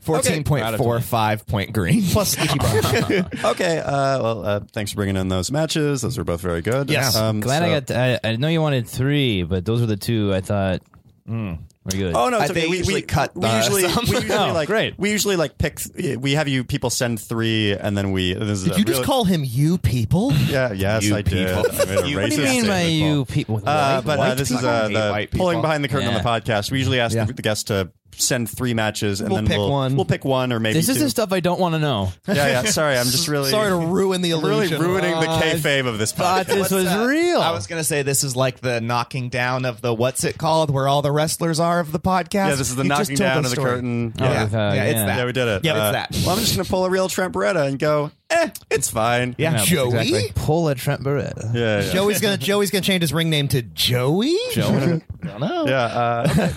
[SPEAKER 5] Fourteen point four five point green.
[SPEAKER 3] Plus Ichiban.
[SPEAKER 2] okay. Uh, well, uh, thanks for bringing in those matches. Those were both very good.
[SPEAKER 3] Yes.
[SPEAKER 4] Glad
[SPEAKER 2] Um, so-
[SPEAKER 4] I got. I, I know you wanted three, but those were the two I thought were good.
[SPEAKER 2] Oh no!
[SPEAKER 5] I
[SPEAKER 2] It's okay.
[SPEAKER 5] think
[SPEAKER 2] we
[SPEAKER 5] usually
[SPEAKER 2] we
[SPEAKER 5] cut
[SPEAKER 2] We
[SPEAKER 5] the-
[SPEAKER 2] usually,
[SPEAKER 5] some.
[SPEAKER 2] we usually
[SPEAKER 4] No,
[SPEAKER 2] like
[SPEAKER 4] Oh, great.
[SPEAKER 2] We usually like pick. We have you people send three, and then we. This is
[SPEAKER 3] Did
[SPEAKER 2] a
[SPEAKER 3] you just
[SPEAKER 2] really-
[SPEAKER 3] call him you people?
[SPEAKER 2] Yeah. Yes,
[SPEAKER 5] You
[SPEAKER 2] I did.
[SPEAKER 5] people.
[SPEAKER 2] I made a racist
[SPEAKER 5] You- What
[SPEAKER 4] what do you mean by
[SPEAKER 2] statement, Paul.
[SPEAKER 4] you people?
[SPEAKER 2] Uh, but uh,
[SPEAKER 5] white
[SPEAKER 2] this is
[SPEAKER 5] people.
[SPEAKER 2] uh,
[SPEAKER 5] Hate
[SPEAKER 2] the
[SPEAKER 5] white people.
[SPEAKER 2] pulling behind the curtain on the
[SPEAKER 4] Yeah.
[SPEAKER 2] podcast. We usually ask
[SPEAKER 3] Yeah.
[SPEAKER 2] the, the guests to send three matches, and
[SPEAKER 3] We'll
[SPEAKER 2] then
[SPEAKER 3] pick
[SPEAKER 2] we'll
[SPEAKER 3] one.
[SPEAKER 2] we'll pick one or maybe
[SPEAKER 4] this is
[SPEAKER 2] two.
[SPEAKER 4] the stuff I don't want to know.
[SPEAKER 2] Yeah, yeah. Sorry, I'm just really
[SPEAKER 3] Sorry to ruin the
[SPEAKER 2] I'm really
[SPEAKER 3] illusion.
[SPEAKER 2] ruining the
[SPEAKER 5] Uh,
[SPEAKER 2] kayfabe of this
[SPEAKER 4] thought
[SPEAKER 2] podcast.
[SPEAKER 4] this was real.
[SPEAKER 5] I was gonna say this is like the knocking down of the what's it called, where all the wrestlers are of the podcast.
[SPEAKER 2] Yeah, this is the
[SPEAKER 5] You just
[SPEAKER 2] knocking
[SPEAKER 5] told
[SPEAKER 2] down of the
[SPEAKER 5] story.
[SPEAKER 2] curtain.
[SPEAKER 4] Oh,
[SPEAKER 5] Yeah, yeah,
[SPEAKER 4] with, uh,
[SPEAKER 5] it's
[SPEAKER 4] yeah.
[SPEAKER 5] that.
[SPEAKER 2] Yeah, we did it.
[SPEAKER 5] Yeah,
[SPEAKER 2] Uh,
[SPEAKER 5] it's that.
[SPEAKER 2] Well, I'm just gonna pull a real Trent Beretta and go, eh, it's fine.
[SPEAKER 5] Yeah,
[SPEAKER 4] Yeah,
[SPEAKER 3] Joey?
[SPEAKER 4] exactly. Pull a Trent Barrett.
[SPEAKER 2] yeah, yeah.
[SPEAKER 3] Joey's gonna Joey's gonna change his ring name to Joey. Joey.
[SPEAKER 2] Yeah. Uh, okay.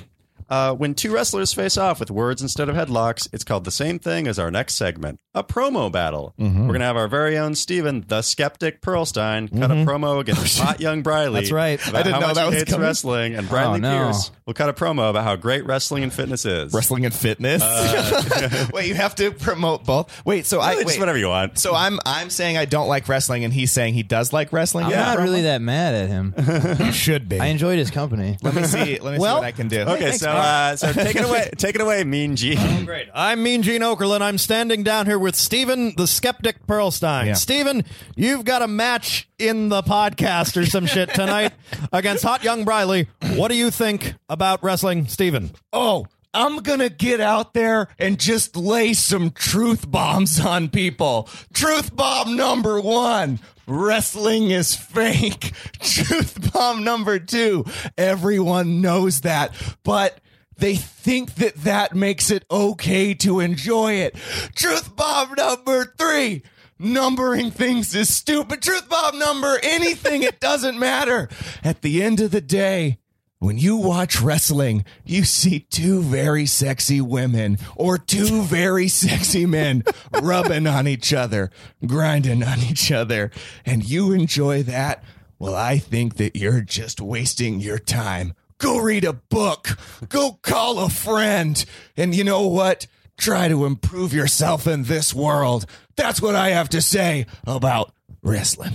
[SPEAKER 2] Uh, when two wrestlers face off with words instead of headlocks, it's called the same thing as our next segment, a promo battle. We're going to have our very own Steven, the skeptic Pearlstein, cut a promo against Oh, hot young Briley.
[SPEAKER 3] That's right.
[SPEAKER 2] About
[SPEAKER 3] I didn't
[SPEAKER 2] how
[SPEAKER 3] know
[SPEAKER 2] much
[SPEAKER 3] that
[SPEAKER 2] he
[SPEAKER 3] was
[SPEAKER 2] hates
[SPEAKER 3] coming.
[SPEAKER 2] wrestling, and Briley
[SPEAKER 4] Oh, no.
[SPEAKER 2] Pierce will cut a promo about how great wrestling and fitness is.
[SPEAKER 5] wrestling and fitness. Uh, wait, you have to promote both. Wait, so I
[SPEAKER 2] Really,
[SPEAKER 5] wait,
[SPEAKER 2] just whatever you want.
[SPEAKER 5] So I'm I'm saying I don't like wrestling, and he's saying he does like wrestling.
[SPEAKER 4] I'm
[SPEAKER 5] Yeah,
[SPEAKER 4] not
[SPEAKER 5] promo?
[SPEAKER 4] really that mad at him.
[SPEAKER 3] Should be.
[SPEAKER 4] I enjoyed his company.
[SPEAKER 5] Let me see. Let me
[SPEAKER 3] Well,
[SPEAKER 5] see what I can do.
[SPEAKER 2] okay, so uh, so take it away, take it away, Mean Gene.
[SPEAKER 3] Great. I'm Mean Gene Okerlund. I'm standing down here with Steven the Skeptic Pearlstein.
[SPEAKER 5] Yeah.
[SPEAKER 3] Steven, you've got a match in the podcast or some shit tonight against Hot Young Briley. What do you think about wrestling, Steven?
[SPEAKER 5] oh, I'm gonna get out there and just lay some truth bombs on people. Truth bomb number one. Wrestling is fake. Truth bomb number two. Everyone knows that, but they think that that makes it okay to enjoy it. Truth bomb number three. Numbering things is stupid. Truth bomb number anything, it doesn't matter. At the end of the day, when you watch wrestling, you see two very sexy women or two very sexy men rubbing on each other, grinding on each other, and you enjoy that. Well, I think that you're just wasting your time. Go read a book, go call a friend, and you know what? Try to improve yourself in this world. That's what I have to say about wrestling.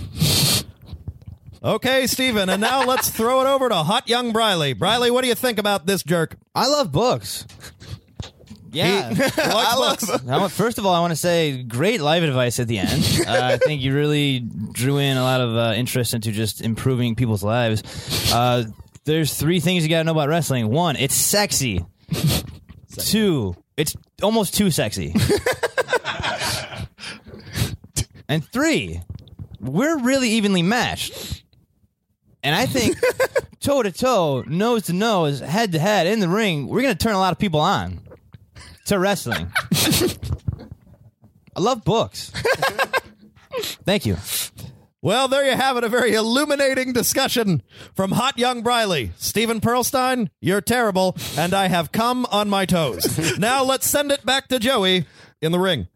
[SPEAKER 3] Okay, Steven, and now let's throw it over to Hot Young Briley. Briley, what do you think about this jerk?
[SPEAKER 4] I love books. Yeah.
[SPEAKER 3] I love
[SPEAKER 4] I want- first of all, I want to say great live advice at the end. Uh, I think you really drew in a lot of uh, interest into just improving people's lives. Uh, there's three things you got to know about wrestling. One, it's sexy. Two, it's almost too sexy. and three, we're really evenly matched. And I think toe to toe, nose to nose, head to head in the ring, we're going to turn a lot of people on to wrestling. I love books. Thank you.
[SPEAKER 3] Well, there you have it, a very illuminating discussion from Hot Young Briley. Steven Pearlstein, you're terrible, and I have come on my toes. now let's send it back to Joey in the ring.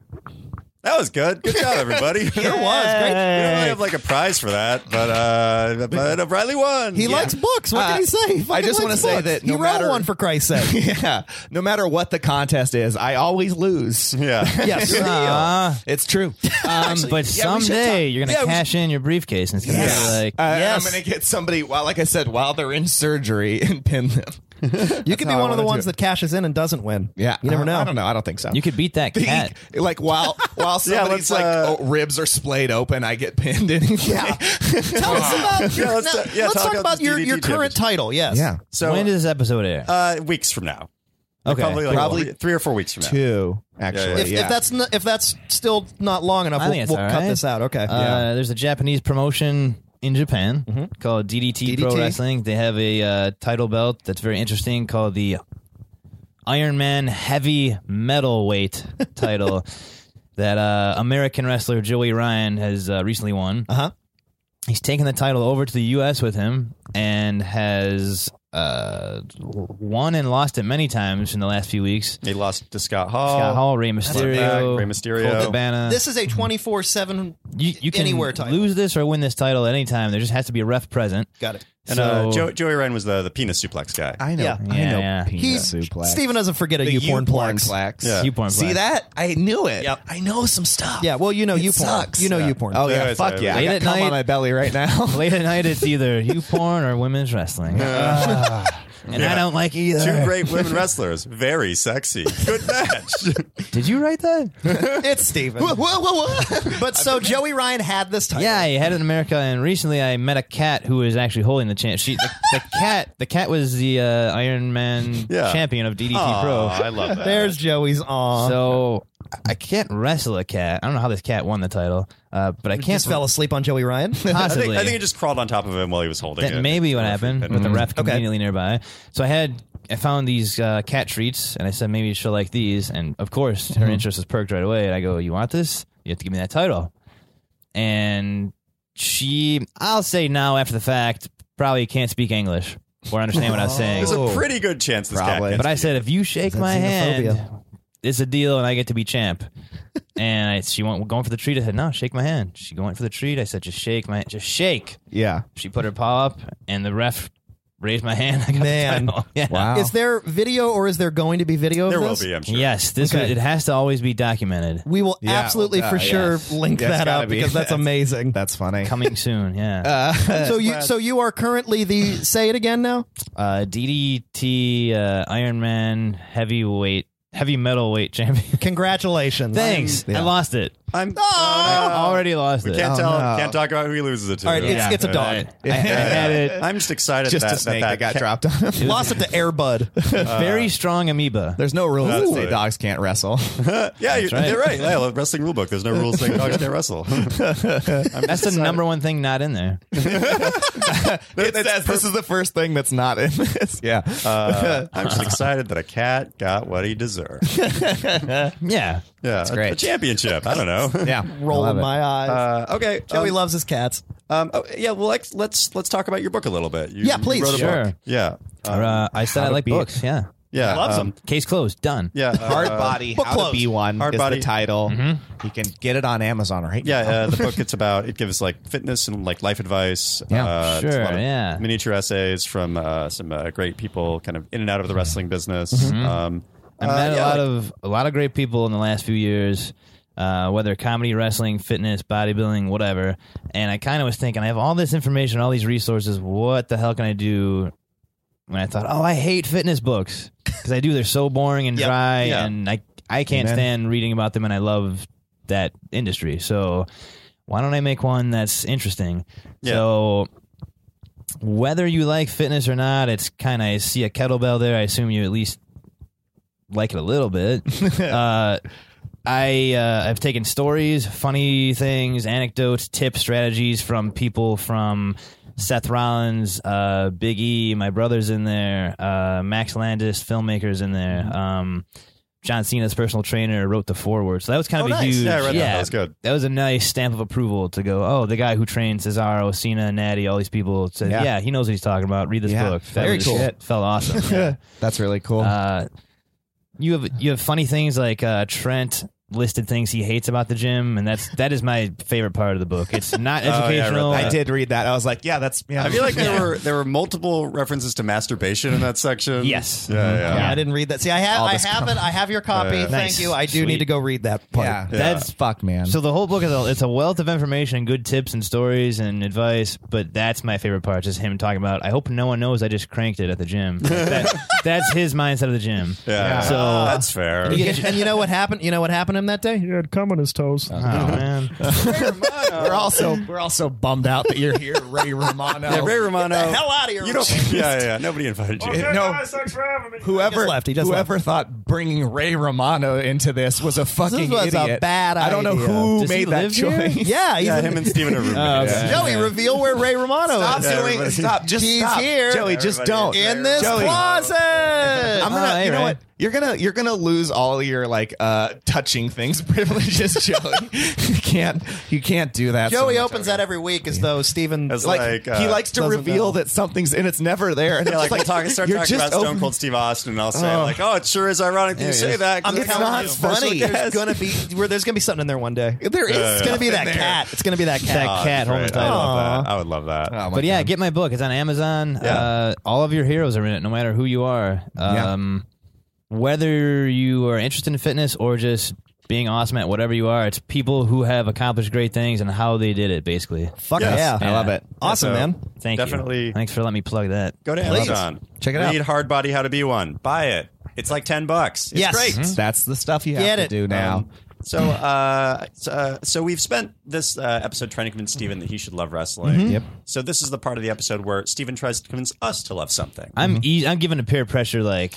[SPEAKER 3] Oh,
[SPEAKER 2] That was good. Good job, everybody. it was great. We don't really have like a prize for that, but uh, but uh, Riley won.
[SPEAKER 3] He
[SPEAKER 2] Yeah.
[SPEAKER 3] likes books. What
[SPEAKER 5] Uh,
[SPEAKER 3] can he say? He
[SPEAKER 5] I
[SPEAKER 3] fucking
[SPEAKER 5] just wanna
[SPEAKER 3] likes
[SPEAKER 5] say
[SPEAKER 3] books.
[SPEAKER 5] that
[SPEAKER 3] he
[SPEAKER 5] no
[SPEAKER 3] wrote
[SPEAKER 5] matter-
[SPEAKER 3] one for Christ's sake.
[SPEAKER 5] Yeah. No matter what the contest is, I always lose.
[SPEAKER 2] Yeah.
[SPEAKER 3] yes.
[SPEAKER 4] Uh,
[SPEAKER 5] It's true.
[SPEAKER 4] um, but
[SPEAKER 5] yeah, we should
[SPEAKER 4] someday
[SPEAKER 5] talk-
[SPEAKER 4] you're gonna
[SPEAKER 5] yeah, we
[SPEAKER 4] cash in your briefcase and it's gonna
[SPEAKER 5] Yes. Uh,
[SPEAKER 4] be like
[SPEAKER 5] I-
[SPEAKER 3] Yes.
[SPEAKER 5] I'm going to get somebody while like I said while they're in surgery and pin them.
[SPEAKER 3] You could be
[SPEAKER 5] how I
[SPEAKER 3] one of the
[SPEAKER 5] wanna do
[SPEAKER 3] ones that
[SPEAKER 5] it.
[SPEAKER 3] cashes in and doesn't win.
[SPEAKER 5] Yeah,
[SPEAKER 3] You never
[SPEAKER 5] I-
[SPEAKER 3] know.
[SPEAKER 5] I don't know. I don't think so.
[SPEAKER 4] You could beat that
[SPEAKER 5] The-
[SPEAKER 4] cat.
[SPEAKER 5] like while while somebody's
[SPEAKER 2] let's,
[SPEAKER 5] like
[SPEAKER 2] uh,
[SPEAKER 5] oh, ribs are splayed open, I get pinned in.
[SPEAKER 3] Yeah. Tell us about your,
[SPEAKER 2] Yeah, let's,
[SPEAKER 3] now,
[SPEAKER 2] uh, yeah,
[SPEAKER 3] let's
[SPEAKER 2] talk
[SPEAKER 3] talk
[SPEAKER 2] about
[SPEAKER 3] about
[SPEAKER 2] this
[SPEAKER 3] your, your
[SPEAKER 2] DDT
[SPEAKER 3] current
[SPEAKER 2] championship.
[SPEAKER 3] title. Yes.
[SPEAKER 5] yeah,
[SPEAKER 2] So
[SPEAKER 4] when does this episode air?
[SPEAKER 2] uh, weeks from now.
[SPEAKER 4] okay.
[SPEAKER 2] Probably like
[SPEAKER 5] Probably
[SPEAKER 2] probably three or four weeks from now.
[SPEAKER 5] two actually.
[SPEAKER 2] Yeah,
[SPEAKER 5] Yeah,
[SPEAKER 3] If, if that's n- if that's still not long enough,
[SPEAKER 4] I think
[SPEAKER 3] we'll,
[SPEAKER 4] it's
[SPEAKER 3] we'll
[SPEAKER 4] all
[SPEAKER 3] cut
[SPEAKER 4] right.
[SPEAKER 3] this out. Okay.
[SPEAKER 4] Uh, There's a Japanese promotion in Japan called DDT, Pro
[SPEAKER 3] DDT.
[SPEAKER 4] Wrestling. They have a uh, title belt that's very interesting called the Iron Man Heavy Metalweight title that uh, American wrestler Joey Ryan has uh, recently won.
[SPEAKER 3] Uh-huh.
[SPEAKER 4] He's taken the title over to the U.S. with him and has uh, won and lost it many times in the last few weeks.
[SPEAKER 2] They lost to Scott Hall.
[SPEAKER 4] Scott Hall, Rey
[SPEAKER 2] back,
[SPEAKER 4] Mysterio,
[SPEAKER 2] Rey Mysterio.
[SPEAKER 4] Colt Cabana.
[SPEAKER 3] this is a twenty four seven
[SPEAKER 4] You, you can
[SPEAKER 3] anywhere title.
[SPEAKER 4] lose this or win this title at any time. There just has to be a ref present.
[SPEAKER 3] Got it.
[SPEAKER 2] And
[SPEAKER 4] so,
[SPEAKER 2] uh, Joe, Joey Ryan was the, the penis suplex guy.
[SPEAKER 5] I know.
[SPEAKER 3] Yeah.
[SPEAKER 5] I
[SPEAKER 4] Yeah,
[SPEAKER 5] know.
[SPEAKER 4] yeah.
[SPEAKER 5] Peanut
[SPEAKER 3] He's
[SPEAKER 5] suplex.
[SPEAKER 3] Steven doesn't forget a
[SPEAKER 5] the
[SPEAKER 3] U porn
[SPEAKER 5] porn
[SPEAKER 3] plex.
[SPEAKER 2] Yeah.
[SPEAKER 4] you porn
[SPEAKER 5] See
[SPEAKER 4] flag.
[SPEAKER 5] that? I knew it.
[SPEAKER 3] Yep.
[SPEAKER 5] I know some stuff.
[SPEAKER 3] Yeah, well, you know
[SPEAKER 5] It
[SPEAKER 3] you porn.
[SPEAKER 5] sucks.
[SPEAKER 3] You know
[SPEAKER 5] Yeah.
[SPEAKER 3] you porn.
[SPEAKER 5] Oh yeah,
[SPEAKER 2] Yeah,
[SPEAKER 5] fuck
[SPEAKER 2] it's-
[SPEAKER 5] yeah.
[SPEAKER 4] Late
[SPEAKER 5] I
[SPEAKER 4] at
[SPEAKER 5] got cum
[SPEAKER 4] night-
[SPEAKER 5] on my belly right now.
[SPEAKER 4] Late at night, it's either you porn or women's wrestling, Ah, and I don't like either.
[SPEAKER 2] Two great women wrestlers. Very sexy. Good match.
[SPEAKER 4] Did you write that?
[SPEAKER 3] it's Steven. but so Joey Ryan had this title.
[SPEAKER 4] yeah, I had it in America, and recently I met a cat who was actually holding the champ. She, the, the cat, the cat was the uh, Iron Man
[SPEAKER 2] Yeah.
[SPEAKER 4] champion of DDT
[SPEAKER 2] Aw, I
[SPEAKER 4] Pro.
[SPEAKER 2] love that.
[SPEAKER 3] There's Joey's on.
[SPEAKER 4] So I can't wrestle a cat. I don't know how this cat won the title, uh, but I can't
[SPEAKER 3] just fell asleep on Joey Ryan.
[SPEAKER 2] I
[SPEAKER 4] possibly.
[SPEAKER 2] think, I think it just crawled on top of him while he was holding
[SPEAKER 4] that
[SPEAKER 2] it. Mm.
[SPEAKER 4] may be what happened with the ref
[SPEAKER 3] Okay.
[SPEAKER 4] conveniently nearby. So I had I found these uh, cat treats and I said maybe she'll like these and of course
[SPEAKER 2] Mm-hmm.
[SPEAKER 4] her interest was perked right away and I go you want this you have to give me that title and she I'll say now after the fact probably can't speak English or understand what I was saying
[SPEAKER 2] Oh. There's a pretty good chance this
[SPEAKER 5] Probably.
[SPEAKER 2] cat
[SPEAKER 4] Oh. but
[SPEAKER 2] gets
[SPEAKER 4] I said if you shake my hand it's a deal and I get to be champ. and I, she went going for the treat. I said, "No, shake my hand." She went for the treat. I said, "Just shake my, just shake."
[SPEAKER 5] yeah.
[SPEAKER 4] She put her paw up, and the ref raised my hand. I got
[SPEAKER 3] Man.
[SPEAKER 4] the title. Yeah.
[SPEAKER 5] Wow.
[SPEAKER 3] Is there video or is there going to be video of
[SPEAKER 2] There will
[SPEAKER 3] this?
[SPEAKER 2] be, I'm sure.
[SPEAKER 4] Yes, this
[SPEAKER 3] Okay.
[SPEAKER 4] it has to always be documented.
[SPEAKER 3] We will
[SPEAKER 5] Yeah,
[SPEAKER 3] absolutely
[SPEAKER 5] well,
[SPEAKER 3] for
[SPEAKER 5] uh,
[SPEAKER 3] sure
[SPEAKER 5] yes.
[SPEAKER 3] link
[SPEAKER 5] Yeah, it's
[SPEAKER 3] that
[SPEAKER 5] gotta
[SPEAKER 3] up
[SPEAKER 5] be.
[SPEAKER 3] because that's amazing.
[SPEAKER 5] That's funny. Uh,
[SPEAKER 4] Coming soon,
[SPEAKER 3] Uh,
[SPEAKER 4] yeah.
[SPEAKER 3] so you so you are currently the say it again now?
[SPEAKER 4] Uh, DDT uh, Iron Man heavyweight heavy metal weight champion.
[SPEAKER 3] Congratulations.
[SPEAKER 4] Thanks, I lost it.
[SPEAKER 2] I'm
[SPEAKER 3] Oh.
[SPEAKER 4] Already lost
[SPEAKER 2] We
[SPEAKER 4] it. Oh.
[SPEAKER 2] can't tell.
[SPEAKER 5] no.
[SPEAKER 2] Can't talk about who he loses it to.
[SPEAKER 3] All right, it's
[SPEAKER 4] Yeah.
[SPEAKER 3] it's a dog.
[SPEAKER 4] I, I had it.
[SPEAKER 2] I'm just excited
[SPEAKER 5] Just
[SPEAKER 2] that,
[SPEAKER 5] a snake
[SPEAKER 2] that, that
[SPEAKER 5] that, got dropped on him.
[SPEAKER 3] Lost it to Airbud.
[SPEAKER 4] Very strong amoeba.
[SPEAKER 5] There's no rule that
[SPEAKER 2] Ooh.
[SPEAKER 5] say dogs can't wrestle.
[SPEAKER 2] Yeah, you're
[SPEAKER 4] right.
[SPEAKER 2] right. They're right. Yeah, the wrestling rule book. There's no rules saying dogs can't wrestle.
[SPEAKER 4] That's the number one thing not in there.
[SPEAKER 5] it says this is the first thing that's not in this. Yeah.
[SPEAKER 2] Uh, I'm just excited that a cat got what he deserved. Yeah,
[SPEAKER 4] Yeah.
[SPEAKER 2] that's
[SPEAKER 5] great.
[SPEAKER 2] A championship. I don't know.
[SPEAKER 5] yeah.
[SPEAKER 3] Rolling my eyes.
[SPEAKER 2] Uh, okay.
[SPEAKER 3] Joey
[SPEAKER 2] um,
[SPEAKER 3] loves his cats.
[SPEAKER 2] Um, oh, yeah, well, let's, let's let's talk about your book a little bit. You,
[SPEAKER 3] Yeah,
[SPEAKER 2] you
[SPEAKER 3] please.
[SPEAKER 2] wrote a
[SPEAKER 4] Sure.
[SPEAKER 2] book. Yeah, um,
[SPEAKER 4] Uh, I said I like books. Yeah.
[SPEAKER 2] yeah,
[SPEAKER 3] Loves
[SPEAKER 2] um,
[SPEAKER 3] them.
[SPEAKER 4] Case closed. Done.
[SPEAKER 2] Yeah, uh,
[SPEAKER 5] Hard body.
[SPEAKER 3] Book
[SPEAKER 5] how
[SPEAKER 3] closed.
[SPEAKER 5] to be one.
[SPEAKER 2] Hard
[SPEAKER 5] is
[SPEAKER 2] Body.
[SPEAKER 5] the title. You can get it on Amazon right
[SPEAKER 2] Yeah,
[SPEAKER 5] now.
[SPEAKER 2] uh, the book it's about it gives like fitness and like life advice.
[SPEAKER 5] Yeah,
[SPEAKER 2] uh, it's a
[SPEAKER 4] sure,
[SPEAKER 2] lot of
[SPEAKER 4] yeah.
[SPEAKER 2] Miniature essays from uh, some uh, great people, kind of in and out of the wrestling business. Um,
[SPEAKER 4] I met a lot of a lot of great people in the last few years, uh, whether comedy, wrestling, fitness, bodybuilding, whatever. And I kind of was thinking, I have all this information, all these resources. What the hell can I do? When I thought, oh, I hate fitness books because I do. They're so boring and
[SPEAKER 3] Yep,
[SPEAKER 4] dry,
[SPEAKER 2] yeah.
[SPEAKER 4] and I I can't
[SPEAKER 5] Amen.
[SPEAKER 4] stand reading about them. And I love that industry, so why don't I make one that's interesting?
[SPEAKER 2] Yeah.
[SPEAKER 4] So whether you like fitness or not, it's kind of I see a kettlebell there. I assume you at least like it a little bit. uh, I uh, I've taken stories, funny things, anecdotes, tips, strategies from people from Seth Rollins, uh, Big E, my brother's in there, uh, Max Landis, filmmakers in there.
[SPEAKER 2] Mm-hmm.
[SPEAKER 4] Um, John Cena's personal trainer wrote the foreword, so that was kind of
[SPEAKER 3] Oh,
[SPEAKER 4] a
[SPEAKER 3] nice.
[SPEAKER 4] huge
[SPEAKER 2] Yeah, I read that. That was good.
[SPEAKER 4] that was a nice stamp of approval to go. Oh, the guy who trained Cesaro, Cena, Natty, all these people said,
[SPEAKER 5] Yeah.
[SPEAKER 4] yeah, he knows what he's talking about. Read this
[SPEAKER 5] Yeah.
[SPEAKER 4] book. That
[SPEAKER 5] Very
[SPEAKER 4] was-
[SPEAKER 5] cool.
[SPEAKER 4] Felt awesome. Yeah.
[SPEAKER 5] That's really cool.
[SPEAKER 4] Uh, you have you have funny things like uh, Trent listed things he hates about the gym, and that's that is my favorite part of the book. It's not
[SPEAKER 5] Oh, yeah, I read
[SPEAKER 4] educational.
[SPEAKER 5] that. I did read that. I was like, yeah, that's yeah.
[SPEAKER 7] I feel like there were there were multiple references to masturbation in that section.
[SPEAKER 4] Yes. Mm-hmm.
[SPEAKER 7] Yeah, yeah.
[SPEAKER 3] I didn't read that. See, I have,
[SPEAKER 4] All
[SPEAKER 3] I
[SPEAKER 4] this
[SPEAKER 3] have
[SPEAKER 4] com-
[SPEAKER 3] it. I have your copy.
[SPEAKER 7] Yeah.
[SPEAKER 3] Thank
[SPEAKER 4] Nice.
[SPEAKER 3] you. I do
[SPEAKER 4] Sweet.
[SPEAKER 3] need to go read that part.
[SPEAKER 5] Yeah.
[SPEAKER 4] That's
[SPEAKER 5] fuck, man.
[SPEAKER 4] So the whole book is a, it's a wealth of information, good tips and stories and advice. But that's my favorite part, just him talking about. I hope no one knows I just cranked it at the gym. Like, that, that's his mindset of the gym.
[SPEAKER 7] Yeah.
[SPEAKER 4] So
[SPEAKER 7] That's fair.
[SPEAKER 3] You get- and you know what happened? You know what happened to him that day?
[SPEAKER 11] He had cum on his toes.
[SPEAKER 4] oh, man.
[SPEAKER 5] we're also we're also bummed out that you're here, Ray Romano.
[SPEAKER 7] Yeah, Ray Romano.
[SPEAKER 3] the hell outta here.
[SPEAKER 7] You don't, yeah, yeah. Nobody invited you.
[SPEAKER 5] Okay. No.
[SPEAKER 11] guys, thanks for having me.
[SPEAKER 5] Whoever
[SPEAKER 3] just left, he just
[SPEAKER 5] whoever thought bringing Ray Romano into this was a fucking
[SPEAKER 3] was a
[SPEAKER 5] idiot.
[SPEAKER 3] bad
[SPEAKER 5] I don't know
[SPEAKER 3] idea.
[SPEAKER 5] who
[SPEAKER 4] Does he
[SPEAKER 5] made that
[SPEAKER 4] live here?
[SPEAKER 5] choice.
[SPEAKER 3] Yeah, he's
[SPEAKER 7] Yeah,
[SPEAKER 3] in-
[SPEAKER 7] him and Steven are roommates.
[SPEAKER 4] okay.
[SPEAKER 7] Yeah.
[SPEAKER 3] Joey, reveal where Ray Romano
[SPEAKER 5] Stop
[SPEAKER 3] is.
[SPEAKER 7] Yeah,
[SPEAKER 5] doing
[SPEAKER 7] everybody-
[SPEAKER 5] stop. Just
[SPEAKER 3] He's
[SPEAKER 5] stop.
[SPEAKER 3] here.
[SPEAKER 5] Joey, just don't.
[SPEAKER 3] in this
[SPEAKER 5] Joey.
[SPEAKER 3] closet.
[SPEAKER 5] I'm gonna
[SPEAKER 4] Oh, hey,
[SPEAKER 5] you know
[SPEAKER 4] Ray.
[SPEAKER 5] what? You're gonna you're gonna lose all your like uh touching things privileges, Joey. you can't you can't do that. so
[SPEAKER 3] Joey
[SPEAKER 5] much,
[SPEAKER 3] opens
[SPEAKER 5] okay?
[SPEAKER 3] that every week as though Steven
[SPEAKER 7] As
[SPEAKER 5] Like,
[SPEAKER 7] Like, uh,
[SPEAKER 5] he likes to
[SPEAKER 3] doesn't
[SPEAKER 5] reveal
[SPEAKER 3] know.
[SPEAKER 5] that something's and it's never there. And
[SPEAKER 7] Yeah,
[SPEAKER 5] it's
[SPEAKER 7] like,
[SPEAKER 5] just
[SPEAKER 7] we'll talk, start
[SPEAKER 5] you're
[SPEAKER 7] talking
[SPEAKER 5] just
[SPEAKER 7] about Stone
[SPEAKER 5] open-
[SPEAKER 7] Cold Steve Austin, and I'll say like, "Oh, it sure is ironic that you say that." 'cause
[SPEAKER 3] I'm
[SPEAKER 7] that's
[SPEAKER 3] telling
[SPEAKER 7] how
[SPEAKER 5] Um, not
[SPEAKER 3] you,
[SPEAKER 5] funny.
[SPEAKER 3] Russell,
[SPEAKER 5] Yes.
[SPEAKER 3] There's gonna be where there's gonna be something in there one day.
[SPEAKER 5] There is
[SPEAKER 3] It's gonna be that
[SPEAKER 5] something there.
[SPEAKER 3] cat. It's gonna be that cat.
[SPEAKER 4] That cat holding the
[SPEAKER 7] I
[SPEAKER 4] title.
[SPEAKER 7] love that. I would love that.
[SPEAKER 5] Oh my
[SPEAKER 4] But yeah,
[SPEAKER 5] God.
[SPEAKER 4] get my book. It's on Amazon.
[SPEAKER 7] Yeah.
[SPEAKER 4] Uh, all of your heroes are in it, no matter who you are.
[SPEAKER 5] Yeah.
[SPEAKER 4] Um, Whether you are interested in fitness or just being awesome at whatever you are, it's people who have accomplished great things and how they did it, basically.
[SPEAKER 3] Fuck
[SPEAKER 7] Yes.
[SPEAKER 3] yeah.
[SPEAKER 4] I love it.
[SPEAKER 3] Awesome,
[SPEAKER 7] So,
[SPEAKER 3] man.
[SPEAKER 4] Thank
[SPEAKER 7] Definitely-
[SPEAKER 4] you. Thanks for letting me plug that.
[SPEAKER 7] Go to
[SPEAKER 3] Please.
[SPEAKER 7] Amazon.
[SPEAKER 5] Check it
[SPEAKER 7] Read
[SPEAKER 5] out.
[SPEAKER 7] Hard Body How to Be One. Buy it. It's like ten bucks. It's
[SPEAKER 3] Yes.
[SPEAKER 7] great.
[SPEAKER 4] Mm-hmm.
[SPEAKER 5] That's the stuff you have
[SPEAKER 3] Get
[SPEAKER 5] to
[SPEAKER 3] it.
[SPEAKER 5] do now.
[SPEAKER 7] Um, so, uh, so, uh, so we've spent this uh, episode trying to convince Steven that he should love wrestling.
[SPEAKER 5] Mm-hmm.
[SPEAKER 7] Yep. So this is the part of the episode where Steven tries to convince us to love something.
[SPEAKER 4] I'm
[SPEAKER 5] Mm-hmm.
[SPEAKER 4] e- I'm giving a peer pressure like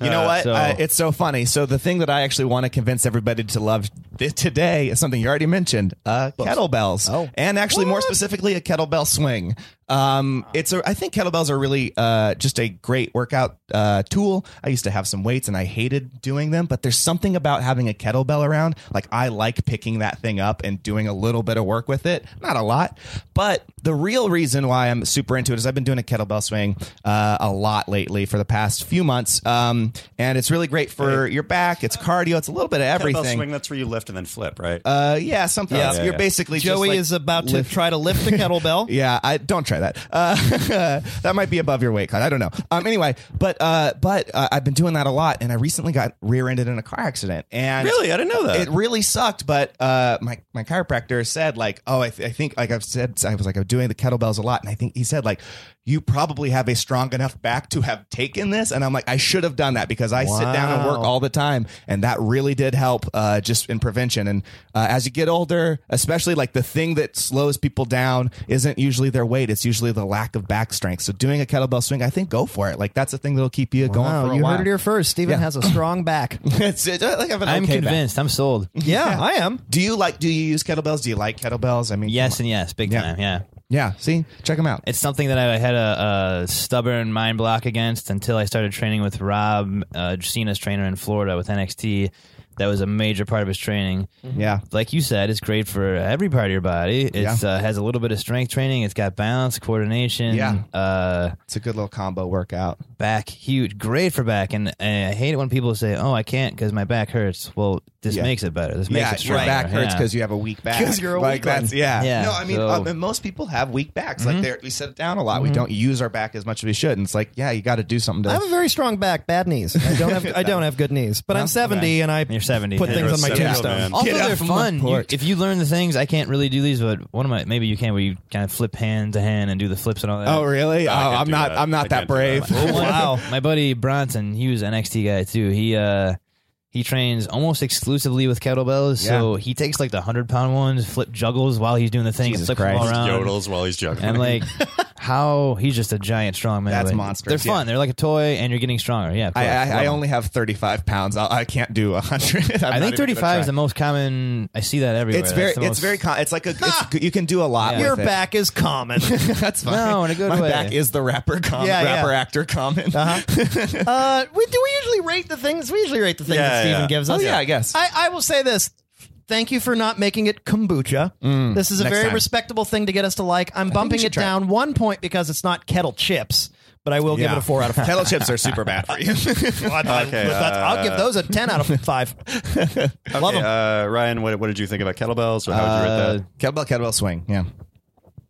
[SPEAKER 5] You know what?
[SPEAKER 4] so-
[SPEAKER 5] uh, it's so funny. So the thing that I actually want to convince everybody to love th- today is something you already mentioned: uh, kettlebells.
[SPEAKER 3] Oh.
[SPEAKER 5] and actually, more specifically, a kettlebell swing. Um, it's a. I think kettlebells are really uh, just a great workout uh, tool. I used to have some weights, and I hated doing them. But there's something about having a kettlebell around. Like I like picking that thing up and doing a little bit of work with it. Not a lot, but the real reason why I'm super into it is I've been doing a kettlebell swing uh, a lot lately for the past few months, um, and it's really great for your back. It's cardio. It's a little bit of
[SPEAKER 7] Kettlebell
[SPEAKER 5] everything.
[SPEAKER 7] swing. That's where you lift and then flip, right?
[SPEAKER 5] Uh, yeah, something.
[SPEAKER 3] Yeah.
[SPEAKER 5] else.
[SPEAKER 3] Yeah,
[SPEAKER 5] You're
[SPEAKER 7] yeah.
[SPEAKER 5] basically just,
[SPEAKER 3] Joey
[SPEAKER 5] like,
[SPEAKER 3] is about
[SPEAKER 5] lift-
[SPEAKER 3] to try to lift the kettlebell.
[SPEAKER 5] yeah, I don't try that. Uh, that might be above your weight class. I don't know. Um, anyway, but uh, but uh, I've been doing that a lot, and I recently got rear-ended in a car accident. And
[SPEAKER 7] Really? I didn't know that.
[SPEAKER 5] It really sucked. But uh, my my chiropractor said like, oh, I, th- I think like I've said, I was like I'm doing the kettlebells a lot, and I think he said like, you probably have a strong enough back to have taken this. And I'm like, I should have done that because I sit down and work
[SPEAKER 3] Wow.
[SPEAKER 5] all all the time and that really did help uh, just in prevention and uh, as you get older especially like the thing that slows people down isn't usually their weight it's usually the lack of back strength so doing a kettlebell swing i think go for it like that's the thing that'll keep you going
[SPEAKER 3] Wow,
[SPEAKER 5] for a
[SPEAKER 3] you
[SPEAKER 5] while
[SPEAKER 3] heard it here first. Steven
[SPEAKER 5] Yeah.
[SPEAKER 3] has a strong back.
[SPEAKER 5] it's, it's like I have an
[SPEAKER 4] I'm
[SPEAKER 5] okay back.
[SPEAKER 4] convinced. I'm sold.
[SPEAKER 3] Yeah, I am.
[SPEAKER 5] do you like do you use kettlebells do you like kettlebells i mean
[SPEAKER 4] Yes
[SPEAKER 5] come
[SPEAKER 4] and yes, big
[SPEAKER 5] Yeah.
[SPEAKER 4] time. Yeah.
[SPEAKER 5] on. yeah see check them out
[SPEAKER 4] It's something that I had a, a stubborn mind block against until I started training with Rob uh, Cena's trainer in Florida with NXT. That was a major part of his training.
[SPEAKER 5] yeah
[SPEAKER 4] Like you said, it's great for every part of your body. It's uh, has a little bit of strength training. It's got balance, coordination.
[SPEAKER 5] Yeah.
[SPEAKER 4] Uh,
[SPEAKER 5] it's a good little combo workout
[SPEAKER 4] back huge great for back and uh, i hate it when people say oh i can't because my back hurts well this
[SPEAKER 5] Yeah.
[SPEAKER 4] makes it better this
[SPEAKER 5] yeah,
[SPEAKER 4] makes it
[SPEAKER 5] your
[SPEAKER 4] stronger.
[SPEAKER 5] back hurts
[SPEAKER 4] Yeah.
[SPEAKER 5] because you have a weak back.
[SPEAKER 3] 'Cause you're a
[SPEAKER 5] like
[SPEAKER 3] weak
[SPEAKER 5] that's
[SPEAKER 3] one.
[SPEAKER 5] yeah. Mm-hmm.
[SPEAKER 4] Yeah,
[SPEAKER 5] No, I mean,
[SPEAKER 4] so-
[SPEAKER 5] um, and most people have weak backs. Like they're, we sit it down a lot. We don't use our back as much as we should. And it's like, yeah, you got to do something to.
[SPEAKER 3] I have a very strong back, bad knees. I don't have I don't have good knees, but I'm 70 and I
[SPEAKER 4] You're 70.
[SPEAKER 3] put
[SPEAKER 4] Yeah,
[SPEAKER 3] things
[SPEAKER 7] you're
[SPEAKER 3] on my
[SPEAKER 7] 70,
[SPEAKER 3] tombstone.
[SPEAKER 7] man.
[SPEAKER 4] also
[SPEAKER 5] Get out
[SPEAKER 4] they're
[SPEAKER 5] from my
[SPEAKER 4] fun You-
[SPEAKER 5] porch.
[SPEAKER 4] if you learn the things i can't really do these but one of my maybe you can where you kind of flip hand to hand and do the flips and all that
[SPEAKER 5] oh, really?
[SPEAKER 7] I
[SPEAKER 5] oh,
[SPEAKER 7] can't
[SPEAKER 5] I'm
[SPEAKER 7] do
[SPEAKER 5] not.
[SPEAKER 7] that.
[SPEAKER 5] I'm not
[SPEAKER 7] I
[SPEAKER 5] that
[SPEAKER 7] can't do
[SPEAKER 5] brave.
[SPEAKER 7] that.
[SPEAKER 4] wow my buddy bronson he was nxt guy too he uh he trains almost exclusively with kettlebells, so he takes like the hundred pound ones, flip juggles while he's doing the thing,
[SPEAKER 5] Jesus
[SPEAKER 4] and flips them all
[SPEAKER 5] Christ.
[SPEAKER 4] around.
[SPEAKER 7] Yodels while he's juggling.
[SPEAKER 4] and like how he's just a giant strong man.
[SPEAKER 5] That's
[SPEAKER 4] Like,
[SPEAKER 5] monstrous,
[SPEAKER 4] They're
[SPEAKER 5] yeah.
[SPEAKER 4] fun. They're like a toy, and you're getting stronger. Yeah, of
[SPEAKER 5] I,
[SPEAKER 4] course. Love
[SPEAKER 5] I, I
[SPEAKER 4] 'em.
[SPEAKER 5] only have 35 pounds. I, I can't do 100.
[SPEAKER 4] I
[SPEAKER 5] I'm not
[SPEAKER 4] think
[SPEAKER 5] even gonna
[SPEAKER 4] 35 is
[SPEAKER 5] try.
[SPEAKER 4] the most common. I see that everywhere.
[SPEAKER 5] It's
[SPEAKER 4] That's
[SPEAKER 5] very.
[SPEAKER 4] the
[SPEAKER 5] It's
[SPEAKER 4] most-
[SPEAKER 5] very. Con- it's like a. It's, you can do a lot.
[SPEAKER 4] Yeah.
[SPEAKER 5] with
[SPEAKER 3] Your
[SPEAKER 5] it.
[SPEAKER 3] back is common.
[SPEAKER 5] That's fine.
[SPEAKER 4] No, in a good
[SPEAKER 5] My
[SPEAKER 4] way.
[SPEAKER 5] back is the rapper comment.
[SPEAKER 3] Yeah, yeah.
[SPEAKER 5] rapper actor comment.
[SPEAKER 3] uh, we do we usually rate the things we usually rate the things
[SPEAKER 7] Yeah,
[SPEAKER 3] that Steven
[SPEAKER 7] yeah.
[SPEAKER 3] gives
[SPEAKER 5] Oh,
[SPEAKER 3] us.
[SPEAKER 5] yeah, I guess.
[SPEAKER 3] I, I will say this. Thank you for not making it kombucha. this is a
[SPEAKER 5] Mm. next
[SPEAKER 3] very
[SPEAKER 5] time.
[SPEAKER 3] respectable thing to get us to like. I'm bumping
[SPEAKER 5] should
[SPEAKER 3] it
[SPEAKER 5] try it.
[SPEAKER 3] down one point because it's not kettle chips, but I will give
[SPEAKER 5] Yeah.
[SPEAKER 3] it a four out of five.
[SPEAKER 5] Kettle chips are super bad for you.
[SPEAKER 2] Okay,
[SPEAKER 3] That's- I'll give
[SPEAKER 2] uh,
[SPEAKER 3] those a ten out of five. Love
[SPEAKER 2] Okay,
[SPEAKER 3] them.
[SPEAKER 2] uh, Ryan, what, what did you think about kettlebells? Or how would you rate that?
[SPEAKER 5] kettlebell, kettlebell swing. Yeah.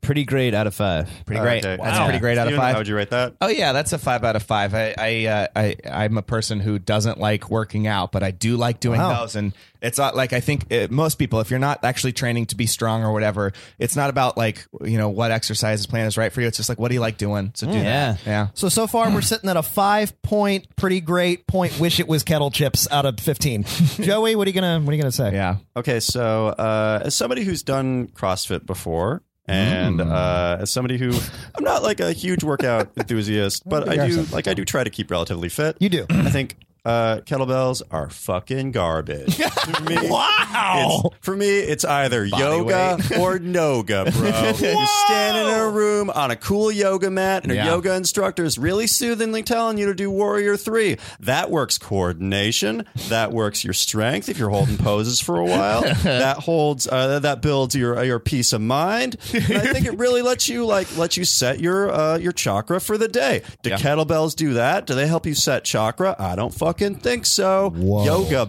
[SPEAKER 4] Pretty great out of five.
[SPEAKER 5] Pretty great.
[SPEAKER 2] Okay.
[SPEAKER 5] That's pretty great out of
[SPEAKER 2] Steven,
[SPEAKER 5] five.
[SPEAKER 2] How would you rate that?
[SPEAKER 5] Oh yeah, that's a five out of five. I I, uh, I I'm a person who doesn't like working out, but I do like doing
[SPEAKER 3] Wow.
[SPEAKER 5] those. And it's not like I think uh most people, if you're not actually training to be strong or whatever, it's not about like you know what exercise plan is right for you. It's just like what do you like doing? So do
[SPEAKER 4] yeah.
[SPEAKER 5] that. Yeah.
[SPEAKER 3] so so far we're sitting at a five point, pretty great point. Wish it was kettle chips out of fifteen. Joey, what are you gonna what are you gonna say?
[SPEAKER 5] Yeah.
[SPEAKER 2] Okay, so uh, as somebody who's done CrossFit before, and uh, as somebody who I'm not like a huge workout enthusiast, but I do like I do try to keep relatively fit.
[SPEAKER 3] You do.
[SPEAKER 2] I think uh, kettlebells are fucking garbage. to me, wow. for me, it's either yoga or noga, bro. you stand in a room on a cool yoga mat, and
[SPEAKER 5] Yeah.
[SPEAKER 2] a yoga instructor is really soothingly telling you to do Warrior Three. That works coordination. That works your strength if you're holding poses for a while. that holds. Uh, that builds your your peace of mind. And I think it really lets you like lets you set your uh, your chakra for the day. Do kettlebells do that? Do they help you set chakra? I don't fucking think so. Yoga,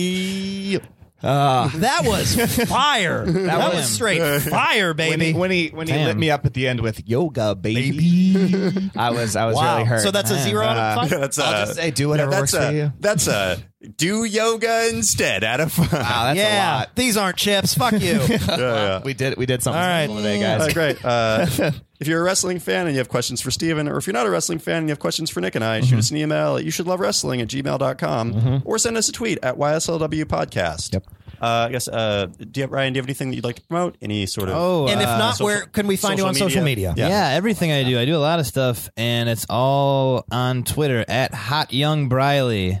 [SPEAKER 2] baby.
[SPEAKER 3] That was fire. That, was straight fire,
[SPEAKER 5] When
[SPEAKER 3] baby.
[SPEAKER 5] he when he when he
[SPEAKER 4] Damn.
[SPEAKER 5] lit me up at the end with yoga baby, I was I was
[SPEAKER 3] wow.
[SPEAKER 5] really hurt. Uh,
[SPEAKER 3] so that's a zero out of five.
[SPEAKER 2] That's
[SPEAKER 5] I'll
[SPEAKER 2] a-
[SPEAKER 5] just say do whatever
[SPEAKER 2] yeah,
[SPEAKER 5] works
[SPEAKER 2] that's a,
[SPEAKER 5] for you.
[SPEAKER 2] That's a do yoga instead out of fun.
[SPEAKER 5] Wow, that's
[SPEAKER 3] yeah,
[SPEAKER 5] a lot.
[SPEAKER 3] uh, these aren't chips. Fuck you.
[SPEAKER 5] We did we did something
[SPEAKER 3] All right.
[SPEAKER 5] special today, guys.
[SPEAKER 2] Uh, great. Uh, if you're a wrestling fan and you have questions for Steven, or if you're not a wrestling fan and you have questions for Nick and I, shoot us an email at you should love wrestling at gmail.com or send us a tweet at YSLW podcast. Yep. Uh, I guess, uh, do you have, Ryan, do you have anything that you'd like to promote? Any sort of.
[SPEAKER 4] Oh,
[SPEAKER 3] and if
[SPEAKER 4] uh,
[SPEAKER 3] not,
[SPEAKER 2] social-
[SPEAKER 3] where can we find you on social media?
[SPEAKER 4] Yeah. everything I do, I do a lot of stuff, and it's all on Twitter at Hot Young Briley.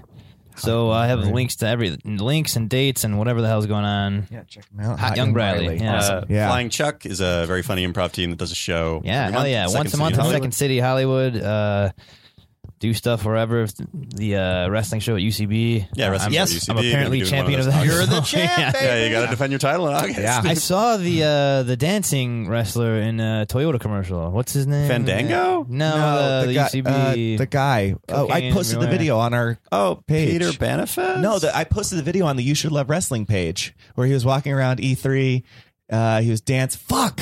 [SPEAKER 4] So I have links to every links and dates and whatever the hell's going on.
[SPEAKER 5] Yeah, check him out.
[SPEAKER 4] Hot, Young, Briley. Yeah.
[SPEAKER 2] Uh,
[SPEAKER 5] Yeah.
[SPEAKER 2] Flying Chuck is a very funny improv team that does a show.
[SPEAKER 4] Yeah,
[SPEAKER 2] every
[SPEAKER 4] hell
[SPEAKER 2] month,
[SPEAKER 4] yeah!
[SPEAKER 2] Second
[SPEAKER 4] Once a
[SPEAKER 2] City
[SPEAKER 4] month in
[SPEAKER 2] Hollywood.
[SPEAKER 4] Second City, Hollywood. Uh, do stuff wherever. If The uh, wrestling show at UCB.
[SPEAKER 2] Yeah, wrestling
[SPEAKER 4] Uh, I'm,
[SPEAKER 2] show at
[SPEAKER 4] I'm
[SPEAKER 2] UCB.
[SPEAKER 4] apparently
[SPEAKER 2] We're doing one
[SPEAKER 4] champion
[SPEAKER 2] of
[SPEAKER 4] of
[SPEAKER 2] those
[SPEAKER 4] that.
[SPEAKER 2] You're
[SPEAKER 3] the
[SPEAKER 4] So,
[SPEAKER 3] champ,
[SPEAKER 4] yeah.
[SPEAKER 3] baby.
[SPEAKER 2] Yeah, you got to defend your title in August.
[SPEAKER 5] Yeah.
[SPEAKER 4] I saw the uh, the dancing wrestler in a Toyota commercial. What's his name?
[SPEAKER 2] Fandango?
[SPEAKER 4] No, the, the
[SPEAKER 5] guy,
[SPEAKER 4] UCB.
[SPEAKER 5] uh, the guy. Oh, I
[SPEAKER 4] Cocaine
[SPEAKER 5] posted the
[SPEAKER 4] everywhere.
[SPEAKER 5] video on our
[SPEAKER 2] Oh,
[SPEAKER 5] page.
[SPEAKER 2] Peter Benefit?
[SPEAKER 5] No, the, I posted the video on the You Should Love Wrestling page where he was walking around E3. Uh, he was dance. Fuck.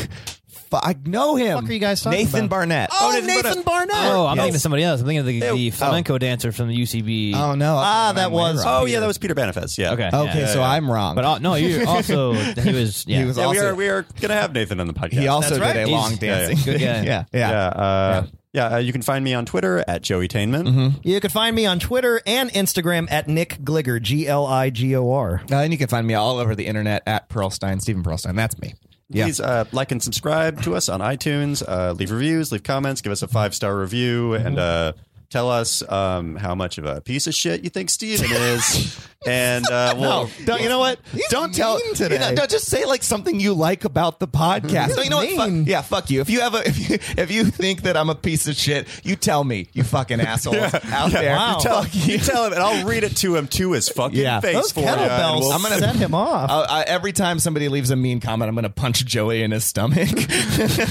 [SPEAKER 5] Fu- I know him.
[SPEAKER 3] Fuck are you guys talking
[SPEAKER 5] Nathan
[SPEAKER 3] about?
[SPEAKER 5] Barnett.
[SPEAKER 3] Oh, Nathan Barnett.
[SPEAKER 4] Oh, I'm
[SPEAKER 5] Yes.
[SPEAKER 4] thinking of somebody else. I'm thinking of the, the
[SPEAKER 5] oh.
[SPEAKER 4] flamenco dancer from the UCB.
[SPEAKER 5] Oh no.
[SPEAKER 3] Ah, that
[SPEAKER 5] I'm way
[SPEAKER 3] was-
[SPEAKER 5] wrong.
[SPEAKER 2] Oh, yeah, that was Peter Benefits. Yeah.
[SPEAKER 4] okay.
[SPEAKER 5] Okay,
[SPEAKER 4] yeah.
[SPEAKER 5] so I'm wrong.
[SPEAKER 4] But uh, no, you also he was. Yeah.
[SPEAKER 5] he was
[SPEAKER 2] Yeah, we
[SPEAKER 5] also.
[SPEAKER 2] are we are gonna have Nathan on the podcast.
[SPEAKER 5] he also did
[SPEAKER 3] right.
[SPEAKER 5] a
[SPEAKER 4] He's-
[SPEAKER 5] long
[SPEAKER 4] yeah, yeah.
[SPEAKER 5] dancing.
[SPEAKER 4] Good guy.
[SPEAKER 5] yeah, yeah.
[SPEAKER 2] yeah yeah. Uh, yeah uh, you can find me on Twitter at Joey Tainman.
[SPEAKER 5] Mm-hmm.
[SPEAKER 3] You can find me on Twitter and Instagram at Nick Gligor, G L I G O R.
[SPEAKER 5] Uh, and you can find me all over the internet at Pearlstein, Stephen Pearlstein. That's me. Yeah.
[SPEAKER 2] Please uh, like and subscribe to us on iTunes. Uh, leave reviews, leave comments, give us a five star review, and uh, tell us um, how much of a piece of shit you think Steven is. and uh, we'll
[SPEAKER 5] Don't, you know what? don't tell.
[SPEAKER 3] mean today.
[SPEAKER 5] You know, don't just say like something you like about the podcast. No, you know what?
[SPEAKER 3] mean.
[SPEAKER 5] Fuck, yeah, fuck you. If you have a, if you, if you think that I'm a piece of shit, you tell me. You fucking assholes out there.
[SPEAKER 3] Wow.
[SPEAKER 5] You
[SPEAKER 2] tell,
[SPEAKER 5] tell-
[SPEAKER 2] you tell him, and I'll read it to him to his fucking
[SPEAKER 5] Yeah.
[SPEAKER 2] face.
[SPEAKER 3] Those
[SPEAKER 2] for you, and
[SPEAKER 3] kettlebells
[SPEAKER 2] we'll-
[SPEAKER 3] I'm gonna, set him off.
[SPEAKER 5] I'll- I- Uh, every time somebody leaves a mean comment, I'm gonna punch Joey in his stomach.
[SPEAKER 2] and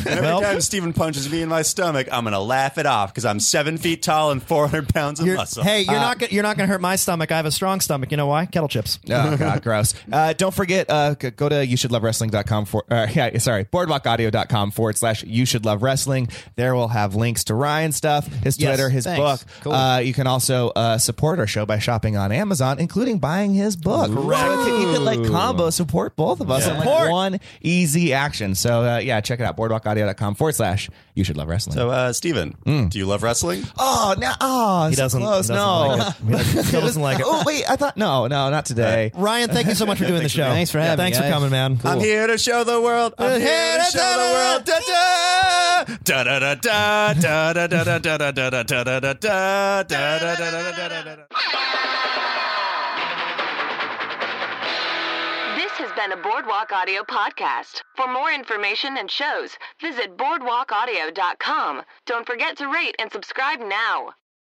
[SPEAKER 2] every time Steven punches me in my stomach, I'm gonna laugh it off because I'm seven feet tall and 400 pounds of
[SPEAKER 3] You're-
[SPEAKER 2] muscle.
[SPEAKER 3] hey, you're not gonna, you're not going to hurt my stomach. I have a strong stomach. You know why? Kettle chips.
[SPEAKER 5] oh god, gross. Uh, don't forget, uh, g- go to you should love wrestling.com for uh, yeah, sorry, boardwalkaudio.com forward slash you should love wrestling. There we'll have links to Ryan's stuff, his
[SPEAKER 3] Yes,
[SPEAKER 5] Twitter, his
[SPEAKER 4] thanks.
[SPEAKER 5] book.
[SPEAKER 4] Cool.
[SPEAKER 5] Uh, you can also uh, support our show by shopping on Amazon, including buying his book. So it can- you can like combo support both of us in like, one easy action. So uh, yeah, check it out, boardwalkaudio.com forward slash you should love wrestling.
[SPEAKER 2] So, uh, Steven, do you love wrestling?
[SPEAKER 5] oh no, oh
[SPEAKER 3] He
[SPEAKER 5] so
[SPEAKER 3] doesn't,
[SPEAKER 5] close,
[SPEAKER 3] he doesn't
[SPEAKER 5] no.
[SPEAKER 3] like it. He doesn't- still doesn't like it.
[SPEAKER 5] Oh wait, I thought no, no, not today.
[SPEAKER 3] Ryan, thank you so much for doing the show.
[SPEAKER 4] Thanks for having me,
[SPEAKER 3] Thanks for
[SPEAKER 4] guys.
[SPEAKER 3] coming, man.
[SPEAKER 2] I'm here to show the world. I'm here to show the world. Da da da da da da da da da da da da da da da da da da da da da da.
[SPEAKER 1] This has been a Boardwalk Audio podcast. For more information and shows, visit boardwalkaudio.com. Don't forget to rate and subscribe now.